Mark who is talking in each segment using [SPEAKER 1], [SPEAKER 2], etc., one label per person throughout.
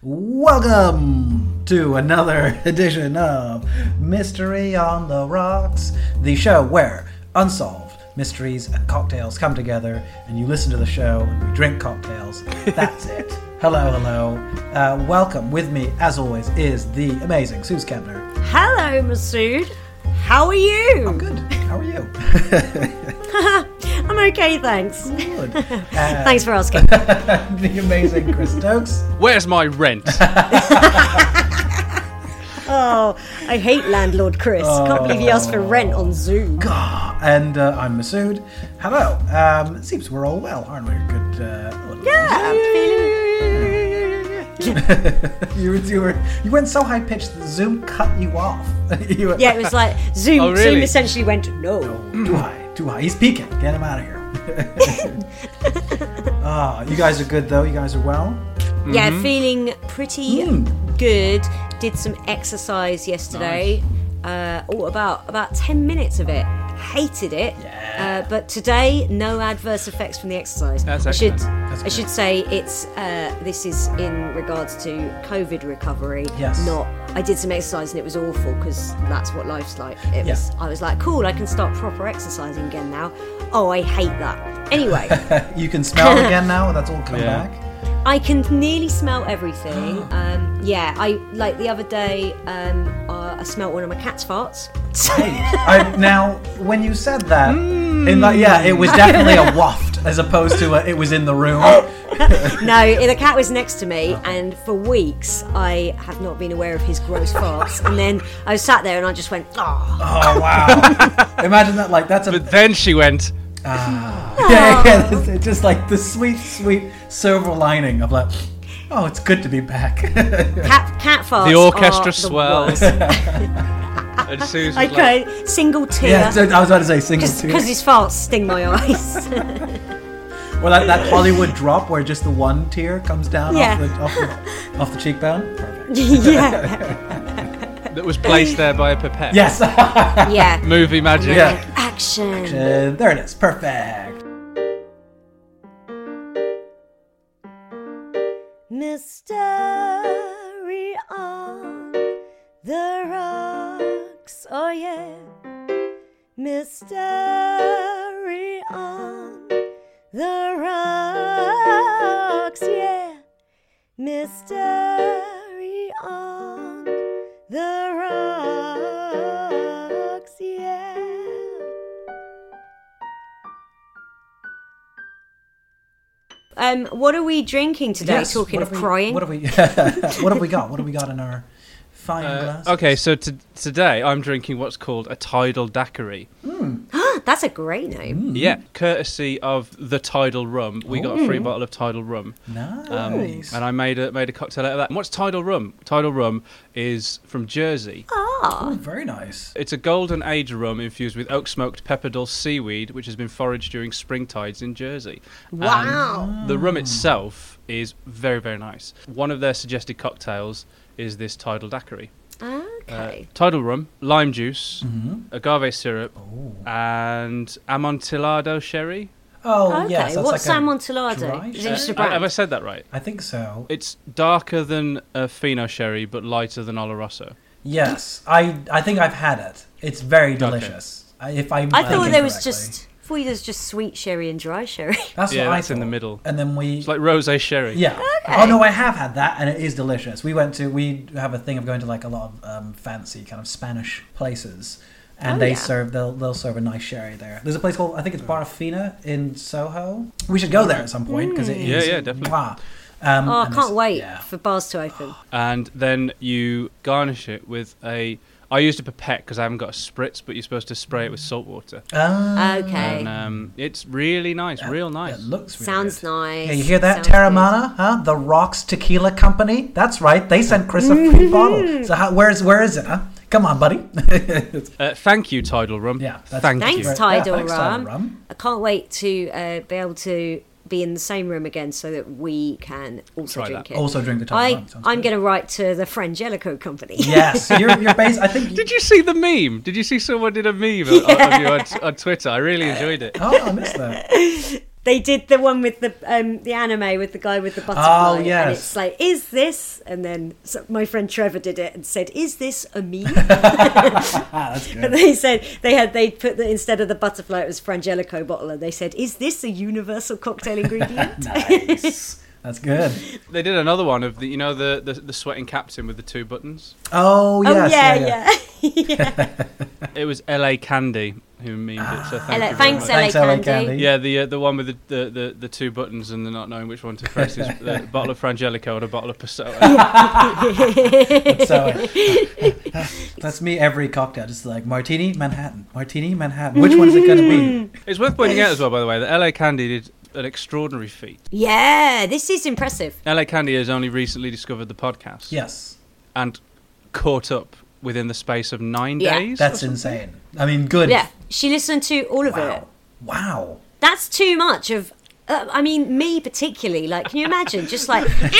[SPEAKER 1] Welcome to another edition of Mystery on the Rocks, the show where unsolved mysteries and cocktails come together, and you listen to the show and we drink cocktails. That's it. Hello, hello. Uh, welcome. With me, as always, is the amazing Suze Kempner.
[SPEAKER 2] Hello, Masood. How are you?
[SPEAKER 1] Good. How are you?
[SPEAKER 2] I'm okay, thanks.
[SPEAKER 1] Good. Uh,
[SPEAKER 2] Thanks for asking.
[SPEAKER 1] the amazing Chris Stokes.
[SPEAKER 3] Where's my rent?
[SPEAKER 2] oh, I hate landlord Chris. Can't believe he asked for rent on Zoom.
[SPEAKER 1] And uh, I'm Masood. Hello. Um, it seems we're all well, aren't we? Good. Uh,
[SPEAKER 2] Yeah, I'm feeling-
[SPEAKER 1] you, were- you were you went so high pitched that Zoom cut you off. you were,
[SPEAKER 2] Yeah, it was like Zoom.
[SPEAKER 3] Oh,
[SPEAKER 2] Zoom
[SPEAKER 3] really?
[SPEAKER 2] essentially went no.
[SPEAKER 1] too high, too high. He's peeking. Get him out of here. Ah, you guys are good though. You guys are well.
[SPEAKER 2] Yeah, feeling pretty good. Did some exercise yesterday. Uh, oh, about about ten minutes of it. Hated it.
[SPEAKER 1] Yeah.
[SPEAKER 2] Uh, but today, no adverse effects from the exercise.
[SPEAKER 3] That's
[SPEAKER 2] I should
[SPEAKER 3] excellent.
[SPEAKER 2] I should say it's uh, this is in regards to COVID recovery.
[SPEAKER 1] Yes.
[SPEAKER 2] Not. I did some exercise and it was awful because that's what life's like. It
[SPEAKER 1] Yeah.
[SPEAKER 2] was. I was like, cool. I can start proper exercising again now. Oh, I hate that. Anyway.
[SPEAKER 1] You can smell again now. That's all come
[SPEAKER 3] Yeah.
[SPEAKER 1] back.
[SPEAKER 2] I can nearly smell everything. Um, yeah, I like the other day. Um, uh, I smelt one of my cat's farts.
[SPEAKER 1] I, now, when you said that,
[SPEAKER 2] Mm.
[SPEAKER 1] in that, yeah, it was definitely a waft as opposed to a, it was in the room.
[SPEAKER 2] no, the cat was next to me, and for weeks I have not been aware of his gross farts. And then I sat there and I just went, "Ah,
[SPEAKER 1] Oh wow! Imagine that. Like that's a
[SPEAKER 3] but then she went,
[SPEAKER 1] yeah, yeah, yeah. It's just like the sweet, sweet silver lining of like, oh, it's good to be back.
[SPEAKER 2] cat cat farts."
[SPEAKER 3] the
[SPEAKER 2] are
[SPEAKER 3] orchestra
[SPEAKER 2] the
[SPEAKER 3] swells.
[SPEAKER 2] worst."
[SPEAKER 3] and Sue's was like,
[SPEAKER 2] Okay, single tear.
[SPEAKER 1] yeah, so I was about to say single
[SPEAKER 2] just
[SPEAKER 1] too.
[SPEAKER 2] because his farts sting my eyes.
[SPEAKER 1] Or that, that Hollywood drop where just the one tear comes down
[SPEAKER 2] Yeah.
[SPEAKER 1] off, the, off, the, off the cheekbone. Perfect.
[SPEAKER 2] yeah,
[SPEAKER 3] that was placed there by a pipette.
[SPEAKER 1] Yes. Uh,
[SPEAKER 2] yeah.
[SPEAKER 3] Movie magic.
[SPEAKER 1] yeah.
[SPEAKER 2] Action.
[SPEAKER 1] And there it is. Perfect.
[SPEAKER 2] Mystery on the rocks, oh yeah. Mystery on the rocks, yeah. Mystery on the rocks, yeah. Um, what are we drinking today?
[SPEAKER 1] Yes,
[SPEAKER 2] Talking
[SPEAKER 1] what
[SPEAKER 2] of
[SPEAKER 1] have we-
[SPEAKER 2] crying.
[SPEAKER 1] What have we? what have we got? What have we got in our fine
[SPEAKER 3] Uh,
[SPEAKER 1] glass?
[SPEAKER 3] okay, so t- today I'm drinking what's called a tidal daiquiri.
[SPEAKER 2] Ah, That's a great
[SPEAKER 1] Hmm.
[SPEAKER 2] name.
[SPEAKER 3] Yeah, courtesy of the tidal rum, we got a free bottle of tidal rum,
[SPEAKER 1] Nice.
[SPEAKER 3] Um, and I made a made a cocktail out of that. And what's tidal rum? Tidal rum is from Jersey.
[SPEAKER 1] Hmm?
[SPEAKER 2] Ah,
[SPEAKER 1] Ooh, Oh, very nice.
[SPEAKER 3] It's a golden age rum infused with oak smoked pepperdal seaweed, which has been foraged during spring tides in Jersey.
[SPEAKER 2] Wow.
[SPEAKER 3] And the rum itself is very, very nice. One of their suggested cocktails is this tidal daiquiri. Uh,
[SPEAKER 2] okay.
[SPEAKER 3] tidal rum, lime juice, agave syrup, and amontillado sherry.
[SPEAKER 1] Oh
[SPEAKER 2] okay,
[SPEAKER 1] yes. that's
[SPEAKER 2] what's
[SPEAKER 1] like a
[SPEAKER 2] San Montalado?
[SPEAKER 1] dry
[SPEAKER 2] Is it
[SPEAKER 1] sherry?
[SPEAKER 2] just a
[SPEAKER 3] I- have I
[SPEAKER 2] brand?
[SPEAKER 3] said that right?
[SPEAKER 1] I think so.
[SPEAKER 3] It's darker than a Fino sherry, but lighter than Oloroso.
[SPEAKER 1] Yes, I I think I've had it. It's very delicious. I, if I'm
[SPEAKER 2] I thought
[SPEAKER 1] thinking
[SPEAKER 2] there was
[SPEAKER 1] correctly.
[SPEAKER 2] just, I thought there was just sweet sherry and dry sherry.
[SPEAKER 1] that's
[SPEAKER 3] Yeah,
[SPEAKER 1] what
[SPEAKER 3] that's
[SPEAKER 1] I
[SPEAKER 3] in the
[SPEAKER 1] thought.
[SPEAKER 3] middle.
[SPEAKER 1] and then we
[SPEAKER 3] It's like rosé sherry.
[SPEAKER 1] yeah. Oh no, I have had that, and it is delicious. We went to we have a thing of going to like a lot of um, fancy kind of Spanish places, and
[SPEAKER 2] Oh,
[SPEAKER 1] they
[SPEAKER 2] yeah. Mm.
[SPEAKER 1] serve they'll they'll serve a nice sherry there. There's a place called I think it's Barafina in Soho. We should go there at some point because it is
[SPEAKER 3] Yeah, yeah, definitely.
[SPEAKER 1] mwah. Um,
[SPEAKER 2] Mm. oh, I
[SPEAKER 1] and
[SPEAKER 2] can't
[SPEAKER 1] it's-
[SPEAKER 2] wait
[SPEAKER 1] yeah.
[SPEAKER 2] for bars to open.
[SPEAKER 3] and then you garnish it with a I used a pipette because I haven't got a spritz, but you're supposed to spray it with salt water.
[SPEAKER 2] Uh,
[SPEAKER 1] Ah,
[SPEAKER 2] Okay.
[SPEAKER 3] And um, it's really nice, real nice.
[SPEAKER 1] Um, It looks really
[SPEAKER 2] Sounds
[SPEAKER 1] good.
[SPEAKER 2] nice.
[SPEAKER 1] Yeah, you hear that,
[SPEAKER 2] Sounds good.
[SPEAKER 1] Terramana? Huh? The Rocks Tequila Company. That's right. They sent Chris a
[SPEAKER 2] Mm-hmm.
[SPEAKER 1] free bottle. So how, where's where is it? Huh? Come on, buddy.
[SPEAKER 3] Uh, thank you, Tidal Rum.
[SPEAKER 1] yeah. that's-
[SPEAKER 3] thank
[SPEAKER 2] Thanks,
[SPEAKER 3] you.
[SPEAKER 1] Yeah,
[SPEAKER 2] Tidal
[SPEAKER 1] thanks,
[SPEAKER 2] Rum. I can't wait to uh, be able to be in the same room again so that we can also
[SPEAKER 3] Try
[SPEAKER 2] drink
[SPEAKER 3] that.
[SPEAKER 2] it.
[SPEAKER 1] Also drink the Tidal
[SPEAKER 2] I,
[SPEAKER 1] Rum. Sounds
[SPEAKER 2] I'm
[SPEAKER 1] good.
[SPEAKER 2] going to write to the Frangelico company.
[SPEAKER 1] Yes, you're you're based. I think.
[SPEAKER 3] Did you see the meme? Did you see someone did a meme of- of you on, on Twitter? I really enjoyed it.
[SPEAKER 1] Oh, I missed that.
[SPEAKER 2] they did the one with the um, the anime with the guy with the butterfly. And
[SPEAKER 1] Oh, yes.
[SPEAKER 2] it's like, is this? And then so my friend Trevor did it and said, is this a meme?
[SPEAKER 1] Ah, that's good.
[SPEAKER 2] and they said they had they put the instead of the butterfly it was Frangelico bottle and they said, is this a universal cocktail ingredient?
[SPEAKER 1] nice. That's good.
[SPEAKER 3] They did another one of the, you know, the, the, the sweating captain with the two buttons.
[SPEAKER 1] Oh yes.
[SPEAKER 2] oh yeah,
[SPEAKER 1] yeah.
[SPEAKER 2] yeah.
[SPEAKER 3] It was L.A. Candy who memed it. So thank
[SPEAKER 2] LA
[SPEAKER 3] you very
[SPEAKER 2] thanks,
[SPEAKER 3] much.
[SPEAKER 2] LA
[SPEAKER 1] Thanks, LA
[SPEAKER 2] Candy.
[SPEAKER 1] Candy.
[SPEAKER 3] Yeah, the uh, the one with the, the, the, the two buttons and the not knowing which one to press is the bottle of Frangelico and a bottle of Prosecco.
[SPEAKER 1] So that's me every cocktail. Just like martini, Manhattan. Martini, Manhattan. Which one's it going
[SPEAKER 2] Mm-hmm.
[SPEAKER 1] to be?
[SPEAKER 3] it's worth pointing out as well, by the way, that L.A. Candy did an extraordinary feat.
[SPEAKER 2] Yeah, this is impressive.
[SPEAKER 3] L.A. Candy has only recently discovered the podcast
[SPEAKER 1] Yes.
[SPEAKER 3] and caught up within the space of nine
[SPEAKER 2] Yeah.
[SPEAKER 3] days.
[SPEAKER 1] That's insane. I mean, good.
[SPEAKER 2] Yeah, she listened to all of it.
[SPEAKER 1] Wow. Wow.
[SPEAKER 2] That's too much of. Uh, I mean, me particularly. Like, can you imagine? Just like, fuck,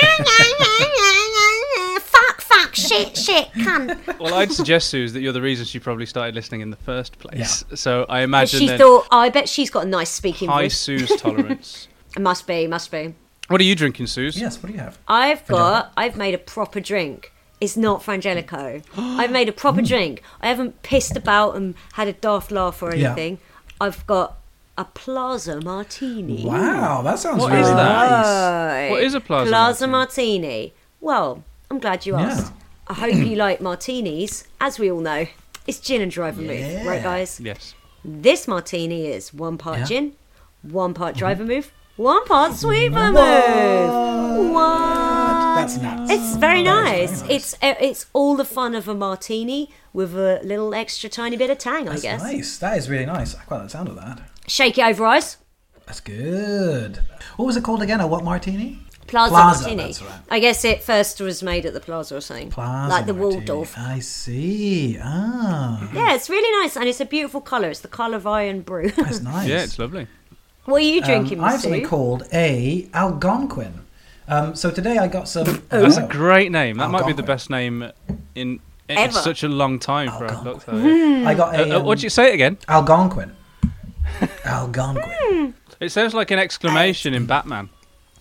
[SPEAKER 2] fuck, shit, shit, cunt.
[SPEAKER 3] Well, I'd suggest, Suze, that you're the reason she probably started listening in the first place. So I
[SPEAKER 2] And
[SPEAKER 3] imagine
[SPEAKER 2] she
[SPEAKER 3] then
[SPEAKER 2] thought, oh, I bet she's got a nice speaking
[SPEAKER 3] high
[SPEAKER 2] voice.
[SPEAKER 3] Suze tolerance.
[SPEAKER 2] It must be, must be.
[SPEAKER 3] what are you drinking, Suze?
[SPEAKER 1] Yes. What do you have?
[SPEAKER 2] I've got. I've made a proper drink. It's not Frangelico. I've made a proper drink. I haven't pissed about and had a daft laugh or
[SPEAKER 1] Yeah.
[SPEAKER 2] anything. I've got a Plaza Martini.
[SPEAKER 1] Wow. That sounds
[SPEAKER 3] What
[SPEAKER 1] really
[SPEAKER 3] is that?
[SPEAKER 1] nice.
[SPEAKER 3] What is a Plaza
[SPEAKER 2] martini? Well, I'm glad you
[SPEAKER 1] Yeah.
[SPEAKER 2] asked. I hope you like martinis. As we all know, it's gin and dry vermouth,
[SPEAKER 1] Yeah.
[SPEAKER 2] right, guys?
[SPEAKER 3] Yes.
[SPEAKER 2] This martini is one part
[SPEAKER 1] Yeah.
[SPEAKER 2] gin, one part dry vermouth, one part sweet vermouth. What?
[SPEAKER 1] That's nuts.
[SPEAKER 2] It's very
[SPEAKER 1] That is
[SPEAKER 2] nice. It's uh, it's all the fun of a martini with a little extra tiny bit of tang, I
[SPEAKER 1] That's
[SPEAKER 2] guess.
[SPEAKER 1] nice. That is really nice. I quite like the sound of that.
[SPEAKER 2] Shake it over ice.
[SPEAKER 1] That's good. What was it called again? A what martini?
[SPEAKER 2] Plaza,
[SPEAKER 1] Plaza,
[SPEAKER 2] Martini.
[SPEAKER 1] that's right.
[SPEAKER 2] I guess it first was made at the Plaza or something.
[SPEAKER 1] Plaza
[SPEAKER 2] like the
[SPEAKER 1] martini.
[SPEAKER 2] Waldorf.
[SPEAKER 1] I see. Ah,
[SPEAKER 2] Yeah, it's really nice and it's a beautiful colour. It's the colour of iron brew.
[SPEAKER 1] that's nice.
[SPEAKER 3] Yeah, it's lovely.
[SPEAKER 2] what are you drinking,
[SPEAKER 1] Um, I have something
[SPEAKER 2] Sue?
[SPEAKER 1] called a Algonquin. Um, so today I got some.
[SPEAKER 3] That's a
[SPEAKER 1] Oh.
[SPEAKER 2] Hmm.
[SPEAKER 3] great name. That might be the
[SPEAKER 1] Algonquin.
[SPEAKER 3] best name in, in
[SPEAKER 2] Ever.
[SPEAKER 3] such a long time for a
[SPEAKER 1] Algonquin.
[SPEAKER 3] cocktail. yeah.
[SPEAKER 1] I got a.
[SPEAKER 3] Uh, uh,
[SPEAKER 1] um,
[SPEAKER 3] what'd you say it again?
[SPEAKER 1] Algonquin. Algonquin.
[SPEAKER 3] It sounds like an exclamation in Batman.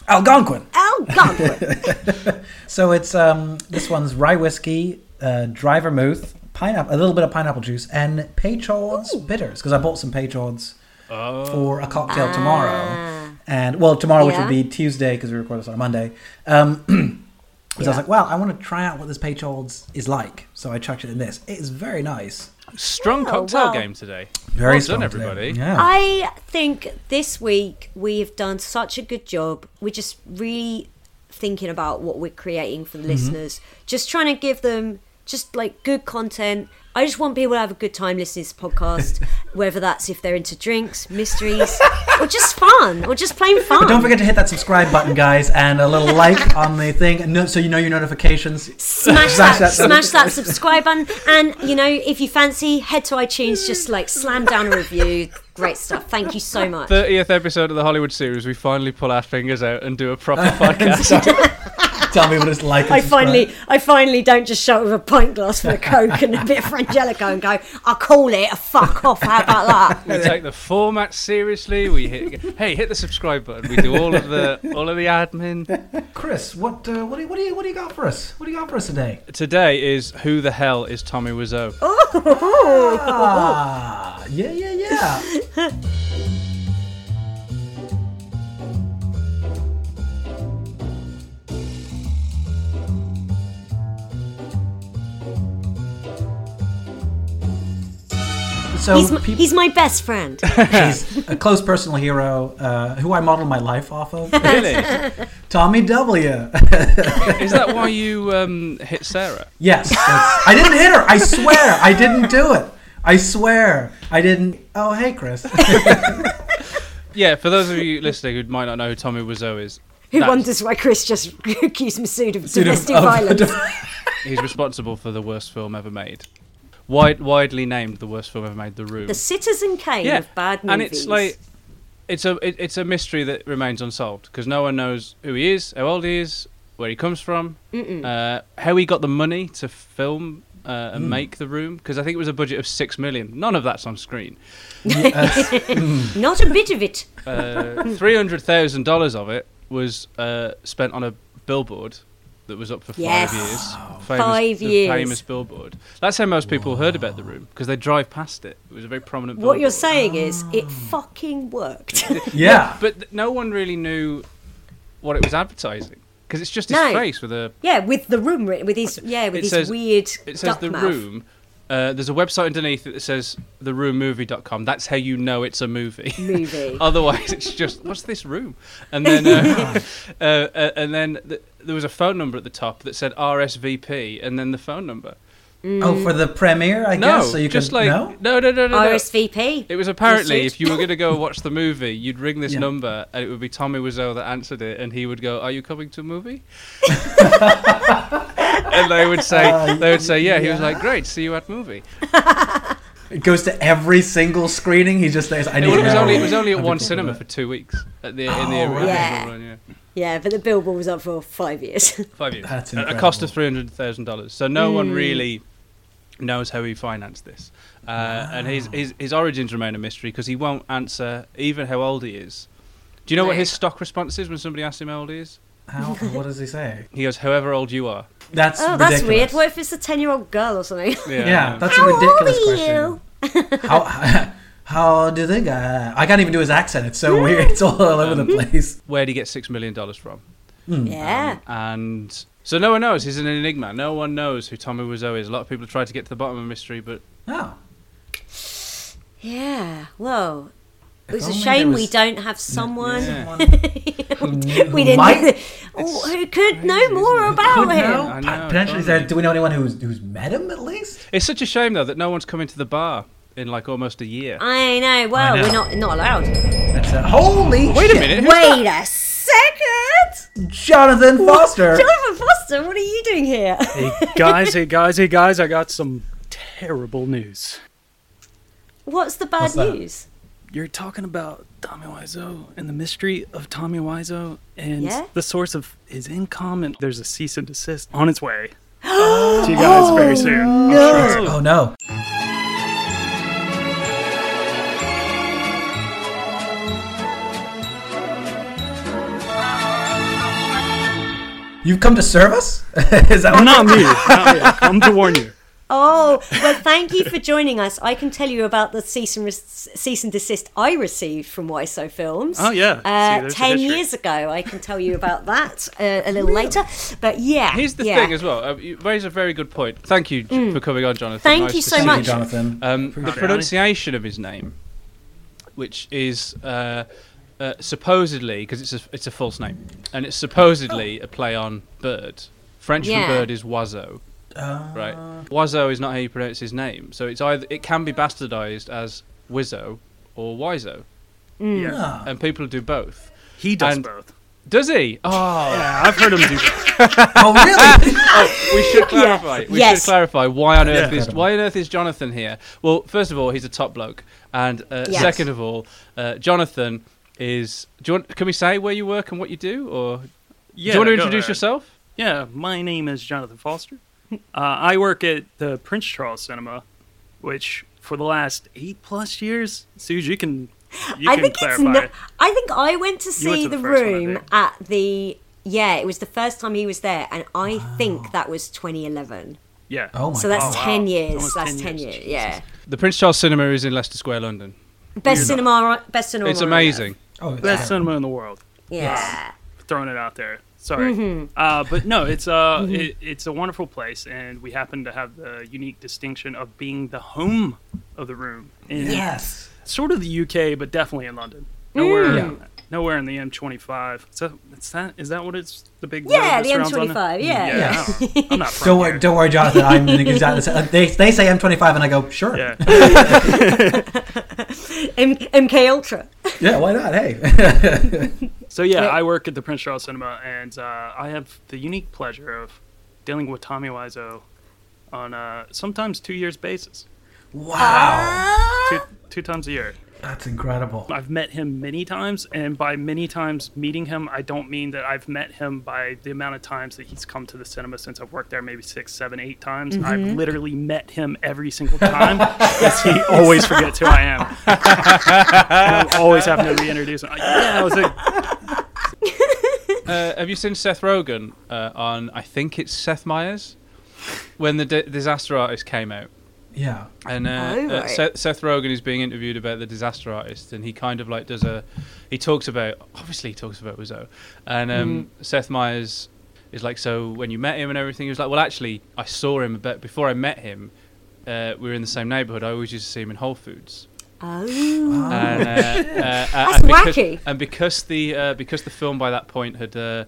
[SPEAKER 1] Algonquin.
[SPEAKER 2] Oh, God.
[SPEAKER 1] So it's um, this one's rye whiskey, uh, dry vermouth, pineapple, a little bit of pineapple juice, and Peychaud's bitters because I bought some Peychaud's for a cocktail tomorrow, and well tomorrow which will
[SPEAKER 2] Ah. Yeah.
[SPEAKER 1] be Tuesday because we record this on a Monday. Um, because I was like, well, I want to try out what this Peychaud's is like, so I chucked it in this. It is very nice,
[SPEAKER 3] Strong
[SPEAKER 2] Oh,
[SPEAKER 3] cocktail
[SPEAKER 2] well.
[SPEAKER 3] game today.
[SPEAKER 1] very
[SPEAKER 3] well
[SPEAKER 1] strong
[SPEAKER 3] done,
[SPEAKER 1] today.
[SPEAKER 3] everybody.
[SPEAKER 1] Yeah,
[SPEAKER 2] I think this week we have done such a good job. We're just really thinking about what we're creating for the
[SPEAKER 1] Mm-hmm.
[SPEAKER 2] listeners, just trying to give them just like good content. I just want people to have a good time listening to this podcast, whether that's if they're into drinks, mysteries, or just fun, or just plain fun.
[SPEAKER 1] Don't forget to hit that subscribe button, guys, and a little like on the thing, and no, so you know your notifications.
[SPEAKER 2] smash
[SPEAKER 1] Smash
[SPEAKER 2] that,
[SPEAKER 1] that-
[SPEAKER 2] smash that subscribe button and you know if you fancy head to itunes just like slam down a review great stuff thank you so much
[SPEAKER 3] 30th episode of the Hollywood series, we finally pull our fingers out and do a proper podcast.
[SPEAKER 1] Tell me what it's like. and
[SPEAKER 2] I
[SPEAKER 1] subscribe.
[SPEAKER 2] finally, I finally don't just shout with a pint glass for a coke and a bit of frangelico and go, I call it a fuck off. How about that?
[SPEAKER 3] we take the format seriously. We hit, hey, hit the subscribe button. We do all of the all of the admin.
[SPEAKER 1] Chris, what uh, what do you, what do you what do you got for us? What do you got for us today?
[SPEAKER 3] Today is who the hell is Tommy Wiseau?
[SPEAKER 2] Oh,
[SPEAKER 1] Ah, yeah, yeah, yeah. So
[SPEAKER 2] He's my,
[SPEAKER 1] peop-
[SPEAKER 2] he's my best friend.
[SPEAKER 1] he's a close personal hero uh, who I model my life off of.
[SPEAKER 3] Really?
[SPEAKER 1] Tommy W.
[SPEAKER 3] Is that why you um, hit Sarah?
[SPEAKER 1] Yes. that's- I didn't hit her. I swear. I didn't do it. I swear. I didn't. Oh, hey, Chris.
[SPEAKER 3] Yeah, for those of you listening who might not know who Tommy Wiseau is,
[SPEAKER 2] Who
[SPEAKER 3] that's-
[SPEAKER 2] wonders why Chris just accused Masood of
[SPEAKER 1] Dude,
[SPEAKER 2] domestic
[SPEAKER 3] Oh,
[SPEAKER 1] of- of-
[SPEAKER 2] violence?
[SPEAKER 3] he's responsible for the worst film ever made. Wide, widely named the worst film ever made, The Room.
[SPEAKER 2] the Citizen Kane
[SPEAKER 3] yeah,
[SPEAKER 2] of bad movies.
[SPEAKER 3] and it's like it's a it, it's a mystery that remains unsolved because no one knows who he is, how old he is, where he comes from, uh, how he got the money to film. Uh, and make the room because I think it was a budget of six million. None of that's on screen.
[SPEAKER 2] not a bit of it.
[SPEAKER 3] Uh, Three hundred thousand dollars of it was uh, spent on a billboard that was up for five
[SPEAKER 2] Yes.
[SPEAKER 3] years.
[SPEAKER 2] Five
[SPEAKER 3] the
[SPEAKER 2] years.
[SPEAKER 3] Famous billboard. That's how most people heard about the room because they drive past it. It was a very prominent.
[SPEAKER 2] What you're
[SPEAKER 3] billboard.
[SPEAKER 2] saying is it fucking worked.
[SPEAKER 1] Yeah.
[SPEAKER 3] But th- no one really knew what it was advertising because it's just his
[SPEAKER 2] No.
[SPEAKER 3] face with a.
[SPEAKER 2] yeah, with the room written with his yeah with
[SPEAKER 3] It
[SPEAKER 2] his
[SPEAKER 3] says-
[SPEAKER 2] weird
[SPEAKER 3] It says
[SPEAKER 2] duck
[SPEAKER 3] the
[SPEAKER 2] mouth.
[SPEAKER 3] room. Uh, there's a website underneath it that says theroommovie.com. That's how you know it's a movie.
[SPEAKER 2] Movie.
[SPEAKER 3] Otherwise, it's just what's this room? And then, uh, uh, uh, and then th- there was a phone number at the top that said RSVP, and then the phone number.
[SPEAKER 1] Oh, for the premiere, I
[SPEAKER 3] no,
[SPEAKER 1] guess. So you
[SPEAKER 3] just
[SPEAKER 1] can,
[SPEAKER 3] like
[SPEAKER 1] no?
[SPEAKER 3] no, no, no, no. no.
[SPEAKER 2] RSVP.
[SPEAKER 3] It was apparently
[SPEAKER 2] Masood.
[SPEAKER 3] if you were going to go watch the movie, you'd ring this
[SPEAKER 1] Yeah.
[SPEAKER 3] number and it would be Tommy Wiseau that answered it, and he would go, "Are you coming to a movie?" and they would say,
[SPEAKER 1] Uh,
[SPEAKER 3] "They would say, yeah." He was like, "Great, see you at movie."
[SPEAKER 1] It goes to every single screening. He just says, I
[SPEAKER 3] It
[SPEAKER 1] need to
[SPEAKER 3] was
[SPEAKER 1] know.
[SPEAKER 3] only it was only at
[SPEAKER 1] I've
[SPEAKER 3] one
[SPEAKER 1] been
[SPEAKER 3] cinema for
[SPEAKER 1] thinking
[SPEAKER 3] two weeks at the in
[SPEAKER 1] Oh,
[SPEAKER 3] the original
[SPEAKER 2] Yeah.
[SPEAKER 3] run, yeah,
[SPEAKER 2] Yeah, but the billboard was up for five years.
[SPEAKER 3] five years,
[SPEAKER 1] That's
[SPEAKER 3] at a cost
[SPEAKER 1] incredible. Hmm.
[SPEAKER 3] of three hundred thousand dollars. So no one really knows how he financed this, uh, and his, his his origins remain a mystery because he won't answer even how old he is. Do you know what
[SPEAKER 2] No.
[SPEAKER 3] his stock response is when somebody asks him how old he is?
[SPEAKER 1] about it. How, what does he say?
[SPEAKER 3] He goes, however old you are.
[SPEAKER 1] That's
[SPEAKER 2] oh,
[SPEAKER 1] ridiculous.
[SPEAKER 2] that's weird. What if it's a ten-year-old girl or something?
[SPEAKER 1] Yeah,
[SPEAKER 3] no.
[SPEAKER 1] that's
[SPEAKER 2] How
[SPEAKER 1] a
[SPEAKER 2] old
[SPEAKER 1] ridiculous
[SPEAKER 2] are
[SPEAKER 1] question.
[SPEAKER 2] you?
[SPEAKER 1] How, how, do they got? I can't even do his accent. It's so weird. It's all over
[SPEAKER 3] Um,
[SPEAKER 1] the place.
[SPEAKER 3] where did he get six million dollars from?
[SPEAKER 2] yeah.
[SPEAKER 3] And so no one knows. He's an enigma. No one knows who Tommy Wiseau is. A lot of people have tried to get to the bottom of the mystery, but
[SPEAKER 1] Oh.
[SPEAKER 2] Yeah. Whoa. It was a
[SPEAKER 1] only
[SPEAKER 2] shame
[SPEAKER 1] there
[SPEAKER 2] we
[SPEAKER 1] was-
[SPEAKER 2] don't have someone.
[SPEAKER 3] Yeah.
[SPEAKER 2] We didn't.
[SPEAKER 1] Might-
[SPEAKER 2] know oh, who could know
[SPEAKER 3] crazy,
[SPEAKER 2] more
[SPEAKER 3] isn't it?
[SPEAKER 2] about
[SPEAKER 1] Could
[SPEAKER 2] him?
[SPEAKER 1] know.
[SPEAKER 3] I
[SPEAKER 1] Pot-
[SPEAKER 3] know,
[SPEAKER 1] Potentially,
[SPEAKER 3] totally.
[SPEAKER 1] there, do we know anyone who's who's met him at least?
[SPEAKER 3] it's such a shame though that no one's come into the bar in like almost a year.
[SPEAKER 2] I know. Well,
[SPEAKER 1] know.
[SPEAKER 2] we're not not allowed.
[SPEAKER 1] That's a, holy
[SPEAKER 3] Wait a
[SPEAKER 1] shit.
[SPEAKER 3] minute. who's
[SPEAKER 2] Wait a second.
[SPEAKER 1] Jonathan Foster.
[SPEAKER 2] Jonathan Foster, what are you doing here?
[SPEAKER 4] Hey guys, hey guys, hey guys, I got some terrible news.
[SPEAKER 2] What's the bad
[SPEAKER 1] What's that?
[SPEAKER 2] news?
[SPEAKER 4] You're talking about Tommy Wiseau and the mystery of Tommy Wiseau and
[SPEAKER 2] Yeah?
[SPEAKER 4] the source of his income, and there's a cease and desist on its way. to you guys very soon.
[SPEAKER 1] Oh no. You've come to serve us? Is that what
[SPEAKER 4] Not me. Not me. I'm to warn you.
[SPEAKER 2] Oh, well, thank you for joining us. I can tell you about the cease and, res- cease and desist I received from YSO Films.
[SPEAKER 4] Oh, yeah. See,
[SPEAKER 2] Uh,
[SPEAKER 4] there's the
[SPEAKER 2] 10
[SPEAKER 4] history.
[SPEAKER 2] years ago. I can tell you about that uh, a little later. But yeah.
[SPEAKER 3] Here's the
[SPEAKER 2] yeah. Mm.
[SPEAKER 3] thing as well. Uh, you raise a very good point. Thank you J- for coming on, Jonathan.
[SPEAKER 2] Thank
[SPEAKER 3] Nice
[SPEAKER 2] you
[SPEAKER 3] to
[SPEAKER 2] so
[SPEAKER 3] see
[SPEAKER 1] Thank you,
[SPEAKER 2] much.
[SPEAKER 1] Jonathan.
[SPEAKER 3] Um, the
[SPEAKER 4] it.
[SPEAKER 3] pronunciation of his name, which is uh, uh, supposedly because it's a it's a false name, and it's supposedly a play on bird. French
[SPEAKER 2] Yeah.
[SPEAKER 3] for bird is oiseau, right? Oiseau is not how you pronounce his name, so it's either it can be bastardized as Wizzo or Wizo,
[SPEAKER 4] Yeah.
[SPEAKER 3] and people do both.
[SPEAKER 4] He does
[SPEAKER 3] And-
[SPEAKER 4] both.
[SPEAKER 3] Does he? Oh,
[SPEAKER 4] Yeah, I've heard him do both.
[SPEAKER 1] Oh really?
[SPEAKER 3] we should clarify. We
[SPEAKER 2] Yes.
[SPEAKER 3] should clarify why on earth
[SPEAKER 4] Yeah.
[SPEAKER 3] is why on earth is Jonathan here? Well, first of all, he's a top bloke, and uh,
[SPEAKER 2] Yes.
[SPEAKER 3] second of all, uh, Jonathan is. Do you want, can we say where you work and what you do, or do
[SPEAKER 4] Yeah,
[SPEAKER 3] you want to
[SPEAKER 4] go
[SPEAKER 3] introduce
[SPEAKER 4] there.
[SPEAKER 3] yourself?
[SPEAKER 4] Yeah, my name is Jonathan Foster. Uh, I work at the Prince Charles Cinema, which for the last eight plus years, Suze, you can you
[SPEAKER 2] I
[SPEAKER 4] can
[SPEAKER 2] think it's.
[SPEAKER 4] clarify.
[SPEAKER 2] No- I think I went to see
[SPEAKER 4] went to
[SPEAKER 2] the,
[SPEAKER 4] the first one, I
[SPEAKER 2] room
[SPEAKER 4] think.
[SPEAKER 2] at the. Yeah, it was the first time he was there, and I think that was 2011.
[SPEAKER 4] Yeah.
[SPEAKER 1] Oh my
[SPEAKER 2] So that's
[SPEAKER 1] god.
[SPEAKER 4] Oh. wow.
[SPEAKER 2] 10 years.
[SPEAKER 4] Almost
[SPEAKER 2] That's
[SPEAKER 4] 10
[SPEAKER 2] 10 years.
[SPEAKER 4] years,
[SPEAKER 2] Yeah.
[SPEAKER 3] The Prince Charles Cinema is in Leicester Square, London.
[SPEAKER 2] Best cinema. on- Best cinema.
[SPEAKER 3] it's
[SPEAKER 2] on earth.
[SPEAKER 3] amazing.
[SPEAKER 1] Oh, it's
[SPEAKER 4] Best cinema in the world.
[SPEAKER 2] Yeah.
[SPEAKER 4] Throwing it out there. Sorry.
[SPEAKER 2] Mm-hmm.
[SPEAKER 4] Uh, but no, it's uh, it, it's a wonderful place, and we happen to have the unique distinction of being the home of the room in
[SPEAKER 1] Yes.
[SPEAKER 2] Mm.
[SPEAKER 4] sort of the UK, but definitely in London. And we're nowhere in the M25. So it's that is that what it's the big
[SPEAKER 2] Yeah,
[SPEAKER 4] road
[SPEAKER 2] the
[SPEAKER 4] that surrounds on it?
[SPEAKER 2] M25, yeah.
[SPEAKER 4] yeah. I don't- I'm not from
[SPEAKER 1] Don't
[SPEAKER 4] here.
[SPEAKER 1] worry, don't worry, Jonathan. I'm going to exactly. say- uh, They, they say M25, and I go, sure.
[SPEAKER 4] Yeah.
[SPEAKER 2] M- MK Ultra.
[SPEAKER 1] Yeah, why not? Hey.
[SPEAKER 4] So yeah, I work at the Prince Charles Cinema, and uh, I have the unique pleasure of dealing with Tommy Wiseau on a sometimes two years basis,
[SPEAKER 2] Uh,
[SPEAKER 1] wow.
[SPEAKER 2] Ah.
[SPEAKER 4] two, two times a year.
[SPEAKER 1] That's incredible.
[SPEAKER 4] I've met him many times, and by many times meeting him, I don't mean that I've met him by the amount of times that he's come to the cinema since I've worked there, maybe six, seven, eight times. I've literally met him every single time, because he always forgets who I am. and I'm always having to reintroduce him. Like, yeah, I was like,
[SPEAKER 3] Uh, have you seen Seth Rogen uh, on? I think it's Seth Meyers when the di- Disaster Artist came out.
[SPEAKER 1] Yeah.
[SPEAKER 3] And uh,
[SPEAKER 2] Oh,
[SPEAKER 3] uh,
[SPEAKER 2] right.
[SPEAKER 3] Seth, Seth Rogen is being interviewed about the disaster artist, and he kind of like does a. He talks about obviously he talks about Wizzo, and um,
[SPEAKER 2] Mm-hmm.
[SPEAKER 3] Seth Meyers is like, so when you met him and everything, he was like, well, actually, I saw him, but before I met him, uh, we were in the same neighborhood. I always used to see him in Whole Foods.
[SPEAKER 2] Oh.
[SPEAKER 3] And, uh, uh, uh,
[SPEAKER 2] That's
[SPEAKER 3] and because,
[SPEAKER 2] wacky.
[SPEAKER 3] And because the uh, because the film by that point had uh,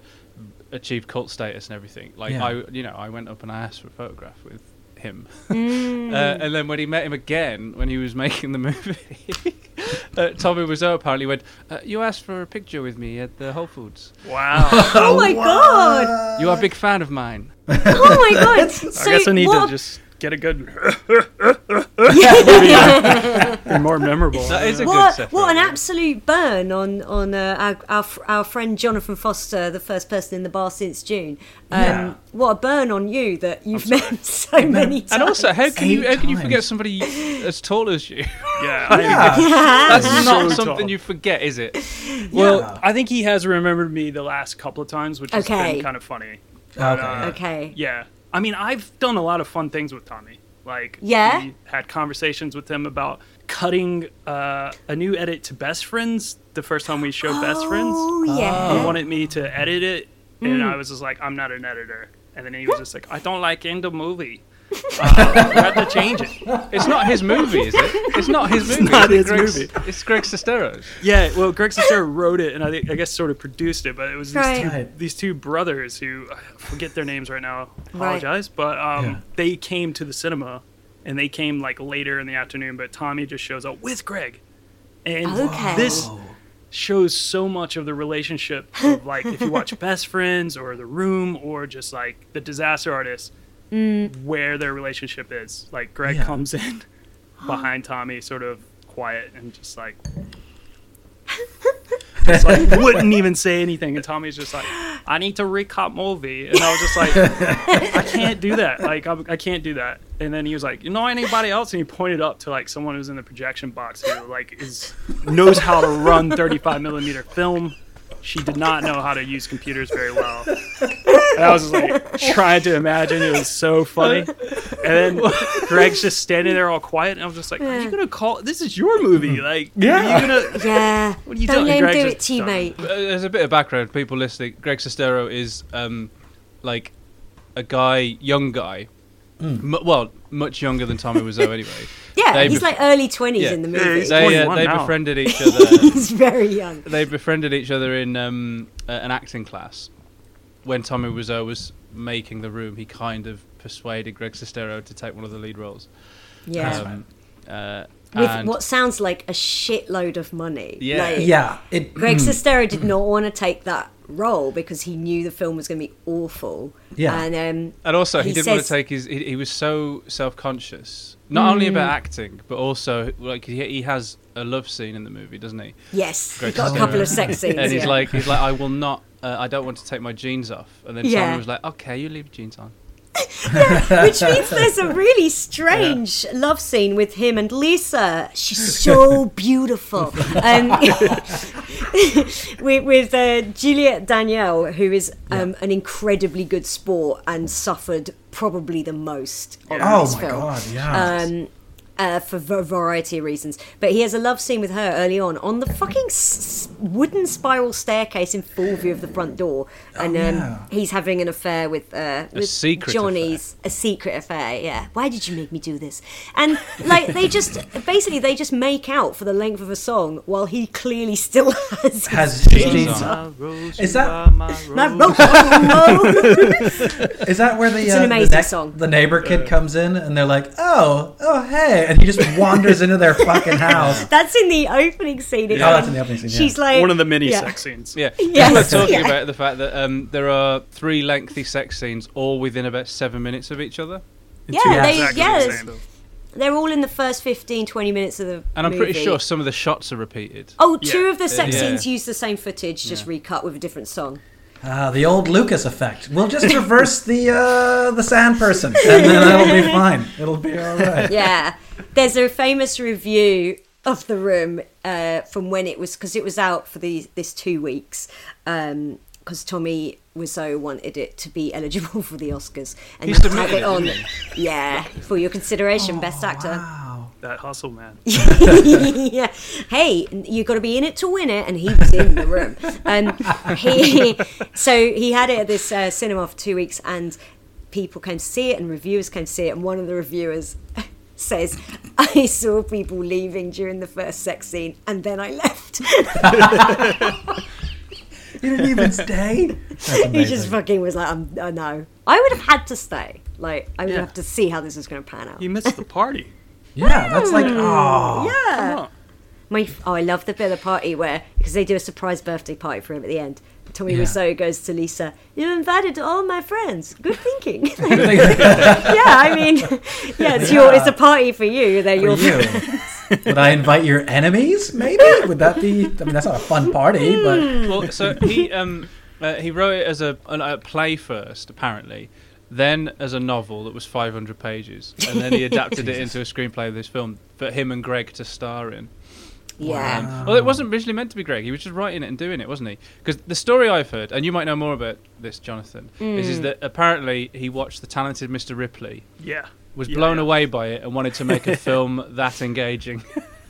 [SPEAKER 3] achieved cult status and everything, like
[SPEAKER 1] Yeah.
[SPEAKER 3] I you know I went up and I asked for a photograph with him,
[SPEAKER 2] Mm.
[SPEAKER 3] uh, and then when he met him again when he was making the movie. Uh, Tommy Wiseau apparently went. Uh, you asked for a picture with me at the Whole Foods.
[SPEAKER 4] wow.
[SPEAKER 2] Oh my god!
[SPEAKER 3] You are a big fan of mine.
[SPEAKER 2] Oh my god! So
[SPEAKER 4] I guess I need
[SPEAKER 2] what
[SPEAKER 4] to just get a good and more memorable.
[SPEAKER 3] That is a good
[SPEAKER 2] what,
[SPEAKER 3] Seth
[SPEAKER 2] what an
[SPEAKER 3] Rogen.
[SPEAKER 2] absolute burn on on uh, our, our fr- our friend Jonathan Foster, the first person in the bar since June. Um,
[SPEAKER 1] Yeah.
[SPEAKER 2] What a burn on you that you've met so many times.
[SPEAKER 3] And also, how can you
[SPEAKER 1] Eight
[SPEAKER 3] how can you forget
[SPEAKER 1] times.
[SPEAKER 3] somebody as tall as you?
[SPEAKER 4] yeah, I think
[SPEAKER 1] Yeah.
[SPEAKER 3] That's not
[SPEAKER 4] So
[SPEAKER 3] something
[SPEAKER 4] tall.
[SPEAKER 3] you forget, is it?
[SPEAKER 4] Well,
[SPEAKER 1] Yeah.
[SPEAKER 4] I think he has remembered me the last couple of times, which has
[SPEAKER 2] Okay.
[SPEAKER 4] been kind of funny.
[SPEAKER 1] Okay.
[SPEAKER 2] Okay.
[SPEAKER 4] Yeah. I mean, I've done a lot of fun things with Tommy. Like,
[SPEAKER 2] Yeah?
[SPEAKER 4] we had conversations with him about cutting uh, a new edit to Best Friends the first time we showed Best Friends.
[SPEAKER 2] Oh
[SPEAKER 4] He
[SPEAKER 2] yeah. Mm.
[SPEAKER 4] wanted me to edit it, and I was just like, I'm not an editor. And then he was just like, I don't like in the movie. Uh, we had to change it.
[SPEAKER 3] It's not his movie, is it? It's not his movie.
[SPEAKER 4] not
[SPEAKER 3] is
[SPEAKER 4] his
[SPEAKER 3] it? Greg's-
[SPEAKER 4] movie.
[SPEAKER 3] It's Greg Sesteros.
[SPEAKER 4] Yeah, well, Greg Sestero wrote it, and I, think, I guess sort of produced it, but it was these, two,
[SPEAKER 1] Right.
[SPEAKER 4] these two brothers who I forget their names right now.
[SPEAKER 2] Right.
[SPEAKER 4] Apologize, but um,
[SPEAKER 1] Yeah.
[SPEAKER 4] they came to the cinema, and they came like later in the afternoon. But Tommy just shows up with Greg, and
[SPEAKER 2] Okay.
[SPEAKER 4] this
[SPEAKER 1] Oh.
[SPEAKER 4] shows so much of the relationship of like if you watch Best Friends or The Room or just like The Disaster Artist, where their relationship is. Like Greg
[SPEAKER 1] Yeah.
[SPEAKER 4] comes in behind Tommy, sort of quiet and just like. just like wouldn't even say anything, and Tommy's just like, "I need to recop movie," and I was just like, "I can't do that. Like, I'm, I can't do that." And then he was like, "You know anybody else?" And he pointed up to like someone who's in the projection box who like is knows how to run 35 millimeter film. She did not know how to use computers very well. And I was just like trying to imagine. It was so funny. And then Greg's just standing there all quiet, and I was just like, "Are you gonna call? This is your movie. Like, yeah, are you gonna?
[SPEAKER 2] yeah.
[SPEAKER 4] What are you
[SPEAKER 2] Don't
[SPEAKER 4] doing?
[SPEAKER 2] let him
[SPEAKER 4] Greg
[SPEAKER 2] do
[SPEAKER 4] just
[SPEAKER 2] it to you,
[SPEAKER 4] done.
[SPEAKER 2] mate.
[SPEAKER 3] Uh, There's a bit of background. People listening, Greg Sestero is um, like a guy, young guy.
[SPEAKER 4] Hmm.
[SPEAKER 3] Mu well, much younger than Tommy Wiseau, anyway.
[SPEAKER 2] Yeah,
[SPEAKER 3] They
[SPEAKER 2] he's
[SPEAKER 3] bef-
[SPEAKER 2] like early twenties
[SPEAKER 3] Yeah.
[SPEAKER 2] in the
[SPEAKER 3] Yeah, uh,
[SPEAKER 2] movie.
[SPEAKER 4] he's-
[SPEAKER 3] They uh,
[SPEAKER 4] 21
[SPEAKER 3] they
[SPEAKER 4] now.
[SPEAKER 3] befriended each other.
[SPEAKER 2] he's very young.
[SPEAKER 3] they befriended each other in um, uh, an acting class. When Tommy Wiseau was making the room, he kind of persuaded Greg Sestero to take one of the lead roles.
[SPEAKER 2] Yeah.
[SPEAKER 3] Um, uh,
[SPEAKER 2] With
[SPEAKER 3] and-
[SPEAKER 2] what sounds like a shitload of money.
[SPEAKER 3] Yeah.
[SPEAKER 2] Like,
[SPEAKER 1] Yeah. It,
[SPEAKER 2] Greg Sestero did not want to take that role because he knew the film was going to be awful.
[SPEAKER 1] Yeah.
[SPEAKER 2] And um,
[SPEAKER 3] And also, he,
[SPEAKER 2] He
[SPEAKER 3] didn't want to
[SPEAKER 2] says-
[SPEAKER 3] take his. He, he was so self-conscious, not only
[SPEAKER 2] Mm.
[SPEAKER 3] about acting, but also like he, he has a love scene in the movie, doesn't he?
[SPEAKER 2] yes,
[SPEAKER 3] Greg
[SPEAKER 2] he got a couple
[SPEAKER 3] Sestero.
[SPEAKER 2] of sex scenes.
[SPEAKER 3] And he's
[SPEAKER 2] yeah.
[SPEAKER 3] like, he's like, I will not. Uh, I don't want to take my jeans off. And then
[SPEAKER 2] Yeah.
[SPEAKER 3] someone was like, Okay, you leave your jeans on.
[SPEAKER 2] Which means there's a really strange love scene with him and Lisa. She's so beautiful. Um, with with uh, Juliet Danielle, who is um, an incredibly good sport and suffered probably the most on
[SPEAKER 1] oh
[SPEAKER 2] this
[SPEAKER 1] my
[SPEAKER 2] film.
[SPEAKER 1] god. Yeah.
[SPEAKER 2] Um, uh, for a variety of reasons. But he has a love scene with her early on on the fucking s- wooden spiral staircase in full view of the front door, and um,
[SPEAKER 1] Oh, yeah.
[SPEAKER 2] he's having an affair with uh,
[SPEAKER 3] A
[SPEAKER 2] with
[SPEAKER 3] secret
[SPEAKER 2] Johnny's a secret affair. Yeah, why did you make me do this? And like they just basically they just make out for the length of a song while he clearly still has. his-
[SPEAKER 1] Has jeans
[SPEAKER 3] on.
[SPEAKER 1] on.
[SPEAKER 4] Rose,
[SPEAKER 1] Is
[SPEAKER 4] you
[SPEAKER 1] that-
[SPEAKER 4] are my
[SPEAKER 2] My ro-
[SPEAKER 4] rose.
[SPEAKER 2] oh, no.
[SPEAKER 1] Is that where the
[SPEAKER 2] It's an
[SPEAKER 1] uh,
[SPEAKER 2] amazing
[SPEAKER 1] the, next-
[SPEAKER 2] song.
[SPEAKER 1] the neighbor kid comes in and they're like, "Oh, oh, hey," and he just wanders into their fucking house.
[SPEAKER 2] That's in the opening scene.
[SPEAKER 1] Oh, that's in the opening scene.
[SPEAKER 2] She's
[SPEAKER 1] yeah.
[SPEAKER 2] like
[SPEAKER 4] One of the mini
[SPEAKER 2] yeah.
[SPEAKER 4] sex scenes.
[SPEAKER 3] Yeah,
[SPEAKER 2] Yes,
[SPEAKER 3] we're talking
[SPEAKER 2] yeah.
[SPEAKER 3] about the fact that um, there are three lengthy sex scenes, all within about seven minutes of each other.
[SPEAKER 2] Yeah,
[SPEAKER 1] Yeah.
[SPEAKER 2] they,
[SPEAKER 4] Exactly
[SPEAKER 2] yeah,
[SPEAKER 4] the same.
[SPEAKER 2] they're all in the first 15, 20 minutes of the.
[SPEAKER 3] And I'm pretty
[SPEAKER 2] movie.
[SPEAKER 3] sure some of the shots are repeated.
[SPEAKER 2] Oh, two
[SPEAKER 4] Yeah.
[SPEAKER 2] of the sex
[SPEAKER 3] Yeah.
[SPEAKER 2] scenes use the same footage, just recut with a different song.
[SPEAKER 1] Ah, the old Lucas effect. We'll just reverse the uh, the sand person, and then it'll be fine. It'll be all right.
[SPEAKER 2] Yeah, there's a famous review of the room uh, from when it was because it was out for these this two weeks because Tommy Wiseau wanted it to be eligible for the Oscars and
[SPEAKER 3] He
[SPEAKER 2] you could have
[SPEAKER 3] submitted
[SPEAKER 2] it
[SPEAKER 3] it,
[SPEAKER 2] on.
[SPEAKER 3] didn't
[SPEAKER 2] Yeah, for your consideration, best actor.
[SPEAKER 1] Oh, Wow.
[SPEAKER 4] That hustle, man.
[SPEAKER 2] yeah. Hey, you got to be in it to win it, and he was in the room. Um, he, so he had it at this uh, cinema for two weeks, and people came to see it, and reviewers came to see it, and one of the reviewers says, "I saw people leaving during the first sex scene, and then I left."
[SPEAKER 1] You didn't even stay. That's
[SPEAKER 2] he just
[SPEAKER 1] amazing.
[SPEAKER 2] fucking was like, I'm, "I know, I would have had to stay. Like, I would
[SPEAKER 4] Yeah.
[SPEAKER 2] have to see how this was going to pan out."
[SPEAKER 4] You missed the party.
[SPEAKER 1] Yeah, that's like oh.
[SPEAKER 2] yeah.
[SPEAKER 4] Come on.
[SPEAKER 2] My, oh, I love the bit of the party where because they do a surprise birthday party for him at the end. Tommy
[SPEAKER 1] Yeah.
[SPEAKER 2] Wiseau goes to Lisa. You invited all my friends. Good thinking. yeah, I mean, yeah, it's your it's a party for you. They're your
[SPEAKER 1] For you. Would I invite your enemies? Maybe would that be? I mean, that's not a fun party, but
[SPEAKER 3] well, so he um, uh, he wrote it as a, an- a play first, apparently, then as a novel that was 500 pages, and then he adapted it into a screenplay of this film for him and Greg to star in.
[SPEAKER 2] yeah.
[SPEAKER 3] Um, well, it wasn't originally meant to be Greg. He was just writing it and doing it, wasn't he? Because the story I've heard, and you might know more about this, Jonathan, is, is that apparently he watched The Talented Mr. Ripley,
[SPEAKER 4] Yeah.
[SPEAKER 3] was
[SPEAKER 4] Yeah,
[SPEAKER 3] blown
[SPEAKER 4] yeah.
[SPEAKER 3] away by it, and wanted to make a film that engaging.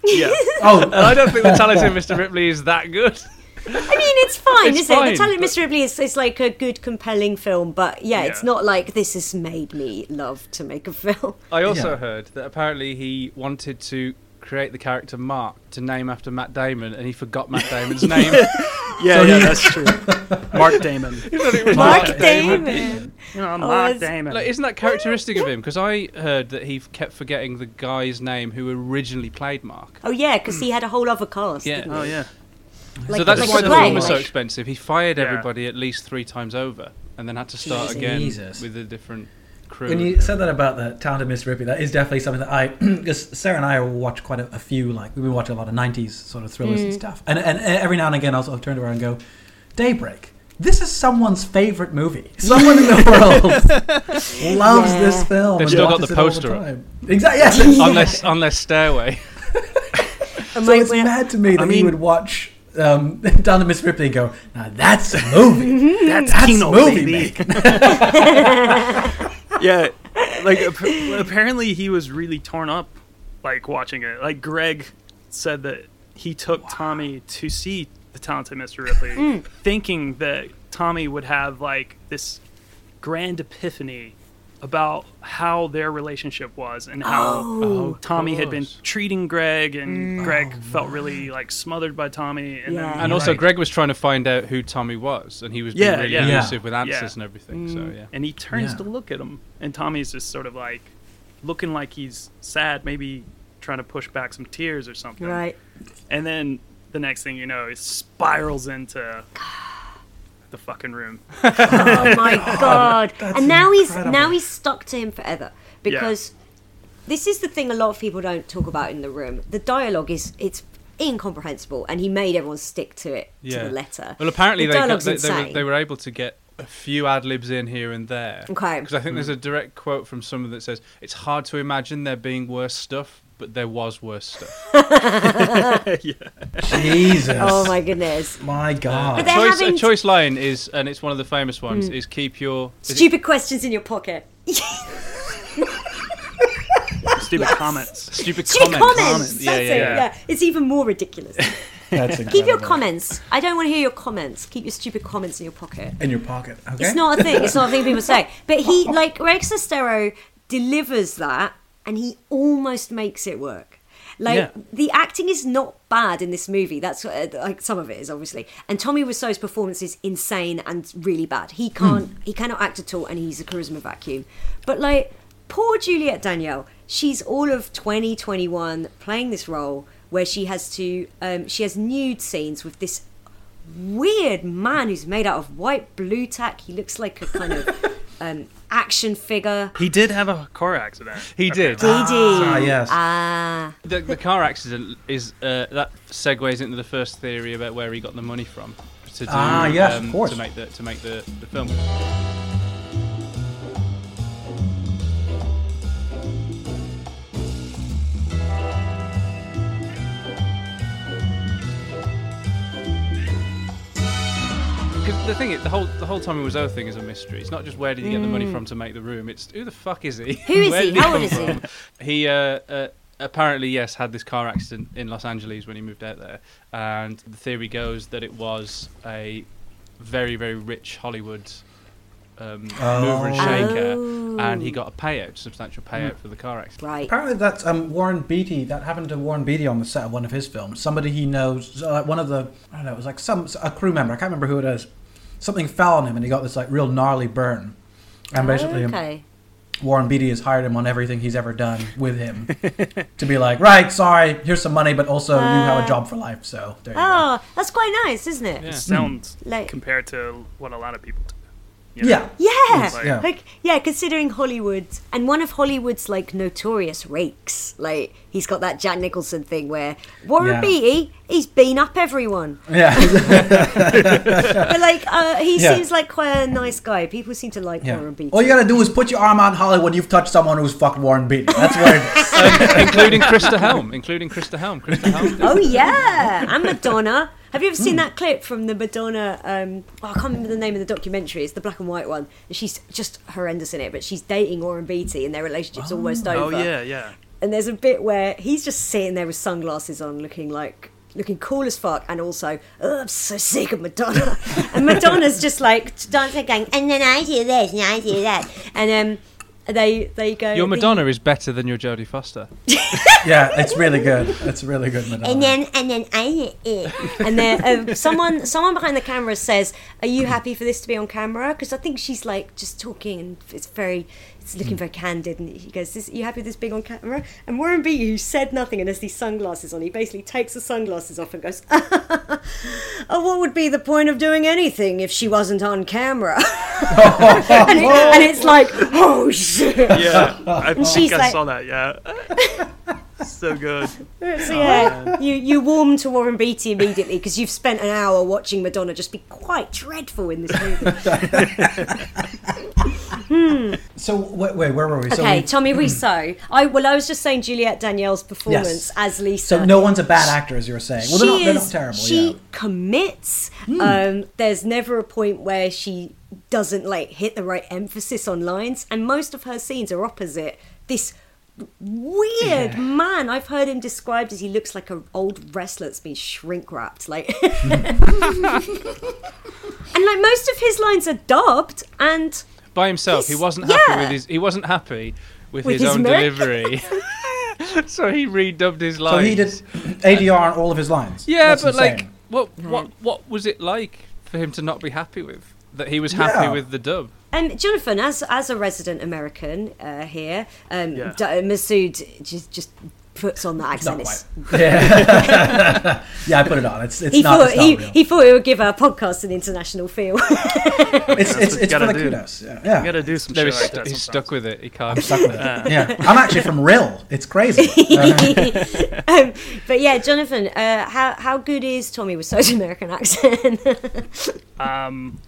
[SPEAKER 4] Yeah.
[SPEAKER 1] oh,
[SPEAKER 3] and I don't think The Talented Mr. Ripley is that good.
[SPEAKER 2] I mean, it's fine,
[SPEAKER 3] It's
[SPEAKER 2] isn't it? The
[SPEAKER 3] fine,
[SPEAKER 2] Talent Mr. Ripley is, is like a good, compelling film, but yeah, it's
[SPEAKER 4] Yeah.
[SPEAKER 2] not like this has made me love to make a film.
[SPEAKER 3] I also
[SPEAKER 1] Yeah.
[SPEAKER 3] heard that apparently he wanted to create the character Mark to name after Matt Damon, and he forgot Matt Damon's name.
[SPEAKER 4] Yeah,
[SPEAKER 1] So
[SPEAKER 4] yeah,
[SPEAKER 1] he-
[SPEAKER 4] that's true. Mark Damon. You
[SPEAKER 2] Mark Damon.
[SPEAKER 4] know, I'm
[SPEAKER 2] Oh,
[SPEAKER 4] Mark
[SPEAKER 2] that's-
[SPEAKER 4] Damon.
[SPEAKER 3] Like, isn't that characteristic of him? Because I heard that he f- kept forgetting the guy's name who originally played Mark.
[SPEAKER 2] Oh yeah, because he had a whole other cast.
[SPEAKER 3] Yeah.
[SPEAKER 2] didn't he?
[SPEAKER 4] oh yeah.
[SPEAKER 3] so
[SPEAKER 2] Like-
[SPEAKER 3] that's
[SPEAKER 2] like
[SPEAKER 3] why
[SPEAKER 2] a
[SPEAKER 3] the
[SPEAKER 2] play,
[SPEAKER 3] film was so
[SPEAKER 2] like-
[SPEAKER 3] expensive. He fired
[SPEAKER 4] Yeah.
[SPEAKER 3] everybody at least three times over, and then had to start
[SPEAKER 1] Jesus.
[SPEAKER 3] again with a different crew.
[SPEAKER 1] When you said that about the talented Miss Ripley, that is definitely something that I, because Sarah and I watch quite a, a few, like we've been watching a lot of '90s sort of thrillers
[SPEAKER 2] Mm.
[SPEAKER 1] and stuff, and and every now and again I'll sort of turn to her and go, "Daybreak." This is someone's favorite movie. Someone in the world loves
[SPEAKER 2] Yeah.
[SPEAKER 1] this film.
[SPEAKER 3] They've
[SPEAKER 1] and
[SPEAKER 3] still got
[SPEAKER 1] watches
[SPEAKER 3] the
[SPEAKER 1] it all
[SPEAKER 3] poster up.
[SPEAKER 1] time. Exactly. Yeah.
[SPEAKER 3] unless, unless Stairway.
[SPEAKER 2] And
[SPEAKER 1] So
[SPEAKER 2] when-
[SPEAKER 1] it's
[SPEAKER 2] when-
[SPEAKER 1] mad to me that
[SPEAKER 4] I
[SPEAKER 1] he
[SPEAKER 4] mean-
[SPEAKER 1] would watch um, Down to Miss Ripley and go, now that's a
[SPEAKER 2] Mm-hmm.
[SPEAKER 1] movie. that's a
[SPEAKER 4] Kino,
[SPEAKER 1] movie
[SPEAKER 4] baby."
[SPEAKER 1] making."
[SPEAKER 4] yeah, like ap- apparently he was really torn up, like watching it. Like Greg said that he took Tommy to see the talented Mr. Ripley, thinking that Tommy would have like this grand epiphany about how their relationship was and how Tommy had been
[SPEAKER 3] course.
[SPEAKER 4] treating Greg, and Greg felt really like smothered by Tommy, and
[SPEAKER 2] Yeah.
[SPEAKER 4] then
[SPEAKER 3] And
[SPEAKER 4] he,
[SPEAKER 3] also,
[SPEAKER 4] like-
[SPEAKER 3] Greg was trying to find out who Tommy was, and he was
[SPEAKER 4] Yeah,
[SPEAKER 3] being really
[SPEAKER 4] yeah.
[SPEAKER 1] Yeah. Mm.
[SPEAKER 3] elusive with answers
[SPEAKER 4] Yeah.
[SPEAKER 3] and everything. So yeah.
[SPEAKER 4] and he turns
[SPEAKER 1] Yeah.
[SPEAKER 4] to look at him and tommy's just sort of like looking like he's sad maybe trying to push back some tears or something
[SPEAKER 2] Right.
[SPEAKER 4] and then the next thing you know it spirals into the fucking room
[SPEAKER 2] Oh my god!
[SPEAKER 1] That's
[SPEAKER 2] and now
[SPEAKER 1] incredible.
[SPEAKER 2] he's now he's stuck to him forever because this is the thing a lot of people don't talk about in the room. The dialogue is it's incomprehensible, and he made everyone stick to it to the letter.
[SPEAKER 3] Well, apparently
[SPEAKER 2] the
[SPEAKER 3] they, got,
[SPEAKER 2] dialogue's
[SPEAKER 3] they, they, were,
[SPEAKER 2] insane.
[SPEAKER 3] they were able to get a few ad libs in here and there.
[SPEAKER 2] Okay.
[SPEAKER 3] Because I think
[SPEAKER 4] Hmm.
[SPEAKER 3] there's a direct quote from someone that says, "It's hard to imagine there being worse stuff, but there was worse stuff."
[SPEAKER 1] Jesus.
[SPEAKER 2] Oh my goodness!
[SPEAKER 1] My God.
[SPEAKER 2] But they're
[SPEAKER 3] choice,
[SPEAKER 2] having Hmm.
[SPEAKER 3] A choice line is, and it's one of the famous ones, is "Keep your." is it-
[SPEAKER 2] stupid questions in your pocket.
[SPEAKER 4] stupid comments.
[SPEAKER 3] Stupid
[SPEAKER 2] Stupid
[SPEAKER 3] comments.
[SPEAKER 2] comments. That's
[SPEAKER 3] Yeah, yeah,
[SPEAKER 2] it.
[SPEAKER 3] yeah.
[SPEAKER 2] yeah, it's even more ridiculous.
[SPEAKER 1] That's
[SPEAKER 2] Keep your
[SPEAKER 1] incredible.
[SPEAKER 2] comments. I don't want to hear your comments. Keep your stupid comments in your pocket.
[SPEAKER 1] in your pocket. Okay,
[SPEAKER 2] It's not a thing. It's not a thing people say. But he, like Rex Estero, delivers that, and he almost makes it work. Like
[SPEAKER 4] Yeah.
[SPEAKER 2] the acting is not bad in this movie. That's uh, like some of it is obviously. And Tommy Wiseau's performance is insane and really bad. He can't. He cannot act at all, and he's a charisma vacuum. But like poor Juliet Danielle, she's all of 2021 playing this role where she has to. Um, she has nude scenes with this weird man who's made out of white blue tack. He looks like a kind of um, action figure.
[SPEAKER 3] Ah,
[SPEAKER 4] He did have a car accident.
[SPEAKER 3] He did.
[SPEAKER 2] Did
[SPEAKER 1] Ah, yes.
[SPEAKER 3] The, the car accident is uh, that segues into the first theory about where he got the money from to do um,
[SPEAKER 1] Ah, yes, of course.
[SPEAKER 3] to make the to make the, the film. Because the thing is, the whole the whole Tommy Wiseau thing is a mystery. It's not just where did he get the money from to make the room. It's who the fuck is he?
[SPEAKER 2] Mm. Who is
[SPEAKER 3] Where
[SPEAKER 2] he?
[SPEAKER 3] did
[SPEAKER 2] How old
[SPEAKER 3] come
[SPEAKER 2] is he?
[SPEAKER 3] from? He uh, uh, apparently yes had this car accident in Los Angeles when he moved out there, and the theory goes that it was a very very rich Hollywood um, mover and
[SPEAKER 1] Oh.
[SPEAKER 3] shaker,
[SPEAKER 2] Oh.
[SPEAKER 3] and he got a payout, substantial payout for the car accident.
[SPEAKER 2] right.
[SPEAKER 1] Apparently, that's um, Warren Beatty. That happened to Warren Beatty on the set of one of his films. Somebody he knows, uh, like one of the, I don't know, it was like some a crew member. I can't remember who it is. Something fell on him, and he got this like real gnarly burn. And basically, um,
[SPEAKER 2] Oh, okay.
[SPEAKER 1] Warren Beatty has hired him on everything he's ever done with him to be like, right, sorry, here's some money, but also you have a job for life. So there you go.
[SPEAKER 2] Oh, that's quite nice, isn't it?
[SPEAKER 3] Yeah.
[SPEAKER 4] Sounds
[SPEAKER 2] Like-
[SPEAKER 4] compared to what a lot of people do. you know?
[SPEAKER 1] Yeah.
[SPEAKER 2] Yeah.
[SPEAKER 4] Like-
[SPEAKER 1] Yeah.
[SPEAKER 2] Like yeah, considering Hollywood and one of Hollywood's like notorious rakes. Like he's got that Jack Nicholson thing where Warren
[SPEAKER 1] Yeah.
[SPEAKER 2] Beatty, he's been up everyone.
[SPEAKER 1] Yeah.
[SPEAKER 2] But like uh, he
[SPEAKER 1] Yeah.
[SPEAKER 2] seems like quite a nice guy. People seem to like Warren
[SPEAKER 1] yeah.
[SPEAKER 2] Beatty.
[SPEAKER 1] All you gotta do is put your arm on Hollywood. You've touched someone who's fucked Warren Beatty. That's what it is.
[SPEAKER 3] including Krista Helm, including Krista Helm. Krista Helm. did-
[SPEAKER 2] Oh yeah, and Madonna. Have you ever
[SPEAKER 1] Hmm.
[SPEAKER 2] seen that clip from the Madonna? Um, oh, I can't remember the name of the documentary. It's the black and white one. And she's just horrendous in it, but she's dating Warren Beatty, and their relationship's almost over.
[SPEAKER 4] Oh yeah, yeah.
[SPEAKER 2] And there's a bit where he's just sitting there with sunglasses on, looking like looking cool as fuck, and also oh, I'm so sick of Madonna. and Madonna's just like dancing, going, and then I do this, and I do that, and um, they they go.
[SPEAKER 3] Your
[SPEAKER 2] the-
[SPEAKER 3] Madonna is better than your Jodie Foster.
[SPEAKER 1] Yeah, it's really good. It's really good, Madonna.
[SPEAKER 2] and then and then I and then um, someone someone behind the camera says, "Are you happy for this to be on camera?" Because I think she's like just talking and it's very it's looking very candid. And he goes, this, "You happy with this being on camera?" And Warren Beatty, who said nothing and has these sunglasses on, he basically takes the sunglasses off and goes, "Oh, what would be the point of doing anything if she wasn't on camera?" and, it- and it's like, "Oh shit!"
[SPEAKER 4] Yeah, I think
[SPEAKER 2] she's
[SPEAKER 4] I
[SPEAKER 2] like-
[SPEAKER 4] saw that. Yeah, so good.
[SPEAKER 2] So
[SPEAKER 1] Oh.
[SPEAKER 2] yeah, you you warm to Warren Beatty immediately because you've spent an hour watching Madonna just be quite dreadful in this movie.
[SPEAKER 1] So wait, wait, where were we? So
[SPEAKER 2] okay,
[SPEAKER 1] we-
[SPEAKER 2] Tommy Wiseau. I well, I was just saying Juliette Danielle's performance
[SPEAKER 1] Yes.
[SPEAKER 2] as Lisa.
[SPEAKER 1] So no one's a bad actor, as you were saying. Well, they're not,
[SPEAKER 2] she
[SPEAKER 1] they're not
[SPEAKER 2] is-
[SPEAKER 1] terrible.
[SPEAKER 2] uh, She
[SPEAKER 1] yeah. Hmm.
[SPEAKER 2] commits. Um, there's never a point where she doesn't like hit the right emphasis on lines, and most of her scenes are opposite this weird man. I've heard him described as he looks like an old wrestler that's been shrink wrapped, like. and like most of his lines are dubbed, and
[SPEAKER 3] By himself, he
[SPEAKER 2] He's-
[SPEAKER 3] wasn't
[SPEAKER 2] yeah.
[SPEAKER 3] happy with his. He wasn't happy with,
[SPEAKER 2] With
[SPEAKER 3] his,
[SPEAKER 2] his
[SPEAKER 3] own
[SPEAKER 2] American-
[SPEAKER 3] delivery. so he redubbed his
[SPEAKER 1] So
[SPEAKER 3] lines.
[SPEAKER 1] he did ADR on all of his lines.
[SPEAKER 3] Yeah,
[SPEAKER 1] That's
[SPEAKER 3] but like,
[SPEAKER 1] insane.
[SPEAKER 3] what what what was it like for him to not be happy with that? He was happy
[SPEAKER 1] Yeah.
[SPEAKER 3] with the dub.
[SPEAKER 2] Um, Jonathan, as as a resident American uh, here, um,
[SPEAKER 4] Yeah.
[SPEAKER 2] D- uh, Masood just just puts on that accent.
[SPEAKER 1] not
[SPEAKER 2] It's-
[SPEAKER 1] white. Yeah. yeah, I put it on. It's it's
[SPEAKER 2] He
[SPEAKER 1] not.
[SPEAKER 2] thought
[SPEAKER 1] it's not
[SPEAKER 2] he,
[SPEAKER 1] real.
[SPEAKER 2] he thought it would give our podcast an international feel.
[SPEAKER 1] it's it's,
[SPEAKER 4] what
[SPEAKER 1] it's
[SPEAKER 4] you
[SPEAKER 1] for the
[SPEAKER 4] gotta do.
[SPEAKER 1] kudos. Yeah, yeah.
[SPEAKER 4] You gotta do some
[SPEAKER 3] No,
[SPEAKER 4] shit
[SPEAKER 3] he's,
[SPEAKER 4] like that.
[SPEAKER 3] he's
[SPEAKER 4] sometimes.
[SPEAKER 3] stuck with it. He can't.
[SPEAKER 1] Stuck with it.
[SPEAKER 4] Uh,
[SPEAKER 1] Yeah, I'm actually from Rill. It's crazy.
[SPEAKER 2] um, but yeah, Jonathan, uh, how how good is Tommy with such an American accent?
[SPEAKER 4] Um,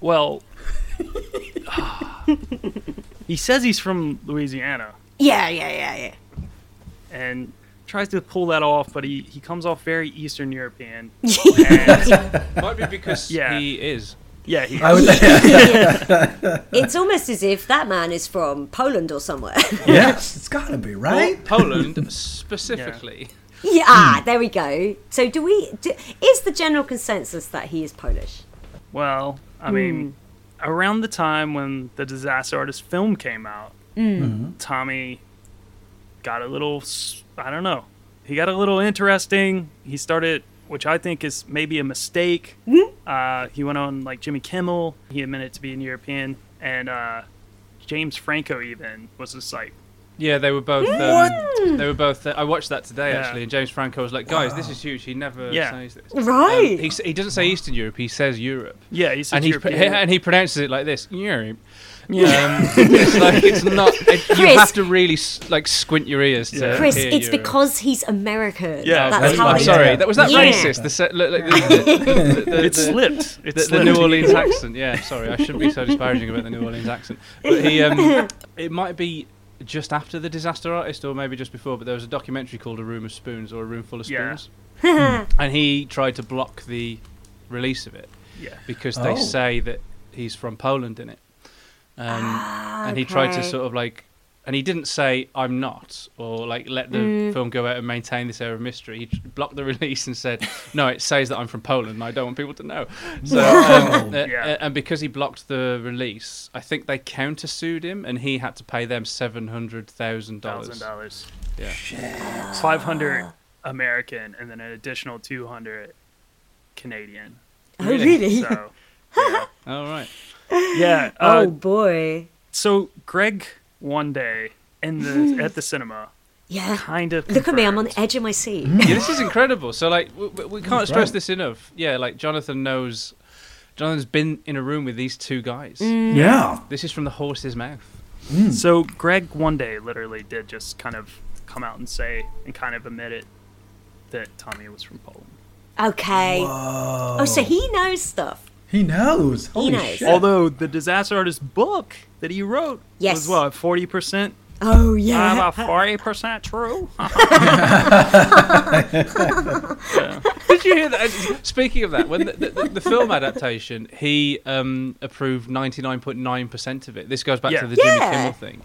[SPEAKER 4] well, he says he's from Louisiana
[SPEAKER 2] yeah, yeah, yeah, yeah.
[SPEAKER 4] and tries to pull that off, but he, he comes off very Eastern European. and,
[SPEAKER 3] Might be because
[SPEAKER 4] Yeah.
[SPEAKER 3] he is.
[SPEAKER 4] Yeah, he
[SPEAKER 1] I would,
[SPEAKER 2] It's almost as if that man is from Poland or somewhere.
[SPEAKER 1] yes, it's gotta be right.
[SPEAKER 3] Po- Poland specifically.
[SPEAKER 2] yeah, ah, there we go. So, do we? Do, is the general consensus that he is Polish?
[SPEAKER 4] Well, I mean, around the time when the Disaster Artist film came out,
[SPEAKER 3] Mm-hmm.
[SPEAKER 4] Tommy got a little, s- I don't know, he got a little interesting. He started, which I think is maybe a mistake. Uh, he went on like Jimmy Kimmel. He admitted to being European. And uh, James Franco even was just like,
[SPEAKER 3] Yeah, they were both. Um, they were both. Uh, I watched that today
[SPEAKER 4] Yeah.
[SPEAKER 3] actually, and James Franco was like, "Guys, this is huge. He never
[SPEAKER 4] Yeah.
[SPEAKER 3] says this. Um,
[SPEAKER 2] Right.
[SPEAKER 3] he, s- he doesn't say Eastern Europe. He says Europe,
[SPEAKER 4] yeah, he's
[SPEAKER 3] and
[SPEAKER 4] such
[SPEAKER 3] he
[SPEAKER 4] European.
[SPEAKER 3] and he pronounces it like this. Europe. Um, it's like it's not. It, you
[SPEAKER 2] Chris.
[SPEAKER 3] have to really s- like squint your ears to
[SPEAKER 4] Yeah.
[SPEAKER 2] Chris,
[SPEAKER 3] hear
[SPEAKER 2] it's
[SPEAKER 3] Europe.
[SPEAKER 2] because he's American.
[SPEAKER 4] Yeah,
[SPEAKER 2] that's
[SPEAKER 3] I'm,
[SPEAKER 2] how
[SPEAKER 3] I'm
[SPEAKER 2] they.
[SPEAKER 3] sorry. That was that
[SPEAKER 2] Yeah.
[SPEAKER 3] racist. The, se- look, like the, the, the,
[SPEAKER 4] it
[SPEAKER 3] the-
[SPEAKER 4] slipped. It
[SPEAKER 3] the, the
[SPEAKER 4] slipped.
[SPEAKER 3] New Orleans accent. Yeah, sorry, I shouldn't be so disparaging about the New Orleans accent. But he, um, it might be just after the disaster artist, or maybe just before. But there was a documentary called "A Room of Spoons" or "A Room Full of
[SPEAKER 4] Yeah.
[SPEAKER 3] Spoons," and he tried to block the release of it
[SPEAKER 4] Yeah.
[SPEAKER 3] because they
[SPEAKER 1] Oh.
[SPEAKER 3] say that he's from Poland in it, um,
[SPEAKER 2] Ah,
[SPEAKER 3] and he tried to
[SPEAKER 2] okay.
[SPEAKER 3] sort of like. And he didn't say "I'm not" or like let the film go out and maintain this air of mystery. He tr- blocked the release and said, "No, it says that I'm from Poland. and I don't want people to know." So,
[SPEAKER 1] Oh,
[SPEAKER 3] um, uh,
[SPEAKER 4] Yeah.
[SPEAKER 3] uh, and because he blocked the release, I think they countersued him, and he had to pay them seven hundred thousand
[SPEAKER 4] thousand
[SPEAKER 3] dollars.
[SPEAKER 4] dollars.
[SPEAKER 3] Yeah.
[SPEAKER 4] Five hundred American, and then an additional two hundred Canadian.
[SPEAKER 2] Oh, really?
[SPEAKER 4] So, yeah.
[SPEAKER 3] All right.
[SPEAKER 4] yeah uh,
[SPEAKER 2] Oh boy.
[SPEAKER 4] So Greg, one day in the at the cinema,
[SPEAKER 2] Yeah.
[SPEAKER 4] kind of.
[SPEAKER 2] Look at me. I'm on the
[SPEAKER 4] confirmed-
[SPEAKER 2] edge of my seat.
[SPEAKER 3] Yeah, this is incredible. So, like, we, we- we can't stress
[SPEAKER 1] right.
[SPEAKER 3] this enough. Yeah, like Jonathan knows. Jonathan's been in a room with these two guys.
[SPEAKER 1] Mm. Yeah.
[SPEAKER 3] This is from the horse's mouth.
[SPEAKER 4] So Greg, one day, literally did just kind of come out and say and kind of admit it that Tommy was from Poland.
[SPEAKER 3] Hmm?
[SPEAKER 2] Okay. Oh, so he knows stuff.
[SPEAKER 1] He knows. Holy
[SPEAKER 2] knows.
[SPEAKER 1] shit.
[SPEAKER 4] Although the disaster artist book that he wrote
[SPEAKER 2] Yes.
[SPEAKER 4] was what forty percent,
[SPEAKER 2] Oh yeah.
[SPEAKER 4] about forty percent true.
[SPEAKER 3] Did you hear that? Speaking of that, when the, the, the film adaptation, he um, approved 99.9% of it. This goes back
[SPEAKER 4] Yeah.
[SPEAKER 3] to the
[SPEAKER 2] Yeah.
[SPEAKER 3] Jimmy Kimmel thing.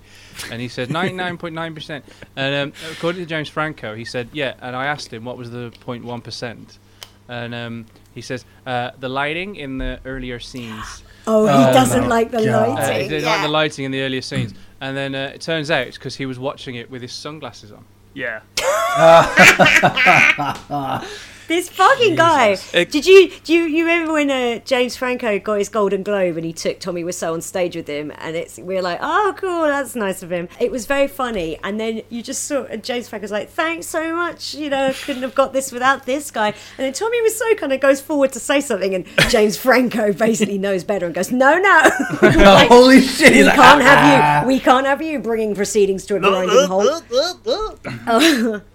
[SPEAKER 3] And he said 99.9%. And um, according to James Franco, he said, yeah. And I asked him, what was the 0.1%? And um, he says, uh, the lighting in the earlier scenes.
[SPEAKER 2] oh, he
[SPEAKER 1] Oh,
[SPEAKER 2] doesn't
[SPEAKER 1] my
[SPEAKER 2] like the
[SPEAKER 1] God.
[SPEAKER 3] Uh, he
[SPEAKER 2] lighting.
[SPEAKER 3] didn't
[SPEAKER 2] yeah.
[SPEAKER 3] like the lighting in the earlier scenes. And then uh, it turns out it's because he was watching it with his sunglasses on.
[SPEAKER 4] Yeah.
[SPEAKER 2] This fucking guy. Did you do you, you remember when uh, James Franco got his Golden Globe and he took Tommy Wiseau on stage with him and it's we are like oh cool that's nice of him. It was very funny and then you just saw and James Franco's like thanks so much you know couldn't have got this without this guy and then Tommy Wiseau kind of goes forward to say something and James Franco basically knows better and goes no no Like,
[SPEAKER 1] Holy shit.
[SPEAKER 2] we
[SPEAKER 1] He's like,
[SPEAKER 2] can't
[SPEAKER 1] "Ah."
[SPEAKER 2] have you we can't have you bringing proceedings to a grinding halt.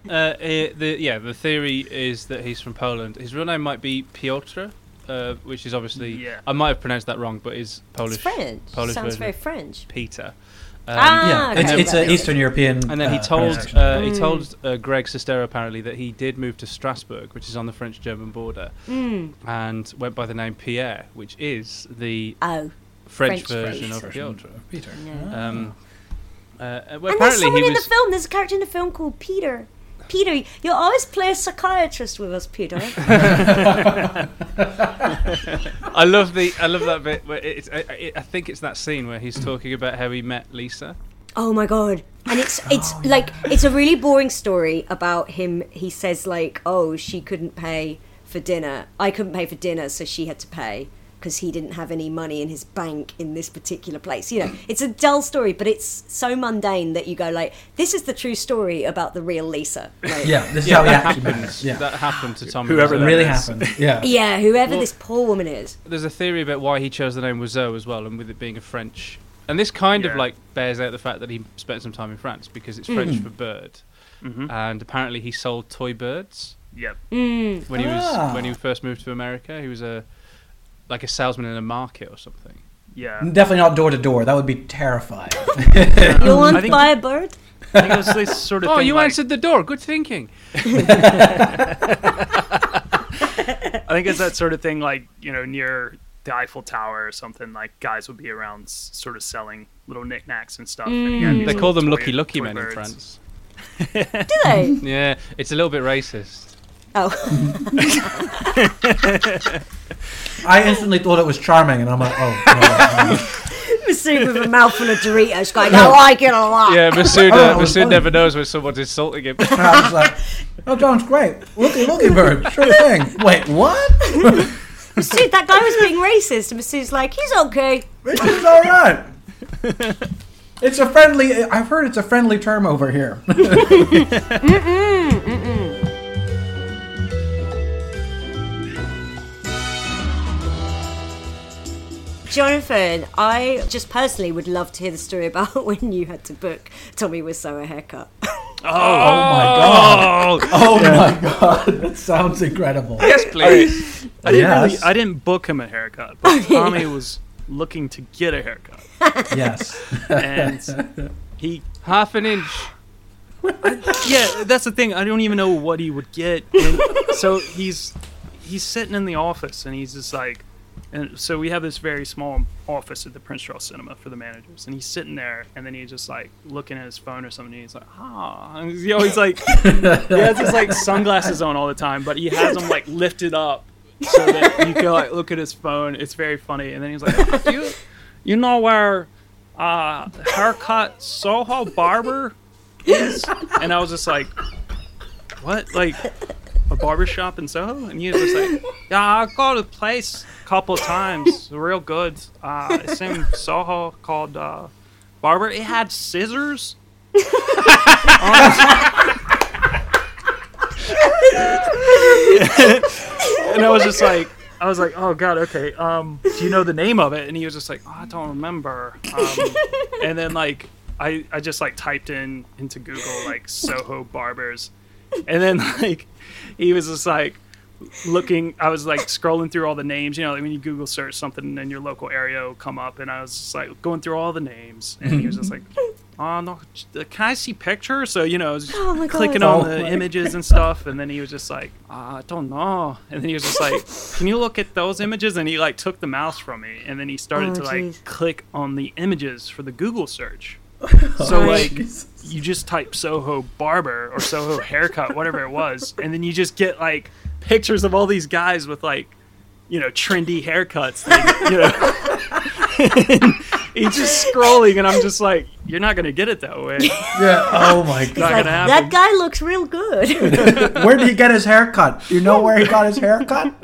[SPEAKER 3] Uh, eh, the, yeah, the theory is that he's from Poland. His real name might be Piotr, uh, which is obviously
[SPEAKER 4] Yeah.
[SPEAKER 3] I might have pronounced that wrong, but is Polish.
[SPEAKER 2] It's French.
[SPEAKER 3] Polish
[SPEAKER 2] Sounds
[SPEAKER 3] version
[SPEAKER 2] very
[SPEAKER 3] of
[SPEAKER 2] French.
[SPEAKER 3] Peter. Um,
[SPEAKER 2] ah,
[SPEAKER 1] Yeah,
[SPEAKER 2] okay.
[SPEAKER 1] it's, it's an Eastern European.
[SPEAKER 3] And then he
[SPEAKER 1] uh,
[SPEAKER 3] told
[SPEAKER 1] pronunciation.
[SPEAKER 3] uh, he told uh, Greg Sestero apparently that he did move to Strasbourg, which is on the French-German border,
[SPEAKER 2] Mm.
[SPEAKER 3] and went by the name Pierre, which is the
[SPEAKER 2] oh.
[SPEAKER 3] French,
[SPEAKER 2] French
[SPEAKER 3] version
[SPEAKER 2] phrase.
[SPEAKER 3] of Piotr.
[SPEAKER 1] Peter.
[SPEAKER 3] Um, uh, uh, well,
[SPEAKER 2] And there's
[SPEAKER 3] apparently
[SPEAKER 2] someone
[SPEAKER 3] he
[SPEAKER 2] in the
[SPEAKER 3] was.
[SPEAKER 2] film. There's a character in the film called Peter. Peter, you'll always play a psychiatrist with us, Peter.
[SPEAKER 3] I love the I love that bit. Where it's, I, I- I think it's that scene where he's talking about how he met Lisa.
[SPEAKER 2] oh my god! And it's
[SPEAKER 3] Oh,
[SPEAKER 2] it's like it's a really boring story about him. He says like, oh, she couldn't pay for dinner. I couldn't pay for dinner, so she had to pay because he didn't have any money in his bank in this particular place. You know, it's a dull story, but it's so mundane that you go like, this is the true story about the real Lisa. Like,
[SPEAKER 1] Yeah, this is how he
[SPEAKER 3] that
[SPEAKER 1] actually
[SPEAKER 3] happened.
[SPEAKER 1] met. Yeah,
[SPEAKER 3] That happened to Tommy.
[SPEAKER 4] Whoever
[SPEAKER 1] it
[SPEAKER 3] Wiseau.
[SPEAKER 4] that
[SPEAKER 1] really
[SPEAKER 4] is.
[SPEAKER 1] happened. Yeah.
[SPEAKER 2] Yeah, whoever this poor woman is.
[SPEAKER 3] There's a theory about why he chose the name Wiseau as well, and with it being a French. And this kind of
[SPEAKER 4] Yeah.
[SPEAKER 3] like bears out the fact that he spent some time in France because it's French
[SPEAKER 1] Mm.
[SPEAKER 3] for bird,
[SPEAKER 4] Mm-hmm.
[SPEAKER 3] and apparently he sold toy birds
[SPEAKER 4] Yep.
[SPEAKER 3] when he
[SPEAKER 1] Ah.
[SPEAKER 3] was when he first moved to America. He was a like a salesman in a market or something.
[SPEAKER 4] Yeah.
[SPEAKER 1] Definitely not door to door. That would be terrifying.
[SPEAKER 2] You want
[SPEAKER 4] I
[SPEAKER 2] to
[SPEAKER 4] think-
[SPEAKER 2] buy a bird?
[SPEAKER 4] I think it was this sort of
[SPEAKER 3] Oh,
[SPEAKER 4] thing.
[SPEAKER 3] you
[SPEAKER 4] like-
[SPEAKER 3] answered the door. Good thinking.
[SPEAKER 4] I think it's that sort of thing, like you know, near the Eiffel Tower or something, like guys would be around s- sort of selling little knickknacks and stuff. and you had
[SPEAKER 3] Mm.
[SPEAKER 4] these
[SPEAKER 3] They
[SPEAKER 4] little
[SPEAKER 3] call them
[SPEAKER 4] Mm. toy-
[SPEAKER 3] lucky lucky
[SPEAKER 4] toy
[SPEAKER 3] men in
[SPEAKER 4] birds.
[SPEAKER 3] France.
[SPEAKER 2] Do they?
[SPEAKER 3] Yeah, it's a little bit racist.
[SPEAKER 2] oh,
[SPEAKER 1] I instantly thought it was charming, and I'm like, oh, God.
[SPEAKER 2] Masood with a mouthful of Doritos going, I like it a lot.
[SPEAKER 3] Yeah, Masood,
[SPEAKER 1] Oh,
[SPEAKER 3] uh,
[SPEAKER 1] it was
[SPEAKER 3] Masood
[SPEAKER 1] funny.
[SPEAKER 3] never knows when someone's insulting him.
[SPEAKER 1] And I was like, oh, John's great. Looky, looky bird, sure thing. Wait, what?
[SPEAKER 2] Masood, that guy was being racist. And Masood's like, he's okay.
[SPEAKER 1] This is all right. It's a friendly. I've heard it's a friendly term over here.
[SPEAKER 2] Jonathan, I just personally would love to hear the story about when you had to book Tommy Wiseau a haircut.
[SPEAKER 1] Oh my god!
[SPEAKER 4] Oh,
[SPEAKER 1] Oh my god! That sounds incredible.
[SPEAKER 3] yes, please.
[SPEAKER 4] I didn't
[SPEAKER 1] Yes.
[SPEAKER 4] really. I didn't book him a haircut, but Tommy was looking to get a haircut,
[SPEAKER 1] Yes.
[SPEAKER 4] and he.
[SPEAKER 3] Half an inch.
[SPEAKER 4] Yeah, that's the thing. I don't even know what he would get. And so he's he's sitting in the office, and he's just like, and so we have this very small office at the Prince Charles Cinema for the managers, and he's sitting there, and then he's just like looking at his phone or something. And he's like, ah, and he's always like, he has his like sunglasses on all the time, but he has them like lifted up so that you can like look at his phone. It's very funny. And then he's like, "Do you, you know where uh, haircut Soho barber is? And I was just like, what? Like a barber shop in Soho? And he was just like, yeah, I go to a place a couple times, real good. Uh, it's in Soho called uh, Barber. It had scissors. and I was just like, I was like, oh god, okay. Um, do you know the name of it? And he was just like, oh, I don't remember. Um, and then like, I I just like typed in into Google like Soho barbers, and then like, he was just like looking i was like scrolling through all the names you know like when you google search something in your local area will come up and i was just like going through all the names and he was just like oh no can i see pictures so you know I was
[SPEAKER 2] Oh my God.
[SPEAKER 4] clicking
[SPEAKER 1] Oh
[SPEAKER 4] on the
[SPEAKER 1] my
[SPEAKER 4] images and stuff and then he was just like "Ah, i don't know and then he was just like can you look at those images and he like took the mouse from me and then he started
[SPEAKER 2] Oh,
[SPEAKER 4] to like
[SPEAKER 2] jeez.
[SPEAKER 4] click on the images for the google search
[SPEAKER 1] Oh,
[SPEAKER 4] so like
[SPEAKER 1] Jesus.
[SPEAKER 4] you just type Soho barber or Soho haircut, whatever it was, and then you just get like pictures of all these guys with like, you know, trendy haircuts. That, you know, he's just scrolling, and I'm just like, you're not gonna get it that way. It's
[SPEAKER 1] Yeah. Oh my god.
[SPEAKER 2] Like,
[SPEAKER 4] not gonna happen.
[SPEAKER 2] that guy looks real good.
[SPEAKER 1] Where did he get his haircut? You know where he got his haircut?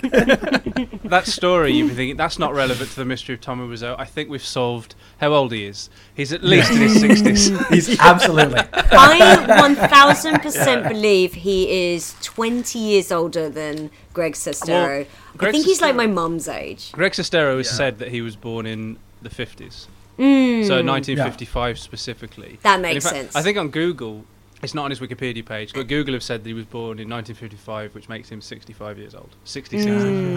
[SPEAKER 3] That story, you'd be thinking, that's not relevant to the mystery of Tommy Wiseau. I think we've solved how old he is. He's at least in his 60s.
[SPEAKER 1] He's absolutely.
[SPEAKER 2] I 1000% believe he is 20 years older than Greg Sestero. I
[SPEAKER 3] Greg
[SPEAKER 2] think he's like
[SPEAKER 3] Sestero-
[SPEAKER 2] my mum's age.
[SPEAKER 3] Greg Sestero has said that he was born in the 50s.
[SPEAKER 1] Mm.
[SPEAKER 3] So 1955 specifically.
[SPEAKER 2] That
[SPEAKER 3] And in
[SPEAKER 2] makes
[SPEAKER 3] fact,
[SPEAKER 2] sense.
[SPEAKER 3] I think on Google, it's not on his Wikipedia page, but Google have said that he was born in 1955, which makes him 65 years old. 66.
[SPEAKER 1] Mm.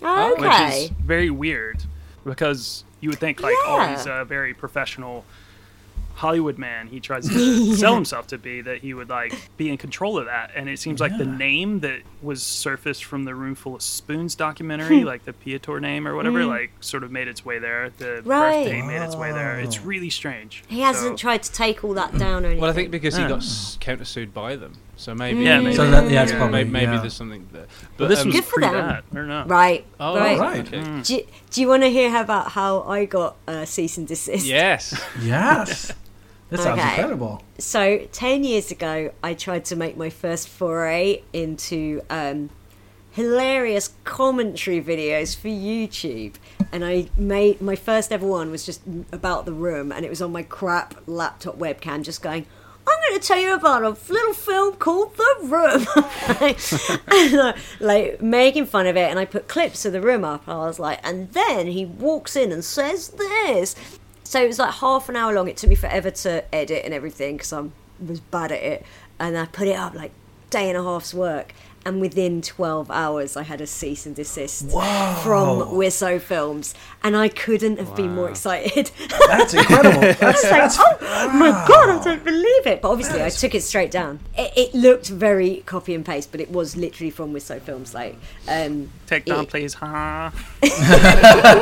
[SPEAKER 2] Oh,
[SPEAKER 4] which
[SPEAKER 2] okay.
[SPEAKER 4] is very weird because you would think like all
[SPEAKER 2] Yeah.
[SPEAKER 4] these uh, very professional Hollywood man he tries to sell himself to be that he would like be in control of that. And it seems like the name that was surfaced from the Roomful of Spoons
[SPEAKER 2] Hmm.
[SPEAKER 4] documentary, like the Piator name or whatever, like sort of made its way there. The
[SPEAKER 2] Right.
[SPEAKER 4] birthday made its way there.
[SPEAKER 2] Oh.
[SPEAKER 4] It's really strange.
[SPEAKER 2] He hasn't
[SPEAKER 4] So-
[SPEAKER 2] tried to take all that down or anything.
[SPEAKER 3] Well, I think because he
[SPEAKER 4] Yeah.
[SPEAKER 3] got s- countersued by them, so maybe
[SPEAKER 4] Yeah, maybe.
[SPEAKER 1] So that, Ah. Mm. yeah, it's
[SPEAKER 4] Yeah.
[SPEAKER 1] probably
[SPEAKER 3] maybe, maybe
[SPEAKER 1] yeah.
[SPEAKER 3] there's something there. But
[SPEAKER 4] Well, this
[SPEAKER 3] um,
[SPEAKER 4] was
[SPEAKER 2] Good for
[SPEAKER 4] pre
[SPEAKER 2] them.
[SPEAKER 4] that. I don't know.
[SPEAKER 2] Right.
[SPEAKER 3] oh,
[SPEAKER 2] right.
[SPEAKER 1] right.
[SPEAKER 3] okay.
[SPEAKER 2] Do, you- do you want to hear about how I got uh, cease and desist?
[SPEAKER 3] Yes.
[SPEAKER 1] Yes. This sounds
[SPEAKER 2] Okay.
[SPEAKER 1] incredible.
[SPEAKER 2] So, 10 years ago, I tried to make my first foray into um, hilarious commentary videos for YouTube. And I made my first ever one was just about the room, and it was on my crap laptop webcam, just going, I'm going to tell you about a little film called The Room. and, uh, like, making fun of it, and I put clips of the room up, and I was like, and then he walks in and says this. So it was like half an hour long. It took me forever to edit and everything because I was bad at it. And I put it up like day and a half's work. And within 12 hours, I had a cease and desist from We're So Films. And I couldn't have been more excited.
[SPEAKER 1] That's incredible. That's, that's
[SPEAKER 2] my God, I don't believe it. But obviously, I took it straight down. It, it looked very copy and paste, but it was literally from We're So Films. Like, um,
[SPEAKER 4] Take down,
[SPEAKER 2] it-
[SPEAKER 4] please. Huh?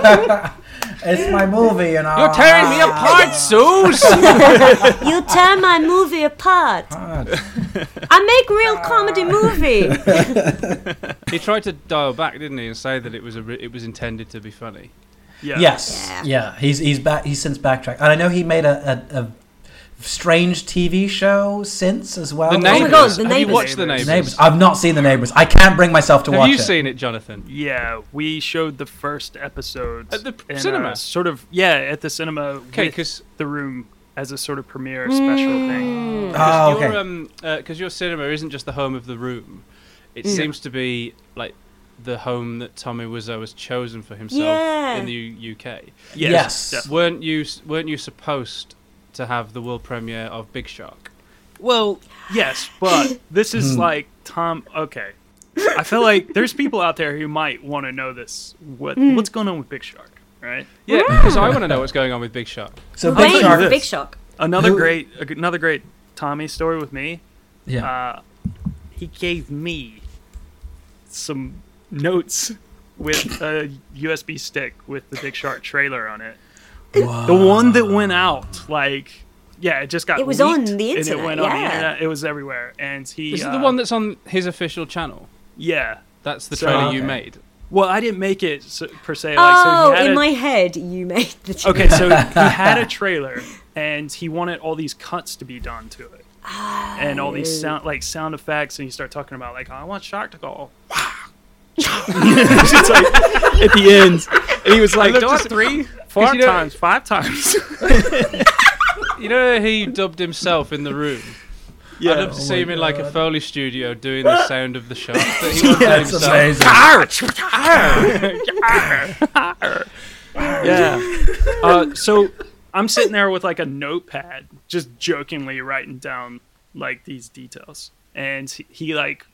[SPEAKER 1] it's my movie, and I.
[SPEAKER 3] You're tearing me apart, Suze!
[SPEAKER 2] you tear my movie apart. I make real comedy movie.
[SPEAKER 3] he tried to dial back, didn't he, and say that it was a re- it was intended to be funny.
[SPEAKER 4] Yeah.
[SPEAKER 1] Yes. Yeah. He's he's back. He's since backtracked, and I know he made a. a, a Strange TV show since as well.
[SPEAKER 3] The
[SPEAKER 1] There's a-
[SPEAKER 2] my
[SPEAKER 3] neighbors.
[SPEAKER 2] God, The
[SPEAKER 3] Have you
[SPEAKER 2] Neighbours.
[SPEAKER 3] watched the neighbors?
[SPEAKER 1] Neighbors. I've not seen the neighbors. I can't bring myself to
[SPEAKER 3] Have
[SPEAKER 1] watch
[SPEAKER 3] you
[SPEAKER 1] it.
[SPEAKER 3] seen it, Jonathan?
[SPEAKER 4] Yeah, we showed the first episode
[SPEAKER 3] At the p-
[SPEAKER 4] in a
[SPEAKER 3] cinema?
[SPEAKER 4] sort of yeah, at the cinema.
[SPEAKER 3] 'Kay,
[SPEAKER 4] with
[SPEAKER 3] 'cause-
[SPEAKER 4] the room as a sort of premiere special thing.
[SPEAKER 1] Oh,
[SPEAKER 3] your,
[SPEAKER 1] okay.
[SPEAKER 3] um, uh 'cause your cinema isn't just the home of the room. It seems to be like the home that Tommy Wiseau has chosen for himself
[SPEAKER 2] Yeah.
[SPEAKER 3] in the U- UK.
[SPEAKER 1] Yes.
[SPEAKER 4] yeah.
[SPEAKER 3] Weren't you s- weren't you supposed to have the world premiere of Big Shark?
[SPEAKER 4] Well, yes, but this is like Tom. Okay, I feel like there's people out there who might want to know this. What what's going on with Big Shark? Right.
[SPEAKER 3] Yeah, because I want to know what's going on with Big Shark.
[SPEAKER 1] so
[SPEAKER 2] Wait,
[SPEAKER 1] Big Shark.
[SPEAKER 2] Big Shock.
[SPEAKER 4] Another
[SPEAKER 1] Who-
[SPEAKER 4] great another great Tommy story with me.
[SPEAKER 1] yeah.
[SPEAKER 3] Ah,
[SPEAKER 4] uh, he gave me some notes with a USB stick with the Big Shark trailer on it. The one that went out, like, yeah, it just got.
[SPEAKER 2] It was
[SPEAKER 4] leaked,
[SPEAKER 2] on the
[SPEAKER 4] And
[SPEAKER 2] internet,
[SPEAKER 4] it went on the
[SPEAKER 2] yeah.
[SPEAKER 4] internet. It was everywhere, and he.
[SPEAKER 3] Is it
[SPEAKER 4] uh,
[SPEAKER 3] the one that's on his official channel?
[SPEAKER 4] Yeah.
[SPEAKER 3] That's the
[SPEAKER 4] So-
[SPEAKER 3] trailer you
[SPEAKER 1] Okay.
[SPEAKER 3] made.
[SPEAKER 4] Well, I didn't make it so, per se. Like,
[SPEAKER 2] oh,
[SPEAKER 4] so he had
[SPEAKER 2] in
[SPEAKER 4] a-
[SPEAKER 2] my head, you made the joke.
[SPEAKER 4] Okay, so he had a trailer, and he wanted all these cuts to be done to it, and all these sound like sound effects, and he started talking about like, I want Shark to go. "Wah." it's like at the end, and he was like,
[SPEAKER 3] love to
[SPEAKER 4] "Do it
[SPEAKER 3] see-
[SPEAKER 4] three, four
[SPEAKER 3] you know-
[SPEAKER 4] times, five times."
[SPEAKER 3] You know he dubbed himself in the room.
[SPEAKER 4] yeah,
[SPEAKER 3] I'd love to see him in like a Foley studio doing the sound of the shark that he wanted
[SPEAKER 1] That's
[SPEAKER 3] himself.
[SPEAKER 1] amazing.
[SPEAKER 3] Ah!
[SPEAKER 4] yeah. Uh, so I'm sitting there with like a notepad, just jokingly writing down like these details, and he, he like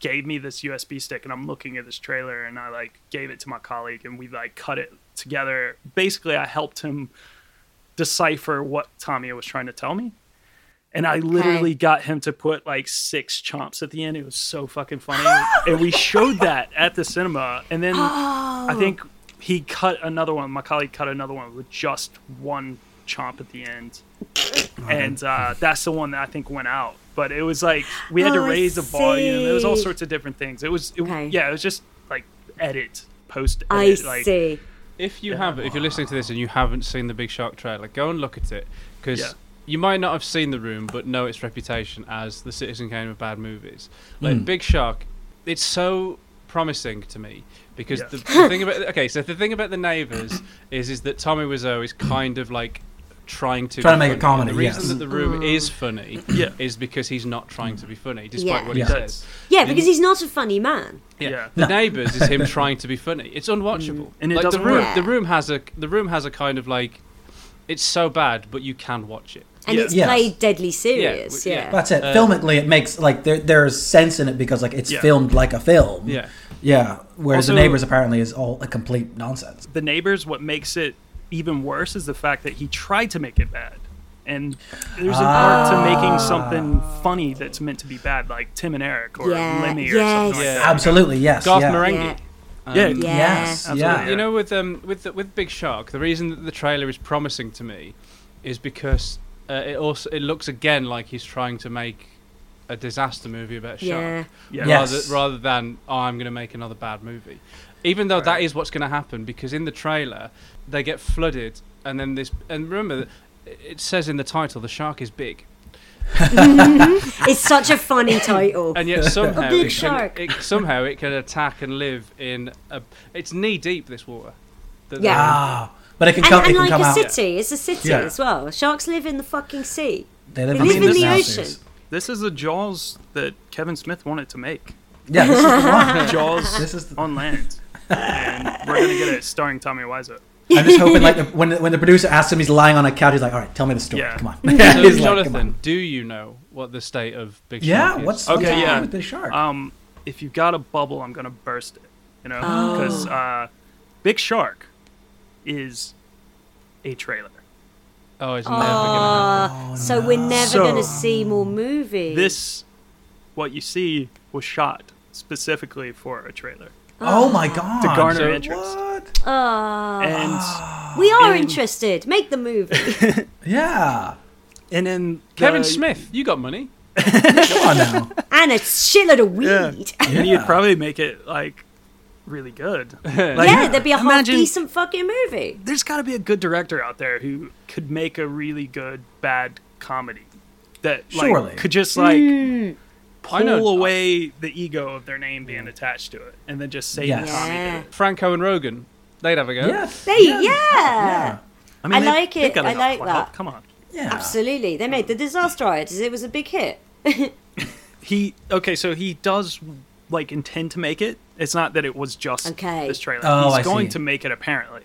[SPEAKER 4] gave me this USB stick, and I'm looking at this trailer, and I like gave it to my colleague, and we like cut it together. Basically, I helped him decipher what Tommy was trying to tell me. And I literally got him to put like six chomps at the end. It was so fucking funny. and we showed that at the cinema. And then
[SPEAKER 2] Oh.
[SPEAKER 4] I think he cut another one. My colleague cut another one with just one chomp at the end, and uh, that's the one that I think went out. But it was like we had
[SPEAKER 2] Oh,
[SPEAKER 4] to
[SPEAKER 2] I
[SPEAKER 4] raise the volume. It was all
[SPEAKER 2] see.
[SPEAKER 4] sorts of different things. It was, it,
[SPEAKER 2] Okay.
[SPEAKER 4] yeah, it was just like edit, post
[SPEAKER 2] I
[SPEAKER 4] edit. like,
[SPEAKER 2] see.
[SPEAKER 3] If you have, if you're listening to this and you haven't seen the Big Shark trailer, go and look at it because
[SPEAKER 4] Yeah.
[SPEAKER 3] you might not have seen the room, but know its reputation as the Citizen Kane of bad movies. Like
[SPEAKER 1] Mm.
[SPEAKER 3] Big Shark, it's so promising to me because
[SPEAKER 4] Yeah.
[SPEAKER 3] the, the thing about okay, so the thing about the neighbours is is that Tommy Wiseau is kind of like trying to
[SPEAKER 1] Trying to
[SPEAKER 3] be
[SPEAKER 1] make a
[SPEAKER 3] funny. And The
[SPEAKER 1] comedy,
[SPEAKER 3] reason
[SPEAKER 1] yes.
[SPEAKER 3] that the room is funny
[SPEAKER 4] Yeah.
[SPEAKER 3] is because he's not trying to be funny, despite
[SPEAKER 2] Yeah.
[SPEAKER 3] what he
[SPEAKER 1] Yeah.
[SPEAKER 3] says.
[SPEAKER 2] Yeah, because he's not a funny man.
[SPEAKER 3] Yeah.
[SPEAKER 4] Yeah. Mm.
[SPEAKER 3] The neighbors is him trying to be funny. It's unwatchable.
[SPEAKER 4] And it
[SPEAKER 3] like,
[SPEAKER 4] doesn't
[SPEAKER 3] the room,
[SPEAKER 4] work.
[SPEAKER 3] the room has a the room has a kind of like it's so bad, but you can watch it.
[SPEAKER 2] And
[SPEAKER 4] Yeah.
[SPEAKER 2] it's
[SPEAKER 1] Yes.
[SPEAKER 2] played deadly serious.
[SPEAKER 3] w-
[SPEAKER 2] Yeah.
[SPEAKER 3] yeah.
[SPEAKER 1] That's it. Filmically, it makes like there there's sense in it because like it's
[SPEAKER 4] Yeah.
[SPEAKER 1] filmed like a film.
[SPEAKER 3] Yeah.
[SPEAKER 1] Yeah. Whereas the
[SPEAKER 4] Also-
[SPEAKER 1] neighbors apparently is all a complete nonsense.
[SPEAKER 4] the neighbors what makes it even worse is the fact that he tried to make it bad and there's an art to making something funny that's meant to be bad, like Tim and Eric or
[SPEAKER 2] Yeah,
[SPEAKER 4] Lemmy or
[SPEAKER 2] yes.
[SPEAKER 4] something like that. Um,
[SPEAKER 1] Absolutely, yes.
[SPEAKER 3] Garth
[SPEAKER 1] yeah.
[SPEAKER 3] Marenghi.
[SPEAKER 4] Yeah,
[SPEAKER 2] Yeah.
[SPEAKER 1] Yes, yeah.
[SPEAKER 4] Absolutely.
[SPEAKER 3] You know, with um, with the, with Big Shark, the reason that the trailer is promising to me is because uh, it also it looks again like he's trying to make a disaster movie about a shark.
[SPEAKER 2] Yeah.
[SPEAKER 4] yeah.
[SPEAKER 1] Yes.
[SPEAKER 3] rather, rather than oh, I'm going to make another bad movie. Even though that is what's going to happen, because in the trailer they get flooded, and then this and remember, it says in the title the shark is big,
[SPEAKER 2] It's such a funny title.
[SPEAKER 3] and yet somehow
[SPEAKER 2] big
[SPEAKER 3] it
[SPEAKER 2] shark.
[SPEAKER 3] Can, it, somehow it can attack and live in a. It's knee deep this water. The- the-
[SPEAKER 2] Yeah.
[SPEAKER 1] Ah, but it can
[SPEAKER 2] And,
[SPEAKER 1] come. it
[SPEAKER 2] and
[SPEAKER 1] can
[SPEAKER 2] like
[SPEAKER 1] come
[SPEAKER 2] a
[SPEAKER 1] out.
[SPEAKER 2] city, it's a city
[SPEAKER 1] Yeah.
[SPEAKER 2] as well. Sharks live in the fucking sea.
[SPEAKER 1] They
[SPEAKER 2] They
[SPEAKER 1] live,
[SPEAKER 2] live in
[SPEAKER 1] sea
[SPEAKER 2] the
[SPEAKER 1] houses.
[SPEAKER 2] ocean.
[SPEAKER 4] This is the Jaws that Kevin Smith wanted to make.
[SPEAKER 1] Yeah, this is the one.
[SPEAKER 4] Jaws
[SPEAKER 1] This is the-
[SPEAKER 4] on land, and we're gonna get it starring Tommy Wiseau.
[SPEAKER 1] I'm just hoping like the, when the, when the producer asks him, he's lying on a couch. He's like, "All right, tell me the story.
[SPEAKER 4] Yeah.
[SPEAKER 1] Come on."
[SPEAKER 3] So,
[SPEAKER 1] He's like,
[SPEAKER 3] Jonathan,
[SPEAKER 1] "Come on."
[SPEAKER 3] do you know what the state of big shark
[SPEAKER 1] Yeah,
[SPEAKER 3] is?
[SPEAKER 1] what's
[SPEAKER 4] Okay,
[SPEAKER 1] what's
[SPEAKER 4] yeah.
[SPEAKER 1] wrong with the shark?
[SPEAKER 4] Um, if you've got a bubble, I'm gonna burst it. You know, because uh, Big Shark is a trailer.
[SPEAKER 3] oh, it's never gonna happen.
[SPEAKER 2] so we're never
[SPEAKER 4] So-
[SPEAKER 2] going to see more movies.
[SPEAKER 4] This, what you see, was shot specifically for a trailer.
[SPEAKER 1] oh my god!
[SPEAKER 4] to garner
[SPEAKER 3] so-
[SPEAKER 4] interest.
[SPEAKER 1] What?
[SPEAKER 4] And
[SPEAKER 2] we are
[SPEAKER 4] in-
[SPEAKER 2] interested. Make the movie.
[SPEAKER 1] Yeah.
[SPEAKER 4] and then
[SPEAKER 3] Kevin
[SPEAKER 1] Uh,
[SPEAKER 4] the-
[SPEAKER 3] Smith, you got money.
[SPEAKER 1] Come on now.
[SPEAKER 2] and a shitload of weed.
[SPEAKER 4] Yeah.
[SPEAKER 2] Yeah,
[SPEAKER 4] and he'd probably make it like really good. Like,
[SPEAKER 2] there'd be a half
[SPEAKER 4] Imagine-
[SPEAKER 2] decent fucking movie.
[SPEAKER 4] There's got to be a good director out there who could make a really good bad comedy that like,
[SPEAKER 1] Surely.
[SPEAKER 4] could just like
[SPEAKER 2] Mm.
[SPEAKER 3] I know-
[SPEAKER 4] pull away the ego of their name being attached to it, and then just say
[SPEAKER 1] Yes.
[SPEAKER 4] that Tommy did
[SPEAKER 2] Yeah.
[SPEAKER 4] it.
[SPEAKER 3] Franco and Rogan, they'd have a go.
[SPEAKER 1] Yes.
[SPEAKER 2] They, yeah.
[SPEAKER 4] I,
[SPEAKER 2] I like it.
[SPEAKER 4] gotta
[SPEAKER 2] I
[SPEAKER 4] have
[SPEAKER 2] like
[SPEAKER 4] clout.
[SPEAKER 2] that.
[SPEAKER 4] Come on.
[SPEAKER 1] Yeah.
[SPEAKER 2] Absolutely. They made The Disaster Artist. It was a big hit.
[SPEAKER 4] He okay, so he does like intend to make it. It's not that it was just
[SPEAKER 2] Okay.
[SPEAKER 4] this trailer.
[SPEAKER 1] Oh,
[SPEAKER 4] He's
[SPEAKER 1] I
[SPEAKER 4] going
[SPEAKER 1] see.
[SPEAKER 4] to make it apparently.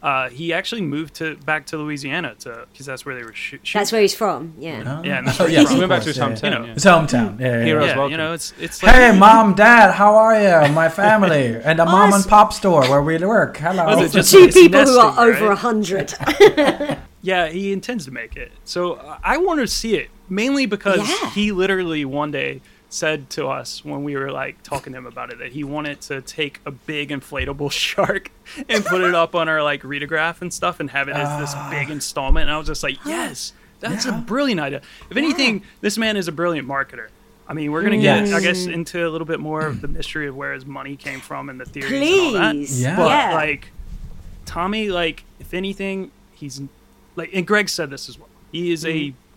[SPEAKER 4] Uh, he actually moved to back to Louisiana to because that's where they were shoo- shooting.
[SPEAKER 2] That's where he's from. Yeah.
[SPEAKER 4] yeah, and that's
[SPEAKER 1] Oh,
[SPEAKER 4] where he's
[SPEAKER 1] yes,
[SPEAKER 4] from.
[SPEAKER 3] He went
[SPEAKER 1] of
[SPEAKER 3] back to
[SPEAKER 1] course,
[SPEAKER 3] his
[SPEAKER 1] yeah,
[SPEAKER 3] hometown.
[SPEAKER 4] yeah.
[SPEAKER 3] yeah.
[SPEAKER 1] His hometown. Yeah, yeah,
[SPEAKER 3] Heroes
[SPEAKER 1] yeah.
[SPEAKER 4] Yeah,
[SPEAKER 3] welcome.
[SPEAKER 4] you know, it's it's like
[SPEAKER 1] Hey, mom, dad, how are you? My family and the mom and
[SPEAKER 2] Us.
[SPEAKER 1] pop store where we work. Hello.
[SPEAKER 4] Was it just-
[SPEAKER 2] Two
[SPEAKER 4] It's
[SPEAKER 2] people who are
[SPEAKER 4] nesting, right?
[SPEAKER 2] over a hundred.
[SPEAKER 4] Yeah, he intends to make it. So uh, I want to see it mainly because
[SPEAKER 2] Yeah.
[SPEAKER 4] he literally one day said to us when we were like talking to him about it that he wanted to take a big inflatable shark and put it up on our like readograph and stuff and have it as this
[SPEAKER 2] Ah.
[SPEAKER 4] big installment. And I was just like, yes, that's a brilliant idea. If anything, this man is a brilliant marketer. I mean, we're gonna get,
[SPEAKER 1] Yes.
[SPEAKER 4] I
[SPEAKER 2] Mm.
[SPEAKER 4] guess, into a little bit more of the mystery of where his money came from and the theories and all that.
[SPEAKER 2] Please.
[SPEAKER 1] Yeah.
[SPEAKER 4] But
[SPEAKER 2] Yeah.
[SPEAKER 4] like Tommy, like if anything, he's like, and Greg said this as well. He is a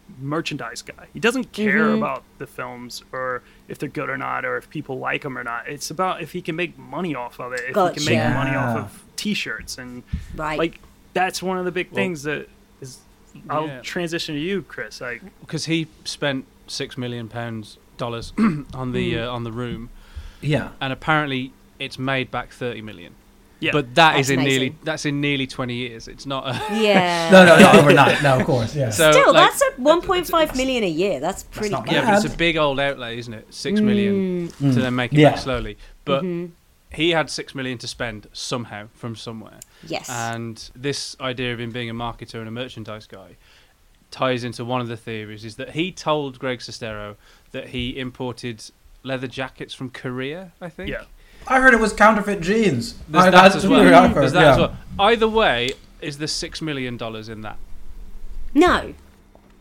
[SPEAKER 2] Mm-hmm.
[SPEAKER 4] merchandise guy. He doesn't care about the films or if they're good or not, or if people like them or not. It's about if he can make money off of it. If he can make
[SPEAKER 2] Gotcha.
[SPEAKER 4] money off
[SPEAKER 1] Yeah.
[SPEAKER 4] of T-shirts and
[SPEAKER 2] Right.
[SPEAKER 4] like that's one of the big things that is. I'll
[SPEAKER 3] yeah.
[SPEAKER 4] transition to you, Chris. Like,
[SPEAKER 3] because he spent six million pounds dollars on the uh, on the room,
[SPEAKER 1] yeah.
[SPEAKER 3] and apparently it's made back thirty million.
[SPEAKER 4] yeah,
[SPEAKER 3] But that is
[SPEAKER 2] That's
[SPEAKER 3] in nearly
[SPEAKER 2] amazing.
[SPEAKER 3] that's in nearly twenty years. It's not. A,
[SPEAKER 2] yeah.
[SPEAKER 1] No, no, no, we're not. No, of course. Yeah.
[SPEAKER 3] so
[SPEAKER 2] Still,
[SPEAKER 3] like,
[SPEAKER 2] that's a 1.5 million a year. That's pretty
[SPEAKER 1] not
[SPEAKER 3] yeah,
[SPEAKER 2] good.
[SPEAKER 3] but it's
[SPEAKER 1] bad.
[SPEAKER 3] a big old outlay, isn't it? Six million to then make it
[SPEAKER 1] Yeah.
[SPEAKER 3] back slowly. But he had six million to spend somehow from somewhere.
[SPEAKER 2] Yes.
[SPEAKER 1] Uh,
[SPEAKER 3] And this idea of him being a marketer and a merchandise guy ties into one of the theories is that he told Greg Sestero that he imported leather jackets from Korea, I think.
[SPEAKER 4] yeah.
[SPEAKER 1] I heard it was counterfeit jeans.
[SPEAKER 3] There's
[SPEAKER 1] I-
[SPEAKER 3] that
[SPEAKER 1] that's
[SPEAKER 3] as
[SPEAKER 1] what
[SPEAKER 3] well.
[SPEAKER 1] I've heard,
[SPEAKER 3] There's that
[SPEAKER 1] yeah.
[SPEAKER 3] as well. Either way, is the six million dollars in that?
[SPEAKER 2] No.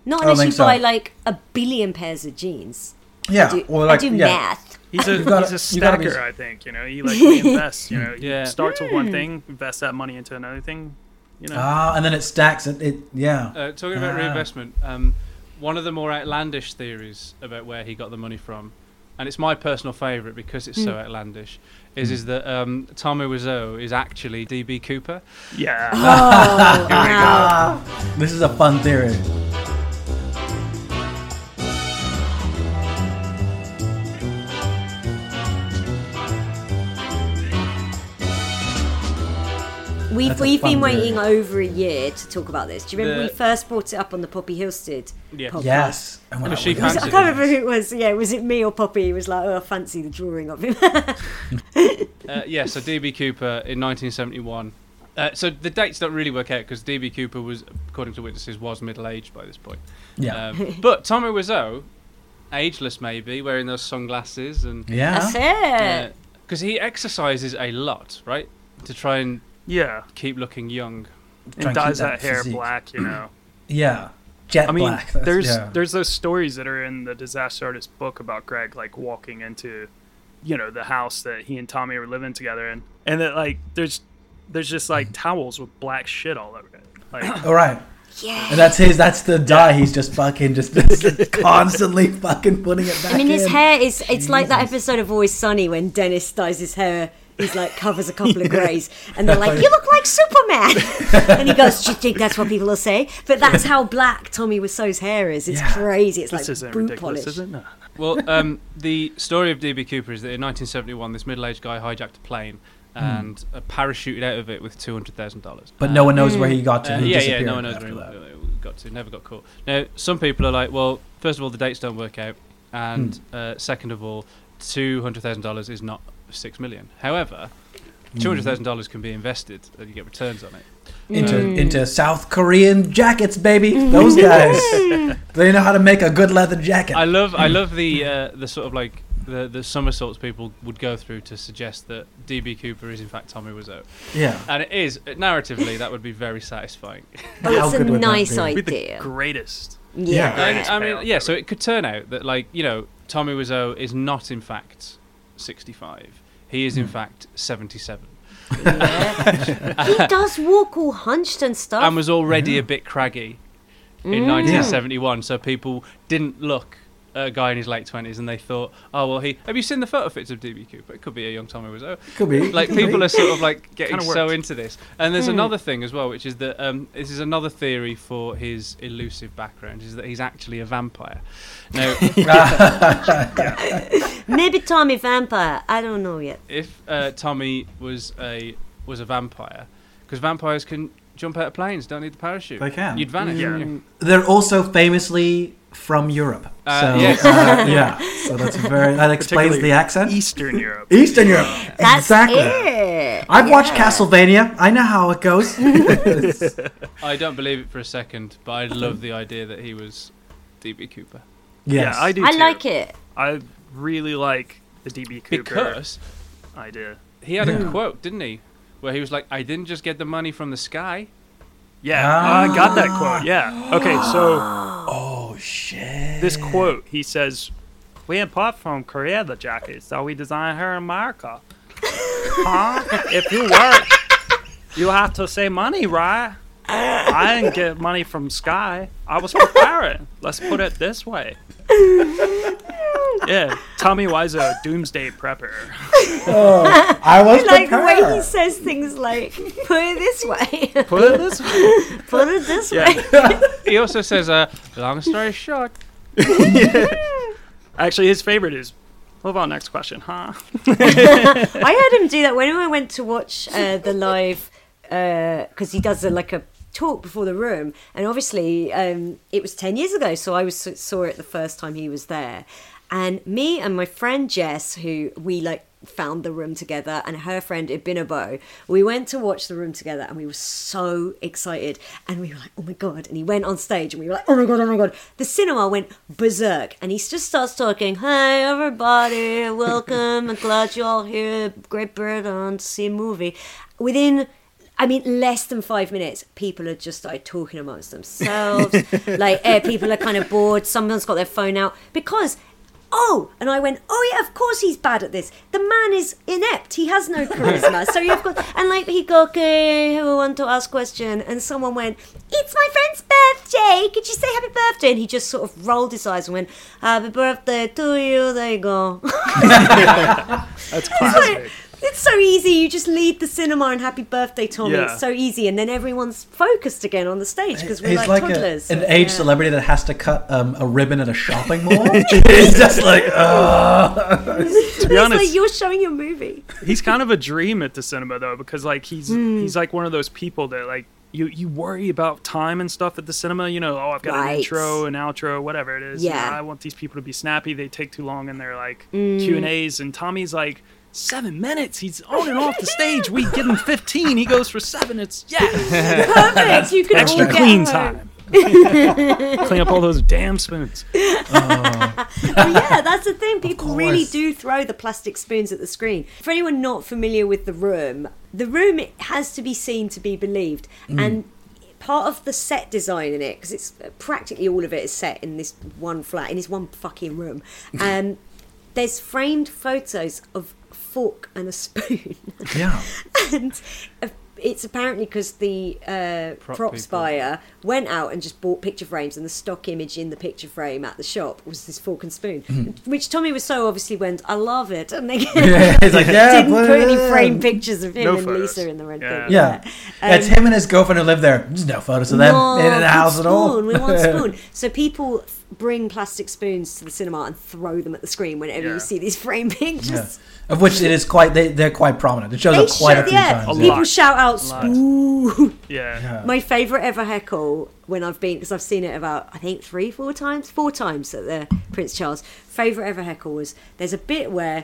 [SPEAKER 2] Not
[SPEAKER 1] I don't
[SPEAKER 2] unless you
[SPEAKER 1] think so.
[SPEAKER 2] buy like a billion pairs of jeans.
[SPEAKER 1] Yeah.
[SPEAKER 2] Do,
[SPEAKER 1] well,
[SPEAKER 2] I
[SPEAKER 1] like,
[SPEAKER 2] do
[SPEAKER 1] yeah.
[SPEAKER 2] math.
[SPEAKER 4] He's a
[SPEAKER 1] gotta-
[SPEAKER 4] he's a
[SPEAKER 1] you gotta be-
[SPEAKER 4] stacker, I think. You know, he like he invests. You know, he
[SPEAKER 3] Yeah.
[SPEAKER 4] starts with
[SPEAKER 2] Mm.
[SPEAKER 4] one thing, invests that money into another thing. You know,
[SPEAKER 1] Ah, and then it stacks. It, it yeah.
[SPEAKER 3] Uh, talking about
[SPEAKER 1] Ah.
[SPEAKER 3] reinvestment, um, one of the more outlandish theories about where he got the money from, and it's my personal favourite because it's so
[SPEAKER 1] Hmm.
[SPEAKER 3] outlandish, is is that um, Tommy Wiseau is actually DB Cooper.
[SPEAKER 4] yeah.
[SPEAKER 2] Ah.
[SPEAKER 1] This is a fun theory.
[SPEAKER 2] We've,
[SPEAKER 1] That's a
[SPEAKER 2] we've been
[SPEAKER 1] fun area.
[SPEAKER 2] waiting over a year to talk about this. Do you remember
[SPEAKER 3] The-
[SPEAKER 2] we first brought it up on the Poppy Hillstead
[SPEAKER 3] Yeah.
[SPEAKER 2] podcast?
[SPEAKER 1] Yes. And when
[SPEAKER 3] Was
[SPEAKER 1] I
[SPEAKER 3] she
[SPEAKER 1] was-
[SPEAKER 2] Was it- I
[SPEAKER 3] Fancy
[SPEAKER 2] can't
[SPEAKER 3] it.
[SPEAKER 2] remember who it was. Yeah, was it me or Poppy? He was like, oh, I fancy the drawing of him.
[SPEAKER 3] Uh, yeah, so DB Cooper in 1971 Uh, so the dates don't really work out because DB Cooper was, according to witnesses, was middle aged by this point.
[SPEAKER 1] Yeah.
[SPEAKER 3] Um, but Tommy Wiseau, ageless maybe, wearing those sunglasses and
[SPEAKER 1] yeah.
[SPEAKER 2] That's it.
[SPEAKER 3] because he exercises a lot, right, to try and
[SPEAKER 4] Yeah,
[SPEAKER 3] keep looking young.
[SPEAKER 1] Try and
[SPEAKER 4] and
[SPEAKER 1] keep
[SPEAKER 4] dyes
[SPEAKER 1] that
[SPEAKER 4] that, hair
[SPEAKER 1] physique.
[SPEAKER 4] black. You know,
[SPEAKER 1] Yeah. Jet
[SPEAKER 4] I mean,
[SPEAKER 1] black. That's-
[SPEAKER 4] there's
[SPEAKER 1] yeah.
[SPEAKER 4] there's those stories that are in the disaster artist book about Greg like walking into, you know, the house that he and Tommy were living together in, and that like there's there's just
[SPEAKER 1] Mm.
[SPEAKER 4] like towels with black shit all over it. Like
[SPEAKER 1] All right.
[SPEAKER 2] Yeah.
[SPEAKER 1] And that's his. That's the dye. He's just fucking, just constantly fucking putting it back.
[SPEAKER 2] I mean, his
[SPEAKER 1] in.
[SPEAKER 2] hair is, it's like that episode of Always Sunny when Dennis dyes his hair. He's like, covers a couple of greys. And they're like, you look like Superman. and he goes, do you think that's what people will say? But that's how black Tommy Wiseau's hair is. It's
[SPEAKER 1] Yeah.
[SPEAKER 2] crazy. It's
[SPEAKER 4] this
[SPEAKER 2] like
[SPEAKER 4] isn't
[SPEAKER 2] boot
[SPEAKER 4] ridiculous,
[SPEAKER 2] polish.
[SPEAKER 4] is it? No.
[SPEAKER 3] Well, um, the story of DB Cooper is that in 1971, this middle aged guy hijacked a plane and uh, parachuted out of it with two hundred thousand dollars.
[SPEAKER 1] Hmm. But no one
[SPEAKER 2] Mm.
[SPEAKER 1] knows where he got to.
[SPEAKER 3] Uh,
[SPEAKER 1] he
[SPEAKER 3] yeah, yeah,
[SPEAKER 1] disappeared
[SPEAKER 3] no one knows
[SPEAKER 1] after
[SPEAKER 3] where
[SPEAKER 1] that.
[SPEAKER 3] he got to. Never got caught. Now, some people are like, well, first of all, the dates don't work out, and
[SPEAKER 1] Hmm.
[SPEAKER 3] uh, second of all, two hundred thousand dollars is not six million. However,
[SPEAKER 1] Hmm.
[SPEAKER 3] two hundred thousand dollars can be invested, and you get returns on it.
[SPEAKER 1] Into
[SPEAKER 2] Mm.
[SPEAKER 1] into South Korean jackets, baby. Those guys. they know how to make a good leather jacket.
[SPEAKER 3] I love,
[SPEAKER 1] Hmm.
[SPEAKER 3] I love the uh, the sort of like. The, the somersaults people would go through to suggest that DB Cooper is in fact Tommy Wiseau,
[SPEAKER 1] yeah.
[SPEAKER 3] and it is narratively that would be very satisfying.
[SPEAKER 2] Oh,
[SPEAKER 1] How
[SPEAKER 2] it's a
[SPEAKER 1] good would that
[SPEAKER 2] nice
[SPEAKER 1] be?
[SPEAKER 4] Be the
[SPEAKER 2] idea.
[SPEAKER 4] greatest.
[SPEAKER 1] Yeah.
[SPEAKER 3] And,
[SPEAKER 4] Greatest
[SPEAKER 3] I mean,
[SPEAKER 4] payoff
[SPEAKER 3] yeah.
[SPEAKER 4] ever.
[SPEAKER 3] So it could turn out that, like, you know, Tommy Wiseau is not in fact 65. He is
[SPEAKER 1] Hmm.
[SPEAKER 3] in fact 77,
[SPEAKER 2] he does walk all hunched and
[SPEAKER 1] Oh.
[SPEAKER 2] stuff.
[SPEAKER 3] and was already a bit craggy in
[SPEAKER 1] Hmm.
[SPEAKER 3] 1971. So people didn't look at a guy in his late 20s, and they thought, oh well, he. Have you seen the photo fits of DB Cooper? It could be a young Tommy Wiseau.
[SPEAKER 1] Could be.
[SPEAKER 3] like
[SPEAKER 1] Could be. Hmm.
[SPEAKER 3] people are sort of like getting
[SPEAKER 4] Kinda
[SPEAKER 3] so
[SPEAKER 4] worked.
[SPEAKER 3] into this and there's another thing as well which is that um, this is another theory for his elusive background is that he's actually a vampire now
[SPEAKER 2] Maybe Tommy Vampire. I don't know yet.
[SPEAKER 3] if uh, tommy was a was a vampire because vampires can jump out of planes don't need the parachute
[SPEAKER 1] They can.
[SPEAKER 3] you'd vanish Mm,
[SPEAKER 4] Yeah.
[SPEAKER 3] wouldn't you?
[SPEAKER 1] They're also famously from Europe.
[SPEAKER 3] Uh,
[SPEAKER 1] so
[SPEAKER 3] yes.
[SPEAKER 1] uh, yeah. So that's very. That explains the
[SPEAKER 4] Particularly
[SPEAKER 1] accent.
[SPEAKER 4] Eastern Europe.
[SPEAKER 1] Eastern Europe.
[SPEAKER 2] That's
[SPEAKER 1] exactly.
[SPEAKER 2] it.
[SPEAKER 1] I've watched Castlevania. I know how it goes.
[SPEAKER 3] i don't believe it for a second but i love the idea that he was db cooper
[SPEAKER 1] Yes.
[SPEAKER 4] Yeah, I do.
[SPEAKER 2] I
[SPEAKER 4] too.
[SPEAKER 2] like it.
[SPEAKER 4] I really like the DB Cooper
[SPEAKER 3] because
[SPEAKER 4] idea.
[SPEAKER 3] he had a quote didn't he where he was like i didn't just get the money from the sky
[SPEAKER 4] Yeah, I got that quote. Yeah. Okay, so. Ah. Oh shit. This quote, he says, "We import from Korea the jackets that we design here in America. huh? If you work, you have to save money, right? I didn't get money from Sky. I was preparing. Let's put it this way." yeah, Tommy Wiseau, doomsday prepper.
[SPEAKER 1] I was
[SPEAKER 2] Like the way he
[SPEAKER 1] prepared.
[SPEAKER 2] says things like, put it this way,
[SPEAKER 4] Put it this way.
[SPEAKER 2] put it this way.
[SPEAKER 4] Yeah.
[SPEAKER 3] he also says uh, long story short
[SPEAKER 4] Actually, his favorite is. Move on, next question, huh?
[SPEAKER 2] I heard him do that when I went to watch uh, the live because he does a, like a talk before the room, and obviously um, it was ten years ago, so I was saw it the first time he was there, and me and my friend Jess, who we like found the room together, and her friend Ibinabo, we went to watch the room together, and we were so excited, and we were like, oh my god, and he went on stage, and we were like, oh my god, oh my god, the cinema went berserk, and he just starts talking, hi everybody, welcome, I'm glad you're all here, Great Britain to see a movie, within I mean, less than five minutes, people are just like talking amongst themselves. like, eh, people are kind of bored. Someone's got their phone out because, oh, and I went, oh yeah, of course he's bad at this. The man is inept. He has no charisma. so you've got, and like he go, okay, who want to ask question? And someone went, it's my friend's birthday. Could you say happy birthday? And he just sort of rolled his eyes and went, happy birthday to you. There you go.
[SPEAKER 4] That's classic.
[SPEAKER 2] It's so easy. You just leave the cinema and happy birthday, Tommy.
[SPEAKER 4] Yeah.
[SPEAKER 2] It's so easy, and then everyone's focused again on the stage because we're
[SPEAKER 1] He's
[SPEAKER 2] like,
[SPEAKER 1] like a-
[SPEAKER 2] toddlers.
[SPEAKER 1] an aged
[SPEAKER 2] Yeah.
[SPEAKER 1] celebrity that has to cut um, a ribbon at a shopping mall. He's just like, uh, ugh.
[SPEAKER 4] To be
[SPEAKER 2] It's
[SPEAKER 4] honest,
[SPEAKER 2] like you're showing your movie.
[SPEAKER 4] he's kind of a dream at the cinema though because like he's
[SPEAKER 2] Hmm.
[SPEAKER 4] he's like one of those people that like you you worry about time and stuff at the cinema you know oh i've got
[SPEAKER 2] Right.
[SPEAKER 4] an intro an outro whatever it is you know,
[SPEAKER 2] Yeah. Hmm.
[SPEAKER 4] i want these people to be snappy they take too long in their like q and a's and tommy's like seven minutes. He's on and off the stage. We give him 15. He goes for seven. It's yes,
[SPEAKER 2] Perfect. You can all
[SPEAKER 4] extra
[SPEAKER 2] get
[SPEAKER 4] clean
[SPEAKER 2] home.
[SPEAKER 4] time. Clean up all those damn spoons.
[SPEAKER 2] Oh yeah, that's the thing. People really
[SPEAKER 1] course.
[SPEAKER 2] do throw the plastic spoons at the screen. For anyone not familiar with the room, the room has to be seen to be believed, and part of the set design in it because it's uh, practically all of it is set in this one flat in this one fucking room. Um, there's framed photos of a fork and a spoon,
[SPEAKER 1] Yeah.
[SPEAKER 2] and. uh, It's apparently because the uh,
[SPEAKER 3] Prop
[SPEAKER 2] props
[SPEAKER 3] people.
[SPEAKER 2] buyer went out and just bought picture frames, and the stock image in the picture frame at the shop was this fork and spoon, which Tommy was so obviously went, I love it. And they
[SPEAKER 1] He's like, Hmm. yeah,
[SPEAKER 2] didn't
[SPEAKER 1] put
[SPEAKER 2] put
[SPEAKER 1] it
[SPEAKER 2] any
[SPEAKER 1] in."
[SPEAKER 2] frame pictures of him
[SPEAKER 4] No
[SPEAKER 2] and
[SPEAKER 4] photos.
[SPEAKER 2] Lisa in the red
[SPEAKER 4] Yeah.
[SPEAKER 2] thing.
[SPEAKER 1] Yeah. it's him and his girlfriend who live there. There's no photos of them
[SPEAKER 2] Um, No,
[SPEAKER 1] in the
[SPEAKER 2] big
[SPEAKER 1] house at all.
[SPEAKER 2] spoon. We want spoon. So people th- bring plastic spoons to the cinema and throw them at the screen whenever
[SPEAKER 4] Yeah.
[SPEAKER 2] you see these frame pictures.
[SPEAKER 1] Yeah. Of which it is quite they, they're quite prominent. It shows
[SPEAKER 2] They
[SPEAKER 1] up quite a
[SPEAKER 2] shout,
[SPEAKER 1] few
[SPEAKER 2] yeah,
[SPEAKER 1] times.
[SPEAKER 4] A
[SPEAKER 2] people
[SPEAKER 4] lot.
[SPEAKER 2] shout out
[SPEAKER 4] lot.
[SPEAKER 2] spoon.
[SPEAKER 4] Yeah.
[SPEAKER 2] My favourite ever heckle when I've been because I've seen it about I think three, four times, four times at the Prince Charles. Favourite ever heckle was there's a bit where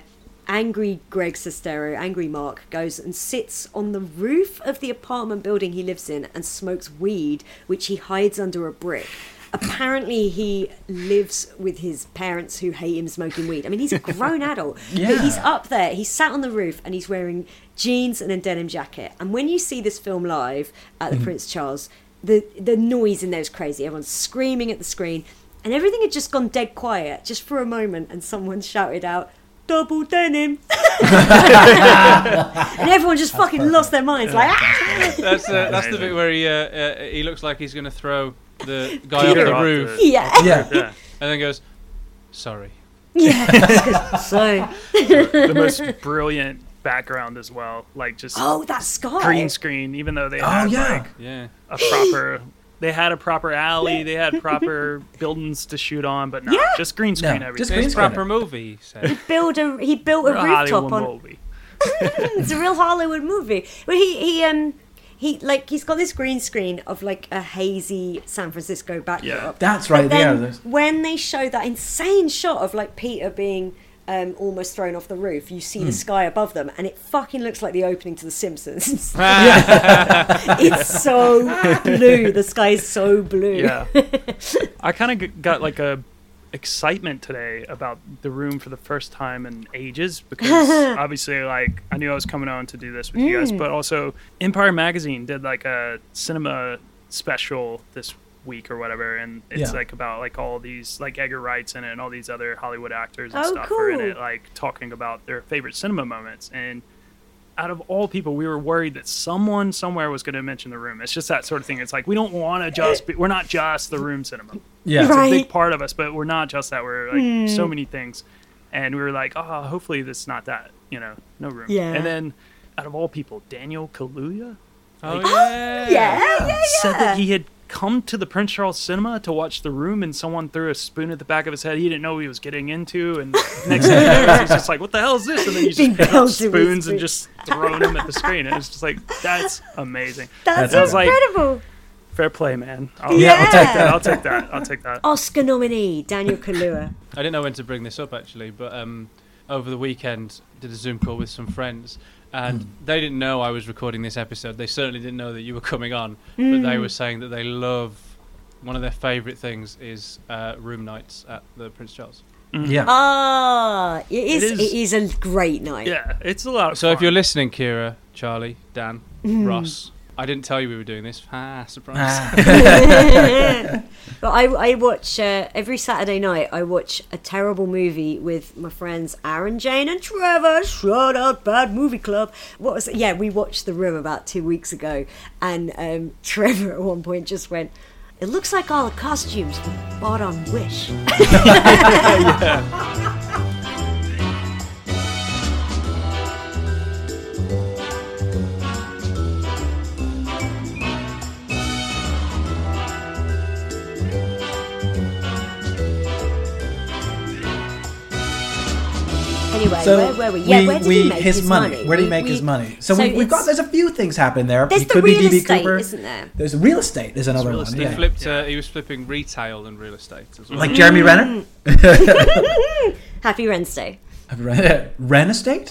[SPEAKER 2] angry Greg Sestero, angry Mark, goes and sits on the roof of the apartment building he lives in and smokes weed, which he hides under a brick. Apparently, he lives with his parents who hate him smoking weed. I mean, he's a grown adult, but he's
[SPEAKER 1] Yeah.
[SPEAKER 2] up there. He's sat on the roof and he's wearing jeans and a denim jacket. And when you see this film live at the Prince Charles, the the noise in there is crazy. Everyone's screaming at the screen, and everything had just gone dead quiet just for a moment. And someone shouted out, "Double denim!" and everyone just fucking lost their minds. Like, "Ah!"
[SPEAKER 3] That's uh, that's the
[SPEAKER 4] amazing.
[SPEAKER 3] bit where he uh, uh, he looks like he's going to throw the guy off
[SPEAKER 4] Peter
[SPEAKER 3] the
[SPEAKER 4] off
[SPEAKER 3] roof,
[SPEAKER 4] the-
[SPEAKER 2] yeah,
[SPEAKER 1] Yeah.
[SPEAKER 4] Yeah.
[SPEAKER 3] and then goes, "Sorry."
[SPEAKER 2] yeah. so,
[SPEAKER 4] the most brilliant background as well. Like just
[SPEAKER 2] oh, that's Scott.
[SPEAKER 4] green screen, even though they
[SPEAKER 1] Oh
[SPEAKER 4] had
[SPEAKER 1] yeah.
[SPEAKER 4] like
[SPEAKER 3] Yeah.
[SPEAKER 4] a proper they had a proper alley, they had proper buildings to shoot on, but not just green screen
[SPEAKER 1] No,
[SPEAKER 4] everything.
[SPEAKER 1] just green
[SPEAKER 3] It's
[SPEAKER 1] screen.
[SPEAKER 3] proper movie. He said.
[SPEAKER 2] Build a, he built a
[SPEAKER 4] We're a
[SPEAKER 2] rooftop
[SPEAKER 4] Hollywood
[SPEAKER 2] on
[SPEAKER 4] movie.
[SPEAKER 2] it's a real Hollywood movie. But he he um he like he's got this green screen of like a hazy San Francisco backdrop.
[SPEAKER 1] That's right there.
[SPEAKER 2] Then
[SPEAKER 1] There's-
[SPEAKER 2] when they show that insane shot of like Peter being um, almost thrown off the roof, you see
[SPEAKER 1] Hmm.
[SPEAKER 2] the sky above them, and it fucking looks like the opening to The Simpsons. it's so blue. The sky is so blue.
[SPEAKER 4] Yeah. I kind of got like a excitement today about the room for the first time in ages because obviously like I knew I was coming on to do this with you guys, but also Empire magazine did like a cinema special this week or whatever and it's
[SPEAKER 1] Yeah.
[SPEAKER 4] like about like all these like Edgar Wright's in it and all these other Hollywood actors and
[SPEAKER 2] Oh,
[SPEAKER 4] stuff are in
[SPEAKER 2] cool.
[SPEAKER 4] it like talking about their favorite cinema moments and out of all people, we were worried that someone somewhere was going to mention the room. It's just that sort of thing. It's like we don't want to just be, we're not just the room cinema.
[SPEAKER 1] yeah.
[SPEAKER 2] Right. Hmm.
[SPEAKER 4] It's a big part of us, but we're not just that. We're like so many things, and we were like, oh, hopefully this is not that. You know, no room.
[SPEAKER 2] Yeah.
[SPEAKER 4] And then, out of all people, Daniel Kaluuya
[SPEAKER 3] Oh yeah.
[SPEAKER 2] Yeah, yeah,
[SPEAKER 4] said that he had come to the Prince Charles Cinema to watch the room, and someone threw a spoon at the back of his head. He didn't know what he was getting into, and next thing he knows, he's just like, "What the hell is this?" And then you
[SPEAKER 2] Being
[SPEAKER 4] just pick up
[SPEAKER 2] pelted with
[SPEAKER 4] spoons
[SPEAKER 2] spoons.
[SPEAKER 4] and just throw them at the screen. And it's just like that's amazing.
[SPEAKER 2] That's
[SPEAKER 4] That was like-
[SPEAKER 2] incredible.
[SPEAKER 4] Fair play, man. I'll,
[SPEAKER 2] Yeah.
[SPEAKER 4] I'll take that. I'll take that. I'll take that.
[SPEAKER 2] Oscar nominee Daniel Kaluuya.
[SPEAKER 3] I didn't know when to bring this up actually, but um, over the weekend did a Zoom call with some friends,
[SPEAKER 1] Hmm.
[SPEAKER 3] and they didn't know I was recording this episode. They certainly didn't know that you were coming on, but
[SPEAKER 1] Hmm.
[SPEAKER 3] they were saying that they love one of their favourite things is uh, room nights at the Prince Charles.
[SPEAKER 1] Yeah.
[SPEAKER 2] Oh, Ah, it is,
[SPEAKER 4] is-
[SPEAKER 2] it is. a great night.
[SPEAKER 4] Yeah, it's a lot. Of
[SPEAKER 3] So if
[SPEAKER 4] fun.
[SPEAKER 3] you're listening, Kira, Charlie, Dan,
[SPEAKER 1] Hmm.
[SPEAKER 3] Ross, I didn't tell you we were doing this. Ah, surprise!
[SPEAKER 2] But I, I watch uh, every Saturday night. I watch a terrible movie with my friends Aaron, Jane, and Trevor. Shout out Bad Movie Club. What was? It? Yeah, we watched The Room about two weeks ago, and um, Trevor at one point just went. It looks like all the costumes were bought on Wish. Anyway, where were we? Yeah, where did he make
[SPEAKER 1] his, money? Where did he
[SPEAKER 2] We-
[SPEAKER 1] make
[SPEAKER 2] we-
[SPEAKER 1] his money? So, we, we've got
[SPEAKER 2] it's-
[SPEAKER 1] there's a few things happening there.
[SPEAKER 2] There's
[SPEAKER 1] It
[SPEAKER 2] the
[SPEAKER 1] could be
[SPEAKER 2] real
[SPEAKER 1] DB
[SPEAKER 2] estate,
[SPEAKER 1] Cooper.
[SPEAKER 2] isn't there?
[SPEAKER 1] There's real estate. There's another
[SPEAKER 3] real
[SPEAKER 1] one.
[SPEAKER 3] estate.
[SPEAKER 1] yeah.
[SPEAKER 3] Flipped. Uh, he was flipping retail and real estate as well.
[SPEAKER 2] Mm.
[SPEAKER 1] Like Jeremy Renner.
[SPEAKER 2] Happy Wednesday.
[SPEAKER 1] Have you read Ren Estate?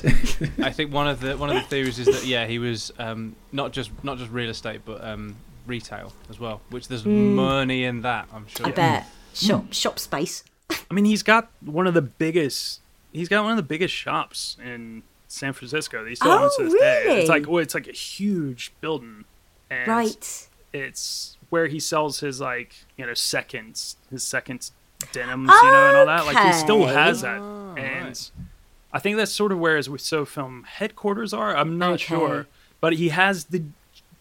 [SPEAKER 3] I think one of the one of the theories is that yeah, he was um, not just not just real estate, but um, retail as well. Which there's money in that, I'm sure.
[SPEAKER 2] I bet
[SPEAKER 1] Mm.
[SPEAKER 2] shop shop space.
[SPEAKER 4] I mean, he's got one of the biggest. He's got one of the biggest shops in San Francisco. That he still owns to
[SPEAKER 2] Oh,
[SPEAKER 4] this day.
[SPEAKER 2] really?
[SPEAKER 4] It's like well, it's like a huge building, and
[SPEAKER 2] Right.
[SPEAKER 4] It's where he sells his like you know seconds, his seconds denims, you know, and all that. Like he still
[SPEAKER 2] Okay.
[SPEAKER 4] has that, and I think that's sort of where his so film headquarters are. I'm not
[SPEAKER 2] Okay.
[SPEAKER 4] sure, but he has the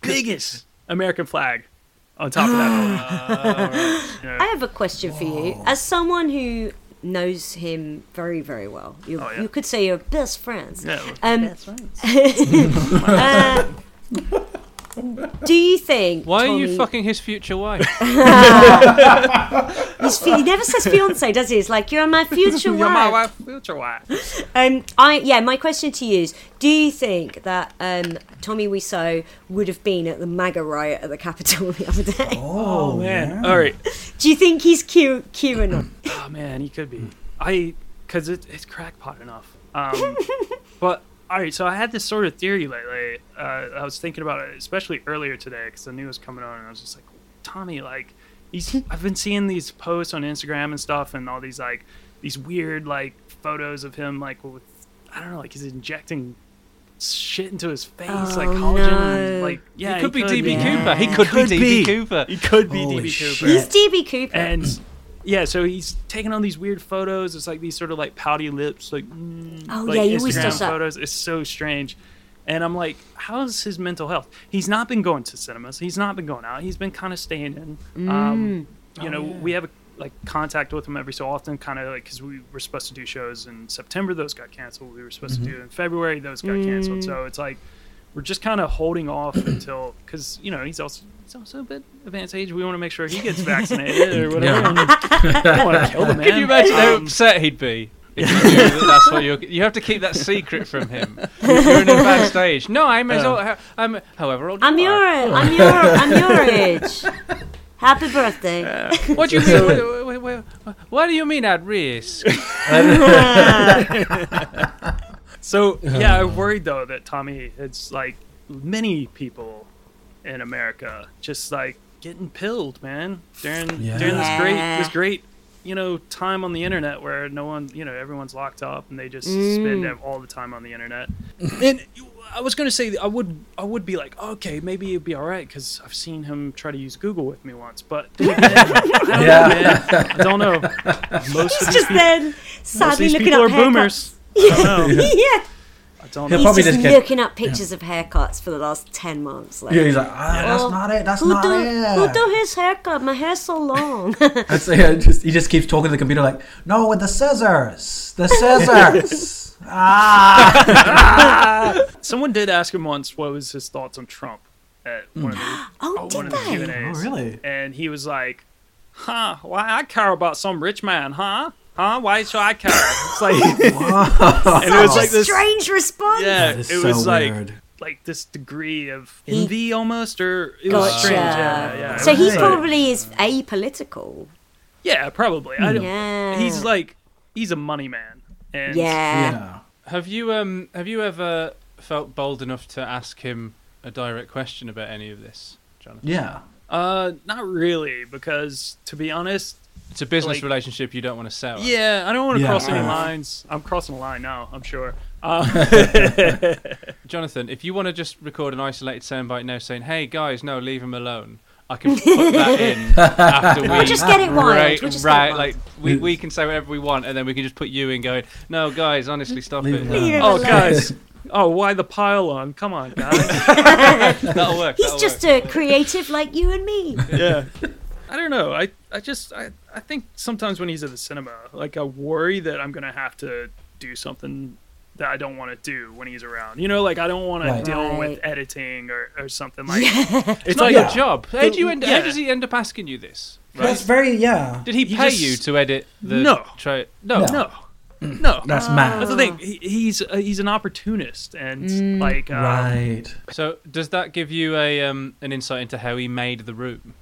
[SPEAKER 4] biggest American flag on top of that. building. You know,
[SPEAKER 2] I have a question for you. As someone who knows him very, very well, you,
[SPEAKER 4] Oh, yeah.
[SPEAKER 2] you could say you're best friends.
[SPEAKER 4] Yeah.
[SPEAKER 2] Um, uh, do you think?
[SPEAKER 3] Why are you
[SPEAKER 2] Tommy-
[SPEAKER 3] fucking his future wife?
[SPEAKER 2] His fi- he never says fiance, does he? It's like you're my future
[SPEAKER 4] You're my
[SPEAKER 2] wife.
[SPEAKER 4] wife, future wife.
[SPEAKER 2] Um, I yeah. My question to you is: Do you think that um, Tommy Wiseau would have been at the MAGA riot at the Capitol the other day?
[SPEAKER 4] Oh man! All right.
[SPEAKER 2] Do you think he's Q QAnon?
[SPEAKER 4] Oh man, he could
[SPEAKER 3] Hmm.
[SPEAKER 4] be. I because it, it's crackpot enough. Um, but all right, so I had this sort of theory lately. Uh, I was thinking about it, especially earlier today, because I knew it was coming on, and I was just like, Tommy, like, he's. I've been seeing these posts on Instagram and stuff, and all these like these weird like photos of him like with I don't know, like he's injecting shit into his face, like collagen, and,
[SPEAKER 2] no.
[SPEAKER 4] like yeah,
[SPEAKER 3] Oh, he could be DB
[SPEAKER 4] yeah.
[SPEAKER 3] Cooper. He could,
[SPEAKER 4] Could
[SPEAKER 3] be DB
[SPEAKER 4] be.
[SPEAKER 3] Cooper.
[SPEAKER 4] He could be
[SPEAKER 1] Holy
[SPEAKER 4] DB Cooper
[SPEAKER 1] shit.
[SPEAKER 2] He's DB Cooper.
[SPEAKER 4] and yeah, so he's taking all these weird photos. It's like these sort of like pouty lips, like mm,
[SPEAKER 2] Oh,
[SPEAKER 4] like
[SPEAKER 2] yeah, he always
[SPEAKER 4] Instagram
[SPEAKER 2] does that.
[SPEAKER 4] photos. It's so strange. And I'm like, how's his mental health? He's not been going to cinemas. He's not been going out. He's been kind of staying in. Um, you know, we have a, like contact with him every so often, kind of like because we were supposed to do shows in September. Those got canceled. We were supposed to do in February. Those got canceled. So it's like we're just kind of holding off until because you know he's also he's also a bit advanced age. We want to make sure he gets vaccinated or whatever. and- I want to kill the man.
[SPEAKER 3] Can you imagine how
[SPEAKER 4] Um,
[SPEAKER 3] upset he'd be? If you knew that that's what you're, you have to keep that secret from him. You're in an advanced stage. No, I'm as old. I'm however old.
[SPEAKER 2] I'm
[SPEAKER 3] you
[SPEAKER 2] your,
[SPEAKER 3] are.
[SPEAKER 2] I'm your, I'm your age. Happy birthday.
[SPEAKER 3] What do you mean? wha- wha- wha- wha- What do you mean at risk?
[SPEAKER 4] So yeah, I worried though that Tommy, it's like many people in America just like getting pilled, man, during during this great this great you know time on the internet where no one you know everyone's locked up and they just spend
[SPEAKER 2] Mm.
[SPEAKER 4] ev- all the time on the internet. and I was gonna say I would I would be like okay maybe it'd be all right because I've seen him try to use Google with me once, but
[SPEAKER 1] yeah.
[SPEAKER 4] I don't know. Most of
[SPEAKER 2] He's
[SPEAKER 4] these
[SPEAKER 2] just
[SPEAKER 4] people,
[SPEAKER 2] then
[SPEAKER 4] most of
[SPEAKER 2] sadly
[SPEAKER 4] these
[SPEAKER 2] looking
[SPEAKER 4] people
[SPEAKER 2] up
[SPEAKER 4] are
[SPEAKER 2] haircuts.
[SPEAKER 4] boomers. I don't know.
[SPEAKER 2] Yeah,
[SPEAKER 4] I don't
[SPEAKER 1] He'll
[SPEAKER 4] know.
[SPEAKER 2] he's
[SPEAKER 1] Probably
[SPEAKER 2] just
[SPEAKER 1] just get-
[SPEAKER 2] looking up pictures of haircuts for the last ten months. Like,
[SPEAKER 1] Yeah, he's like, ah, that's
[SPEAKER 2] "Oh,
[SPEAKER 1] not it. That's
[SPEAKER 2] who
[SPEAKER 1] not
[SPEAKER 2] do,
[SPEAKER 1] it.
[SPEAKER 2] Who do his haircut? My hair's so long.
[SPEAKER 1] That's, yeah, just, he just keeps talking to the computer like, no, with the scissors, the scissors. ah,
[SPEAKER 4] Someone did ask him once what was his thoughts on Trump at one of the, uh,
[SPEAKER 2] oh, did
[SPEAKER 4] one of the
[SPEAKER 2] they?
[SPEAKER 4] Q and A's.
[SPEAKER 1] Hmm. Oh, really?
[SPEAKER 4] And he was like, "Huh? Why I care about some rich man? Huh? Huh? Why should I care?" It's like, and it was like this.
[SPEAKER 2] Strange response.
[SPEAKER 4] Yeah,
[SPEAKER 1] That
[SPEAKER 4] it
[SPEAKER 1] is
[SPEAKER 4] was
[SPEAKER 1] so
[SPEAKER 4] like
[SPEAKER 1] weird.
[SPEAKER 4] like this degree of envy almost, or it was
[SPEAKER 2] Gotcha.
[SPEAKER 4] strange. Yeah, yeah. it
[SPEAKER 2] so
[SPEAKER 4] was
[SPEAKER 2] he
[SPEAKER 4] like-
[SPEAKER 2] probably is apolitical.
[SPEAKER 4] yeah, probably. I don't.
[SPEAKER 2] Yeah.
[SPEAKER 4] He's like he's a money man. And
[SPEAKER 2] Yeah.
[SPEAKER 1] yeah.
[SPEAKER 3] Have you um have you ever felt bold enough to ask him a direct question about any of this, Jonathan?
[SPEAKER 1] yeah.
[SPEAKER 4] Uh, not really, because to be honest,
[SPEAKER 3] It's a business
[SPEAKER 4] Like-
[SPEAKER 3] relationship you don't want to sell.
[SPEAKER 4] Yeah, I don't want to
[SPEAKER 1] Yeah.
[SPEAKER 4] cross any
[SPEAKER 1] Yeah.
[SPEAKER 4] lines. I'm crossing a line now, I'm sure. Uh,
[SPEAKER 3] Jonathan, if you want to just record an isolated soundbite now saying, "Hey guys, no, leave him alone," I can put that in after we
[SPEAKER 2] We'll just get it wild.
[SPEAKER 3] Right,
[SPEAKER 2] We'll just get it
[SPEAKER 3] right.
[SPEAKER 2] wild.
[SPEAKER 3] Like we, we can say whatever we want, and then we can just put you in going, "No, guys, honestly, stop
[SPEAKER 1] Leave
[SPEAKER 3] it."
[SPEAKER 1] him alone.
[SPEAKER 2] Leave him
[SPEAKER 4] oh,
[SPEAKER 2] alone.
[SPEAKER 4] guys. Oh, why the pile on? Come on, guys.
[SPEAKER 3] That'll work.
[SPEAKER 2] He's
[SPEAKER 3] that'll
[SPEAKER 2] just
[SPEAKER 3] work.
[SPEAKER 2] a creative like you and me.
[SPEAKER 4] yeah. I don't know. I, I just, I, I think sometimes when he's at the cinema, like, I worry that I'm going to have to do something that I don't want to do when he's around. You know, like, I don't want
[SPEAKER 1] Right.
[SPEAKER 4] to deal with
[SPEAKER 2] Right.
[SPEAKER 4] editing or, or something like It's
[SPEAKER 3] It's not
[SPEAKER 4] like,
[SPEAKER 3] your
[SPEAKER 1] Yeah.
[SPEAKER 3] job. How do you end? How
[SPEAKER 4] Yeah.
[SPEAKER 3] does he end up asking you this?
[SPEAKER 1] That's very yeah.
[SPEAKER 3] Did he
[SPEAKER 4] He
[SPEAKER 3] pay
[SPEAKER 4] just-
[SPEAKER 3] you to edit the?
[SPEAKER 4] No.
[SPEAKER 3] Tra- no.
[SPEAKER 1] No.
[SPEAKER 4] no. No.
[SPEAKER 1] That's
[SPEAKER 2] Oh.
[SPEAKER 1] mad.
[SPEAKER 4] That's the thing. He, he's uh, he's an opportunist, and
[SPEAKER 2] Mm.
[SPEAKER 4] like uh,
[SPEAKER 1] Right.
[SPEAKER 3] So does that give you a um, an insight into how he made the room?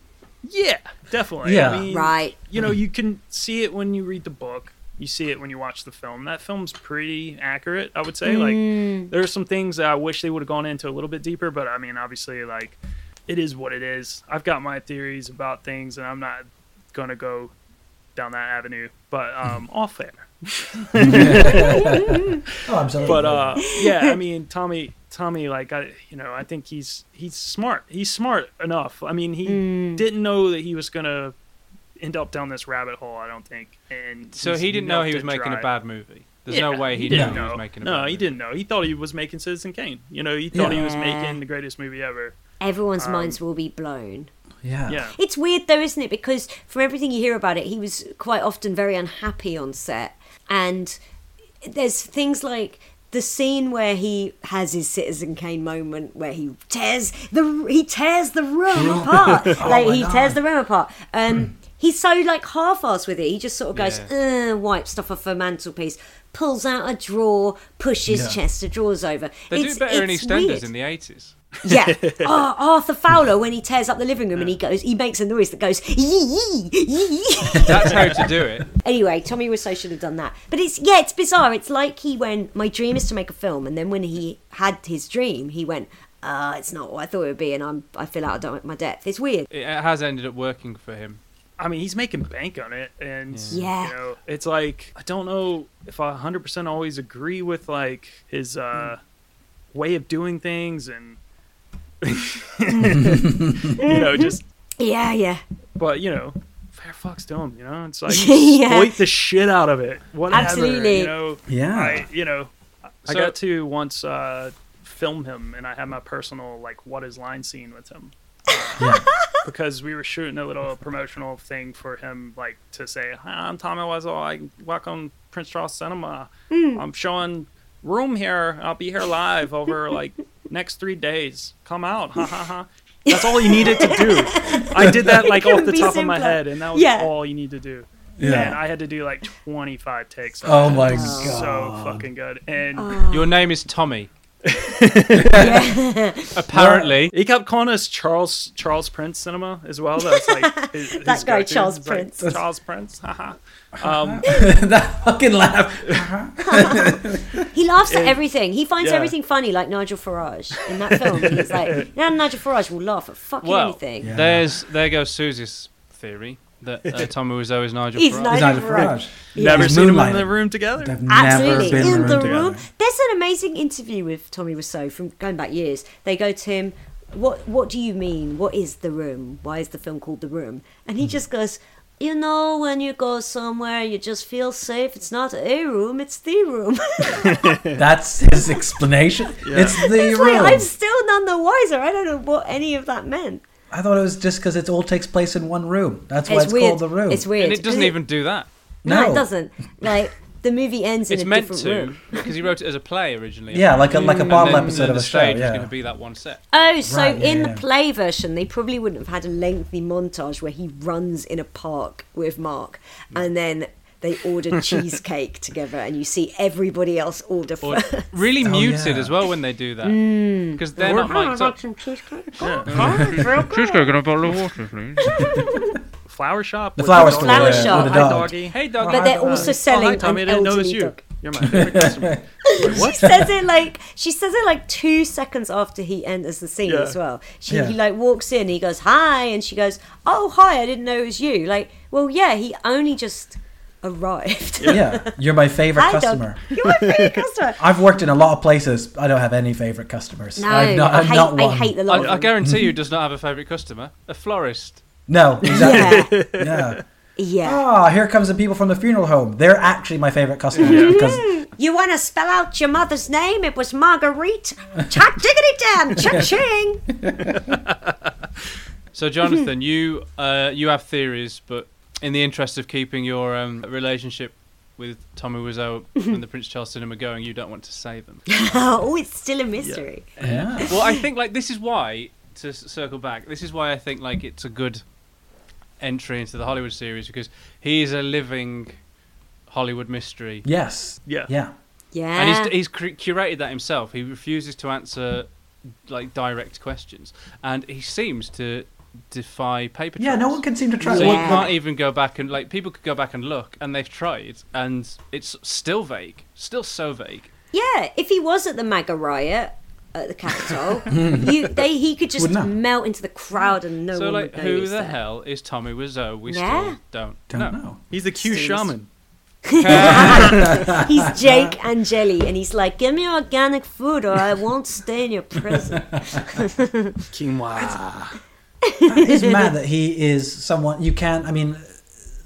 [SPEAKER 4] yeah, definitely. I
[SPEAKER 1] Yeah.
[SPEAKER 4] mean,
[SPEAKER 2] right.
[SPEAKER 4] you know, you can see it when you read the book. you see it when you watch the film. That film's pretty accurate, I would say. Like there are some things that I wish they would have gone into a little bit deeper, but I mean, obviously, like it is what it is. I've got my theories about things, and I'm not gonna go down that avenue. But um, all fair.
[SPEAKER 1] Oh, I'm sorry.
[SPEAKER 4] But uh, yeah, I mean, Tommy, Tommy, like I, you know, I think he's he's smart. He's smart enough. I mean, he didn't know that he was gonna end up down this rabbit hole. I don't think. And
[SPEAKER 3] So
[SPEAKER 4] he's
[SPEAKER 3] he didn't know
[SPEAKER 4] milked
[SPEAKER 3] he was
[SPEAKER 4] it
[SPEAKER 3] making
[SPEAKER 4] dry.
[SPEAKER 3] a bad movie. There's no
[SPEAKER 4] Yeah,
[SPEAKER 3] way he, knew
[SPEAKER 4] didn't
[SPEAKER 3] he
[SPEAKER 4] know.
[SPEAKER 3] was making a
[SPEAKER 4] No,
[SPEAKER 3] bad movie.
[SPEAKER 4] he didn't know. He thought he was making Citizen Kane. You know, he thought he was making the greatest movie ever.
[SPEAKER 2] Everyone's
[SPEAKER 4] Um,
[SPEAKER 2] minds will be blown.
[SPEAKER 1] yeah.
[SPEAKER 4] Yeah.
[SPEAKER 2] It's weird though, isn't it? Because from everything you hear about it, he was quite often very unhappy on set. And there's things like the scene where he has his Citizen Kane moment, where he tears the he tears the room
[SPEAKER 3] Oh
[SPEAKER 2] apart, like
[SPEAKER 1] my
[SPEAKER 2] he
[SPEAKER 1] God.
[SPEAKER 2] tears the room apart. Um, he's so like half-assed with it. He just sort of goes, uh, wipes stuff off a mantelpiece, pulls out a drawer, pushes
[SPEAKER 1] Yeah.
[SPEAKER 2] chest of drawers over.
[SPEAKER 3] They do better in
[SPEAKER 2] it's
[SPEAKER 3] EastEnders
[SPEAKER 2] weird.
[SPEAKER 3] in the 80s.
[SPEAKER 2] Yeah. Oh, Arthur Fowler when he tears up the living room and he goes, he makes a noise that goes, yee yee yee. yee."
[SPEAKER 3] That's how to do it.
[SPEAKER 2] anyway, Tommy Wiseau should have done that. But it's yeah, it's bizarre. It's like he went, my dream is to make a film, and then when he had his dream, he went, uh, it's not what I thought it would be, and I'm I feel out of my depth. It's weird.
[SPEAKER 3] It has ended up working for him.
[SPEAKER 4] I mean, he's making bank on it, and
[SPEAKER 2] Yeah. Yeah.
[SPEAKER 4] you know, it's like I don't know if I 100 percent always agree with like his uh, way of doing things, and you know, just
[SPEAKER 2] Yeah, yeah,
[SPEAKER 4] but you know, fair fucks to him. You know, it's like
[SPEAKER 2] Yeah.
[SPEAKER 4] exploit the shit out of it. Whatever,
[SPEAKER 2] Absolutely.
[SPEAKER 4] You know,
[SPEAKER 1] Yeah.
[SPEAKER 4] I, you know, I
[SPEAKER 3] So-
[SPEAKER 4] got to once uh, film him, and I had my personal like what is line scene with him. Uh, because we were shooting a little promotional thing for him, like to say, "Hi, I'm Tommy Wiseau. I welcome Prince Charles Cinema.
[SPEAKER 2] Hmm.
[SPEAKER 4] I'm showing room here. I'll be here live over like next three days. Come out, ha ha ha." That's all you needed to do. I did that like off
[SPEAKER 2] couldn't
[SPEAKER 4] the
[SPEAKER 2] be
[SPEAKER 4] top of my
[SPEAKER 2] simpler.
[SPEAKER 4] head, and that was
[SPEAKER 2] Yeah.
[SPEAKER 4] all you need to do.
[SPEAKER 1] Yeah.
[SPEAKER 4] And I had to do like 25 takes. of
[SPEAKER 1] Oh
[SPEAKER 4] it.
[SPEAKER 1] my
[SPEAKER 4] It was
[SPEAKER 1] God.
[SPEAKER 4] So fucking good. And
[SPEAKER 2] Uh,
[SPEAKER 3] Your name is Tommy. Apparently,
[SPEAKER 4] he kept calling us Charles Charles Prince Cinema as well. That's like his, his
[SPEAKER 2] That guy,
[SPEAKER 4] go-to.
[SPEAKER 2] Charles
[SPEAKER 4] It's like,
[SPEAKER 2] Prince.
[SPEAKER 4] Charles Prince. Haha. Um,
[SPEAKER 1] that fucking laugh.
[SPEAKER 2] He laughs at everything. He finds
[SPEAKER 4] yeah.
[SPEAKER 2] everything funny, like Nigel Farage in that film. he's like, now Nigel Farage will laugh at fucking
[SPEAKER 3] well,
[SPEAKER 2] anything.
[SPEAKER 3] there's there goes Susie's theory that uh, Tommy Wiseau is Nigel
[SPEAKER 2] He's
[SPEAKER 3] Farage.
[SPEAKER 2] Nigel
[SPEAKER 1] Nigel
[SPEAKER 2] Farage.
[SPEAKER 1] Farage.
[SPEAKER 4] never
[SPEAKER 1] He's
[SPEAKER 4] seen him in the
[SPEAKER 1] moonlighting.
[SPEAKER 4] room together.
[SPEAKER 1] They've
[SPEAKER 2] Absolutely.
[SPEAKER 1] never been
[SPEAKER 2] in the
[SPEAKER 1] together.
[SPEAKER 2] room. There's an amazing interview with Tommy Wiseau from going back years. They go to him, What what do you mean? What is the room? Why is the film called The Room? And
[SPEAKER 1] Hmm.
[SPEAKER 2] he just goes, You know, when you go somewhere you just feel safe, it's not a room, it's the room.
[SPEAKER 1] That's his explanation. It's the
[SPEAKER 2] it's like
[SPEAKER 1] room.
[SPEAKER 2] I'm still none the wiser. I don't know what any of that meant.
[SPEAKER 1] I thought it was just because it all takes place in one room. That's why it's,
[SPEAKER 2] it's weird.
[SPEAKER 1] called the room.
[SPEAKER 2] It's weird.
[SPEAKER 3] and it doesn't
[SPEAKER 2] Is
[SPEAKER 3] even do that.
[SPEAKER 2] No,
[SPEAKER 1] No.
[SPEAKER 2] it doesn't. Like the movie ends in
[SPEAKER 3] It's
[SPEAKER 2] a
[SPEAKER 3] meant
[SPEAKER 2] different
[SPEAKER 3] to
[SPEAKER 2] room. Mm.
[SPEAKER 3] because he wrote it as a play originally.
[SPEAKER 1] Yeah, like a like a bottle
[SPEAKER 3] then
[SPEAKER 1] episode
[SPEAKER 3] the
[SPEAKER 1] of a show.
[SPEAKER 3] stage was
[SPEAKER 1] Yeah.
[SPEAKER 3] going to be that one set.
[SPEAKER 2] Oh, so
[SPEAKER 1] Right, yeah,
[SPEAKER 2] in
[SPEAKER 1] yeah.
[SPEAKER 2] the play version, they probably wouldn't have had a lengthy montage where he runs in a park with Mark, and then they order cheesecake together, and you see everybody else order
[SPEAKER 3] Or
[SPEAKER 2] first.
[SPEAKER 3] really muted
[SPEAKER 1] yeah.
[SPEAKER 3] as well when they do that
[SPEAKER 2] Mm.
[SPEAKER 3] because they're not mic'd up.
[SPEAKER 4] Flower shop.
[SPEAKER 1] the
[SPEAKER 4] with
[SPEAKER 1] flower
[SPEAKER 4] dog.
[SPEAKER 1] store.
[SPEAKER 2] Flower
[SPEAKER 1] yeah,
[SPEAKER 2] shop.
[SPEAKER 1] With the
[SPEAKER 4] Hi,
[SPEAKER 1] dog.
[SPEAKER 4] doggy.
[SPEAKER 3] Hey, dog.
[SPEAKER 2] But they're also
[SPEAKER 4] Oh,
[SPEAKER 2] selling
[SPEAKER 4] hi, Tommy. I
[SPEAKER 2] an
[SPEAKER 4] didn't know it was
[SPEAKER 2] elderly
[SPEAKER 4] you.
[SPEAKER 2] dog.
[SPEAKER 4] You're my favorite customer. Wait,
[SPEAKER 2] She
[SPEAKER 4] what?
[SPEAKER 2] says it like she says it like two seconds after he enters the scene
[SPEAKER 4] Yeah.
[SPEAKER 2] as well. She
[SPEAKER 1] Yeah.
[SPEAKER 2] he like walks in, he goes hi, and she goes, "Oh hi, I didn't know it was you." Like, well, yeah, he only just arrived.
[SPEAKER 1] Yeah, you're my favorite
[SPEAKER 2] Hi, dog.
[SPEAKER 1] customer.
[SPEAKER 2] You're my favorite customer.
[SPEAKER 1] I've worked in a lot of places. I don't have any favorite customers.
[SPEAKER 2] No,
[SPEAKER 1] I've not,
[SPEAKER 2] I
[SPEAKER 1] I'm
[SPEAKER 2] hate,
[SPEAKER 1] not one.
[SPEAKER 2] I hate the lot. of
[SPEAKER 3] I, I
[SPEAKER 2] them.
[SPEAKER 3] guarantee you does not have a favourite customer, a florist.
[SPEAKER 1] No, exactly.
[SPEAKER 2] yeah,
[SPEAKER 1] yeah.
[SPEAKER 2] yeah.
[SPEAKER 1] Ah, here comes the people from the funeral home. They're actually my favorite customers because
[SPEAKER 2] You want to spell out your mother's name? It was Marguerite. Chuck diggity damn, cha ching.
[SPEAKER 3] So, Jonathan, you uh, you have theories, but in the interest of keeping your um, relationship with Tommy Wiseau and the Prince Charles cinema going, you don't want to say them.
[SPEAKER 2] Oh, it's still a mystery.
[SPEAKER 3] well, I think like this is why to s- circle back. This is why I think like it's a good entry into the Hollywood series because he is a living Hollywood mystery.
[SPEAKER 1] yes,
[SPEAKER 4] Yeah.
[SPEAKER 1] yeah,
[SPEAKER 2] Yeah.
[SPEAKER 3] and he's, he's cur- curated that himself. He refuses to answer like direct questions, and he seems to defy paper.
[SPEAKER 1] Yeah, no
[SPEAKER 3] trails.
[SPEAKER 1] one can seem to track
[SPEAKER 3] So
[SPEAKER 1] what
[SPEAKER 3] you
[SPEAKER 2] Yeah.
[SPEAKER 3] can't even go back and like people could go back and look, and they've tried, and it's still vague, still so vague.
[SPEAKER 2] Yeah, if he was at the MAGA riot at the Capitol, you, they, he could just
[SPEAKER 1] Would know.
[SPEAKER 2] melt into the crowd and no
[SPEAKER 3] so
[SPEAKER 2] one
[SPEAKER 3] like,
[SPEAKER 2] would
[SPEAKER 3] who
[SPEAKER 2] notice
[SPEAKER 3] the
[SPEAKER 2] that.
[SPEAKER 3] hell is Tommy Wiseau? We
[SPEAKER 2] Yeah.
[SPEAKER 3] still don't,
[SPEAKER 1] don't know.
[SPEAKER 4] He's a Q
[SPEAKER 2] Steve's-
[SPEAKER 4] shaman.
[SPEAKER 2] He's Jake and Jelly, and he's like, "Give me organic food, or I won't stay in your prison."
[SPEAKER 4] Quinoa.
[SPEAKER 1] it's mad that he is someone you can't. I mean,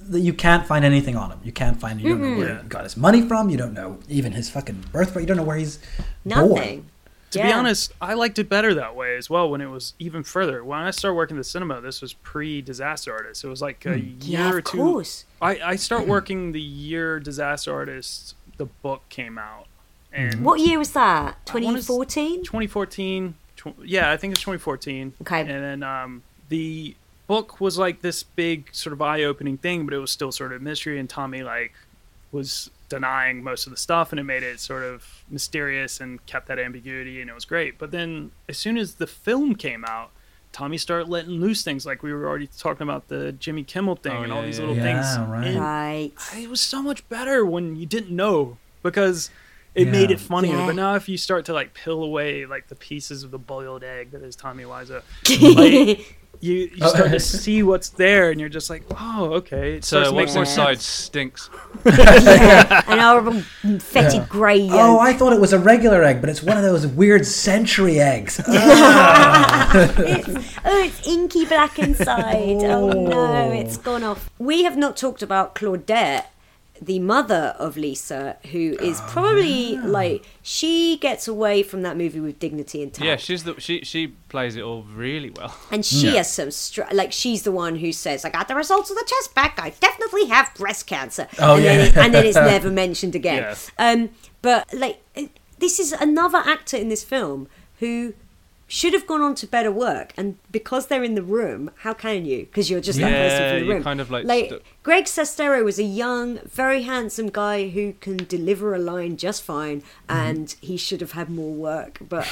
[SPEAKER 1] that you can't find anything on him. You can't find. You don't know where he got his money from. You don't know even his fucking birthright. You don't know where he's
[SPEAKER 2] Nothing.
[SPEAKER 1] born.
[SPEAKER 4] To be honest, I liked it better that way as well. When it was even further, when I started working in the cinema, this was pre-Disaster Artist. It was like a year
[SPEAKER 2] yeah,
[SPEAKER 4] or
[SPEAKER 2] of
[SPEAKER 4] two.
[SPEAKER 2] course.
[SPEAKER 4] I I start working the year Disaster Artist, the book came out, and
[SPEAKER 2] What year was that?
[SPEAKER 4] I wanna s-
[SPEAKER 2] 2014.
[SPEAKER 4] 2014. Tw- yeah, I think it's 2014.
[SPEAKER 2] Okay.
[SPEAKER 4] And then um, the book was like this big sort of eye-opening thing, but it was still sort of mystery. And Tommy like was denying most of the stuff, and it made it sort of mysterious and kept that ambiguity, and it was great. But then as soon as the film came out. Tommy started letting loose things like we were already talking about the Jimmy Kimmel thing
[SPEAKER 3] Oh,
[SPEAKER 4] and all
[SPEAKER 3] yeah,
[SPEAKER 4] these
[SPEAKER 3] yeah,
[SPEAKER 4] little
[SPEAKER 1] yeah.
[SPEAKER 4] things.
[SPEAKER 1] Yeah, right.
[SPEAKER 4] And
[SPEAKER 2] Right.
[SPEAKER 4] it was so much better when you didn't know because it made
[SPEAKER 1] Yeah.
[SPEAKER 4] it funnier.
[SPEAKER 2] Yeah.
[SPEAKER 4] But now if you start to like peel away like the pieces of the boiled egg that is Tommy Wiseau, like, you you start to see what's there, and you're just like, oh, okay. It starts
[SPEAKER 3] So
[SPEAKER 4] to make
[SPEAKER 3] what's
[SPEAKER 4] more
[SPEAKER 3] inside
[SPEAKER 4] sense.
[SPEAKER 3] stinks.
[SPEAKER 2] An horrible fetid grey yolk.
[SPEAKER 1] Oh, I thought it was a regular egg, but it's one of those weird century eggs. Ugh.
[SPEAKER 2] it's, oh, it's inky black inside. Oh no, it's gone off. We have not talked about Claudette, the mother of Lisa, who is probably like she gets away from that movie with dignity intact.
[SPEAKER 3] Yeah, she's the she she plays it all really well.
[SPEAKER 2] and she has some str- like she's the one who says, "I got the results of the chest back. I definitely have breast cancer."
[SPEAKER 1] Oh,
[SPEAKER 2] and
[SPEAKER 1] yeah.
[SPEAKER 2] then it, and then it's never mentioned again.
[SPEAKER 4] Yes.
[SPEAKER 2] Um, but like it- this is another actor in this film who should have gone on to better work, and because they're in the room, how can you? Because you're just that
[SPEAKER 3] Yeah,
[SPEAKER 2] person from the
[SPEAKER 3] you're
[SPEAKER 2] room.
[SPEAKER 3] kind of like stu-
[SPEAKER 2] Greg Sestero was a young, very handsome guy who can deliver a line just fine, and he should have had more work, but.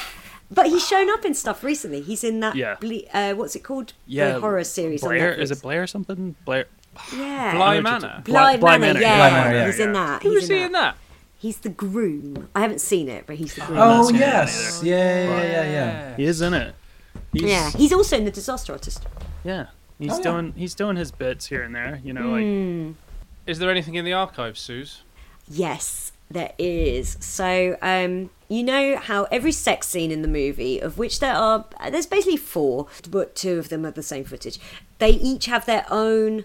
[SPEAKER 2] But he's shown up in stuff recently. He's in that
[SPEAKER 4] Yeah.
[SPEAKER 2] ble- uh, what's it called?
[SPEAKER 4] Yeah,
[SPEAKER 2] the horror series.
[SPEAKER 4] Blair
[SPEAKER 2] on
[SPEAKER 4] is it Blair something? Blair.
[SPEAKER 2] Blair? Yeah,
[SPEAKER 3] Bly
[SPEAKER 4] I know what you're
[SPEAKER 3] Manor.
[SPEAKER 4] talking-
[SPEAKER 2] Bly
[SPEAKER 4] Bly
[SPEAKER 2] Manor.
[SPEAKER 4] Manor,
[SPEAKER 2] Yeah,
[SPEAKER 4] Bly Manor,
[SPEAKER 2] he's
[SPEAKER 4] yeah.
[SPEAKER 2] in that.
[SPEAKER 3] Who
[SPEAKER 2] he's
[SPEAKER 3] was he in that?
[SPEAKER 2] He's the groom. I haven't seen it, but he's the groom.
[SPEAKER 1] oh
[SPEAKER 4] seen it
[SPEAKER 1] yes, yeah, yeah, yeah, yeah.
[SPEAKER 4] He is in it. He's,
[SPEAKER 2] yeah, he's also in the Disaster Artist.
[SPEAKER 4] Oh, yeah. He's
[SPEAKER 1] yeah.
[SPEAKER 4] doing he's doing his bits here and there, you know, like
[SPEAKER 2] Mm.
[SPEAKER 3] Is there anything in the archives, Suze?
[SPEAKER 2] Yes, there is. So, um, you know how every sex scene in the movie, of which there are, there's basically four, but two of them are the same footage. They each have their own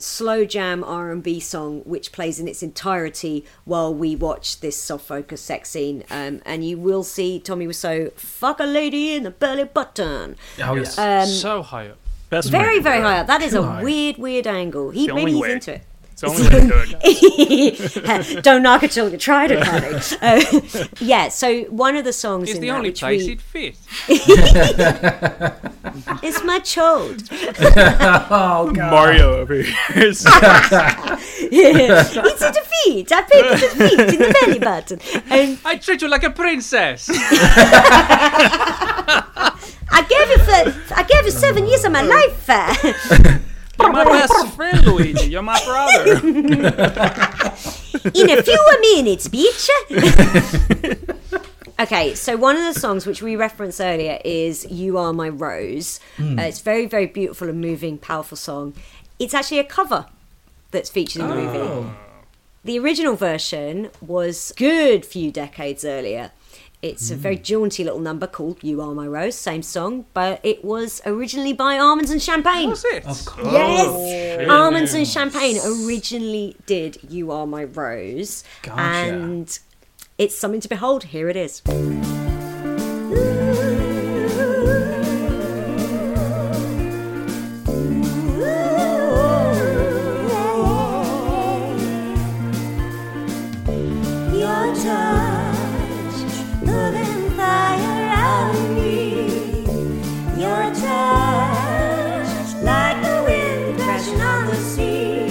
[SPEAKER 2] slow jam R&B song, which plays in its entirety while we watch this soft focus sex scene. Um, and you will see Tommy Wiseau fuck a lady in the belly button.
[SPEAKER 1] Oh yes.
[SPEAKER 2] Um,
[SPEAKER 3] so high up.
[SPEAKER 4] best
[SPEAKER 2] Very, very
[SPEAKER 4] friend.
[SPEAKER 2] high up. That is a
[SPEAKER 1] high.
[SPEAKER 2] weird, weird angle. He
[SPEAKER 4] The
[SPEAKER 2] maybe
[SPEAKER 4] only
[SPEAKER 2] he's
[SPEAKER 4] way.
[SPEAKER 2] into it.
[SPEAKER 4] It's the only way to do it.
[SPEAKER 2] Don't knock it till you try it, Connie. Uh, yeah, so one of the songs
[SPEAKER 3] It's
[SPEAKER 2] in
[SPEAKER 3] the
[SPEAKER 2] that
[SPEAKER 3] only
[SPEAKER 2] which
[SPEAKER 3] place
[SPEAKER 2] we-
[SPEAKER 3] he'd fit.
[SPEAKER 2] it's my child.
[SPEAKER 4] Mario over here.
[SPEAKER 2] it's a defeat. I picked the defeat in the belly button, and
[SPEAKER 3] I treat you like a princess.
[SPEAKER 2] I gave you for, I gave you seven years of my life. uh.
[SPEAKER 4] You're my best friend, Luigi. You're my brother.
[SPEAKER 2] in a few minutes, bitch. okay, so one of the songs which we referenced earlier is "You Are My Rose." Uh, it's very, very beautiful and moving, powerful song. It's actually a cover that's featured in the movie. The original version was good few decades earlier. It's a very jaunty little number called "You Are My Rose," same song, but it was originally by Almonds and Champagne.
[SPEAKER 3] What's it? Of course.
[SPEAKER 2] Yes, almonds and champagne originally did "You Are My Rose,"
[SPEAKER 1] Gotcha.
[SPEAKER 2] and it's something to behold. Here it is. Your touch, love and fire on me. Your touch, like the wind crashing on the sea.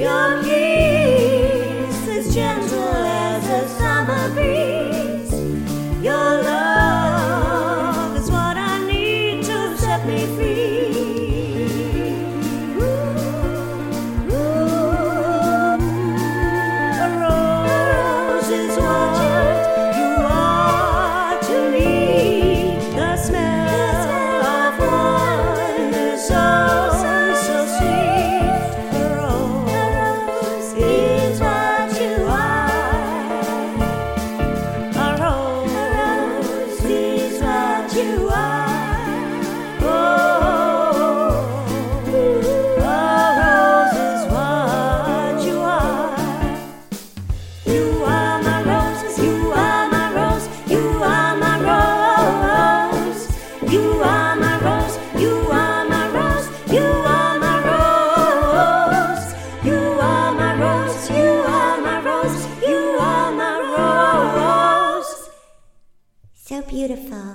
[SPEAKER 2] Your kiss, as gentle as a summer breeze. Your love is what I need to set me free. beautiful.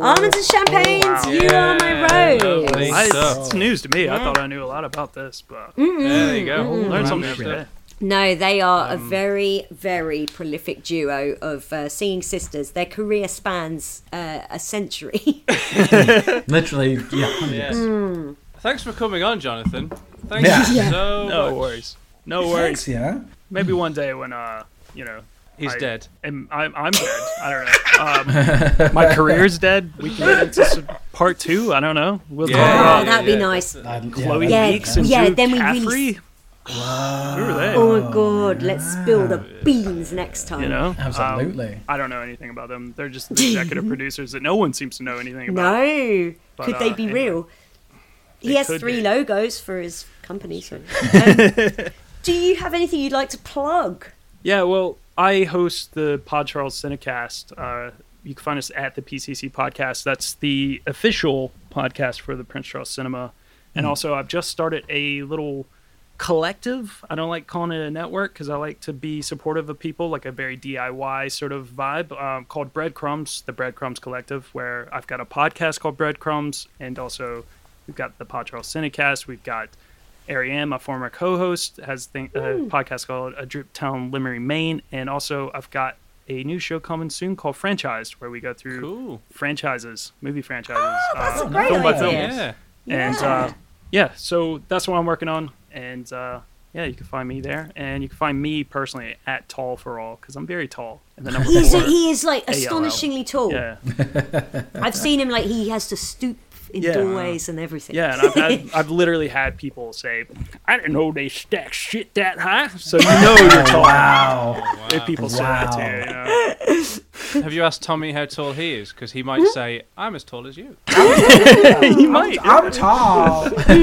[SPEAKER 2] Almonds and champagnes, you are my road.
[SPEAKER 3] lovely.
[SPEAKER 4] I,
[SPEAKER 3] So-
[SPEAKER 4] It's news to me. I thought I knew a lot about this,
[SPEAKER 2] Mm.
[SPEAKER 4] but
[SPEAKER 3] there you go.
[SPEAKER 4] learn something every day.
[SPEAKER 2] No, they are
[SPEAKER 4] Um,
[SPEAKER 2] a very, very prolific duo of uh, singing sisters. Their career spans uh, a century.
[SPEAKER 1] Literally, yeah.
[SPEAKER 3] Yes. Thanks for coming on, Jonathan. Thanks
[SPEAKER 1] Yeah.
[SPEAKER 3] so
[SPEAKER 4] No
[SPEAKER 3] much.
[SPEAKER 4] worries. No
[SPEAKER 1] Thanks,
[SPEAKER 4] worries.
[SPEAKER 1] yeah.
[SPEAKER 4] Maybe one day when uh, you know,
[SPEAKER 3] He's
[SPEAKER 4] I-
[SPEAKER 3] dead.
[SPEAKER 4] am, I'm I'm dead. I don't know. Um, my career's dead. We can get into some part two. I don't know. We'll
[SPEAKER 3] Yeah.
[SPEAKER 4] talk
[SPEAKER 2] oh,
[SPEAKER 4] about
[SPEAKER 2] that'd be
[SPEAKER 3] yeah.
[SPEAKER 2] nice.
[SPEAKER 1] I'd-
[SPEAKER 4] Chloe
[SPEAKER 1] Um, yeah,
[SPEAKER 2] Yeah,
[SPEAKER 4] Weeks and
[SPEAKER 2] yeah,
[SPEAKER 4] Drew
[SPEAKER 2] then we
[SPEAKER 4] Caffrey.
[SPEAKER 2] really-
[SPEAKER 4] Who were they?
[SPEAKER 2] Oh my god, let's spill the beans next time.
[SPEAKER 4] you know, Um,
[SPEAKER 1] Absolutely.
[SPEAKER 4] I don't know anything about them. They're just the executive producers that no one seems to know anything about.
[SPEAKER 2] No,
[SPEAKER 4] But,
[SPEAKER 2] could they
[SPEAKER 4] uh,
[SPEAKER 2] be
[SPEAKER 4] anyway,
[SPEAKER 2] real?
[SPEAKER 4] they
[SPEAKER 2] He has
[SPEAKER 4] could
[SPEAKER 2] three
[SPEAKER 4] be.
[SPEAKER 2] logos for his company. So, um, do you have anything you'd like to plug?
[SPEAKER 4] Yeah, well, I host the Pod Charles Cinecast. Uh, you can find us at the PCC Podcast. That's the official podcast for the Prince Charles Cinema. And also, I've just started a little collective. I don't like calling it a network because I like to be supportive of people, like a very DIY sort of vibe um, called Breadcrumbs, the Breadcrumbs Collective, where I've got a podcast called Breadcrumbs, and also we've got the Pod Charles Cinecast. We've got Ariane, my former co-host, has thing, a podcast called A Drip Town Limerick, Maine, and also I've got a new show coming soon called Franchised, where we go through
[SPEAKER 3] Cool.
[SPEAKER 4] franchises, movie franchises,
[SPEAKER 2] Oh, that's
[SPEAKER 4] uh,
[SPEAKER 2] a great
[SPEAKER 4] film by
[SPEAKER 2] idea.
[SPEAKER 4] film,
[SPEAKER 3] Yeah.
[SPEAKER 4] and uh, yeah, so that's what I'm working on, and uh, yeah, you can find me there, and you can find me personally at Tall for All because I'm very tall, and the number
[SPEAKER 2] He is,
[SPEAKER 4] four,
[SPEAKER 2] he is like astonishingly tall.
[SPEAKER 4] yeah,
[SPEAKER 2] I've seen him like he has to stoop in
[SPEAKER 4] Yeah.
[SPEAKER 2] doorways and everything.
[SPEAKER 4] yeah, and I've, I've, I've literally had people say, I didn't know they stack shit that high, so you know you're tall.
[SPEAKER 1] Oh, Wow.
[SPEAKER 4] If people say that to you, you know.
[SPEAKER 3] Have you asked Tommy how tall he is? Because he might
[SPEAKER 1] Mm-hmm.
[SPEAKER 3] say, "I'm as tall as you."
[SPEAKER 4] You might.
[SPEAKER 1] I'm tall.
[SPEAKER 2] I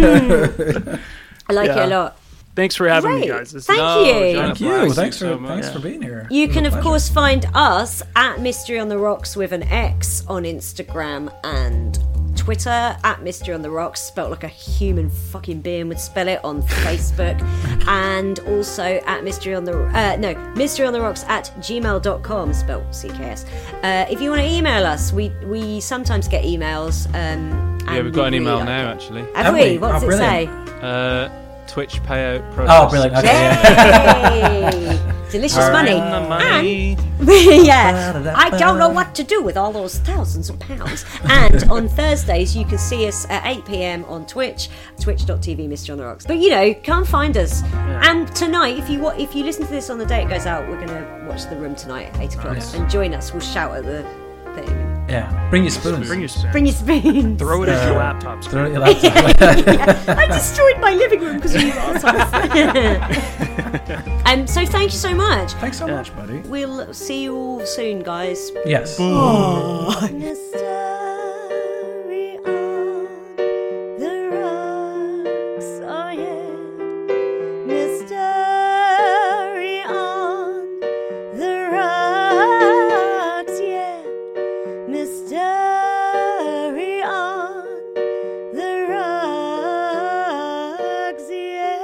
[SPEAKER 2] like it a
[SPEAKER 4] Yeah.
[SPEAKER 2] lot.
[SPEAKER 4] Thanks for having me,
[SPEAKER 2] Great.
[SPEAKER 4] guys. This is-
[SPEAKER 2] Thank
[SPEAKER 3] No,
[SPEAKER 2] you.
[SPEAKER 3] Oh, Jonathan,
[SPEAKER 1] Thank you. Thanks
[SPEAKER 3] so
[SPEAKER 1] for
[SPEAKER 3] much.
[SPEAKER 1] thanks for being here.
[SPEAKER 2] You
[SPEAKER 1] It was a
[SPEAKER 2] can, of
[SPEAKER 1] pleasure.
[SPEAKER 2] course, find us at Mystery on the Rocks with an X on Instagram and Twitter, at Mystery on the Rocks, spelt like a human fucking being would spell it on Facebook, and also at Mystery on the uh, no Mystery on the Rocks at gmail.com, spelt CKS. Uh, if you want to email us, we we sometimes get emails. Um,
[SPEAKER 3] Yeah,
[SPEAKER 2] and
[SPEAKER 3] we've got an
[SPEAKER 2] we really
[SPEAKER 3] email
[SPEAKER 2] like
[SPEAKER 3] now
[SPEAKER 2] it.
[SPEAKER 3] actually.
[SPEAKER 2] Have,
[SPEAKER 1] Have
[SPEAKER 2] we?
[SPEAKER 1] we?
[SPEAKER 2] What does
[SPEAKER 1] Oh,
[SPEAKER 2] it
[SPEAKER 1] brilliant.
[SPEAKER 2] say?
[SPEAKER 3] Uh, Twitch payout process.
[SPEAKER 1] Oh, brilliant. Okay. yeah.
[SPEAKER 2] Yay! Delicious money. Ah, yeah, I don't know what to do with all those thousands of pounds. And on Thursdays, you can see us at 8 pm on Twitch, twitch.tv, Mr. on the Rocks. But you know, come find us. And tonight, if you wa- if you listen to this on the day it goes out, we're going to watch The Room tonight at 8 o'clock.
[SPEAKER 1] Nice.
[SPEAKER 2] And join us, we'll shout at the thing.
[SPEAKER 1] Yeah. Bring your spoons.
[SPEAKER 4] Bring your spoon.
[SPEAKER 2] Bring your spoons.
[SPEAKER 4] Throw it at your laptop.
[SPEAKER 1] Uh, Throw your laptop.
[SPEAKER 2] I destroyed my living room because of you assholes. um, so thank you so much.
[SPEAKER 1] Thanks so much, buddy.
[SPEAKER 2] We'll see you all soon, guys.
[SPEAKER 1] Yes.
[SPEAKER 2] Mystery on the rocks, oh yeah. Mystery on the rocks, yeah. Mystery on the rocks, yeah.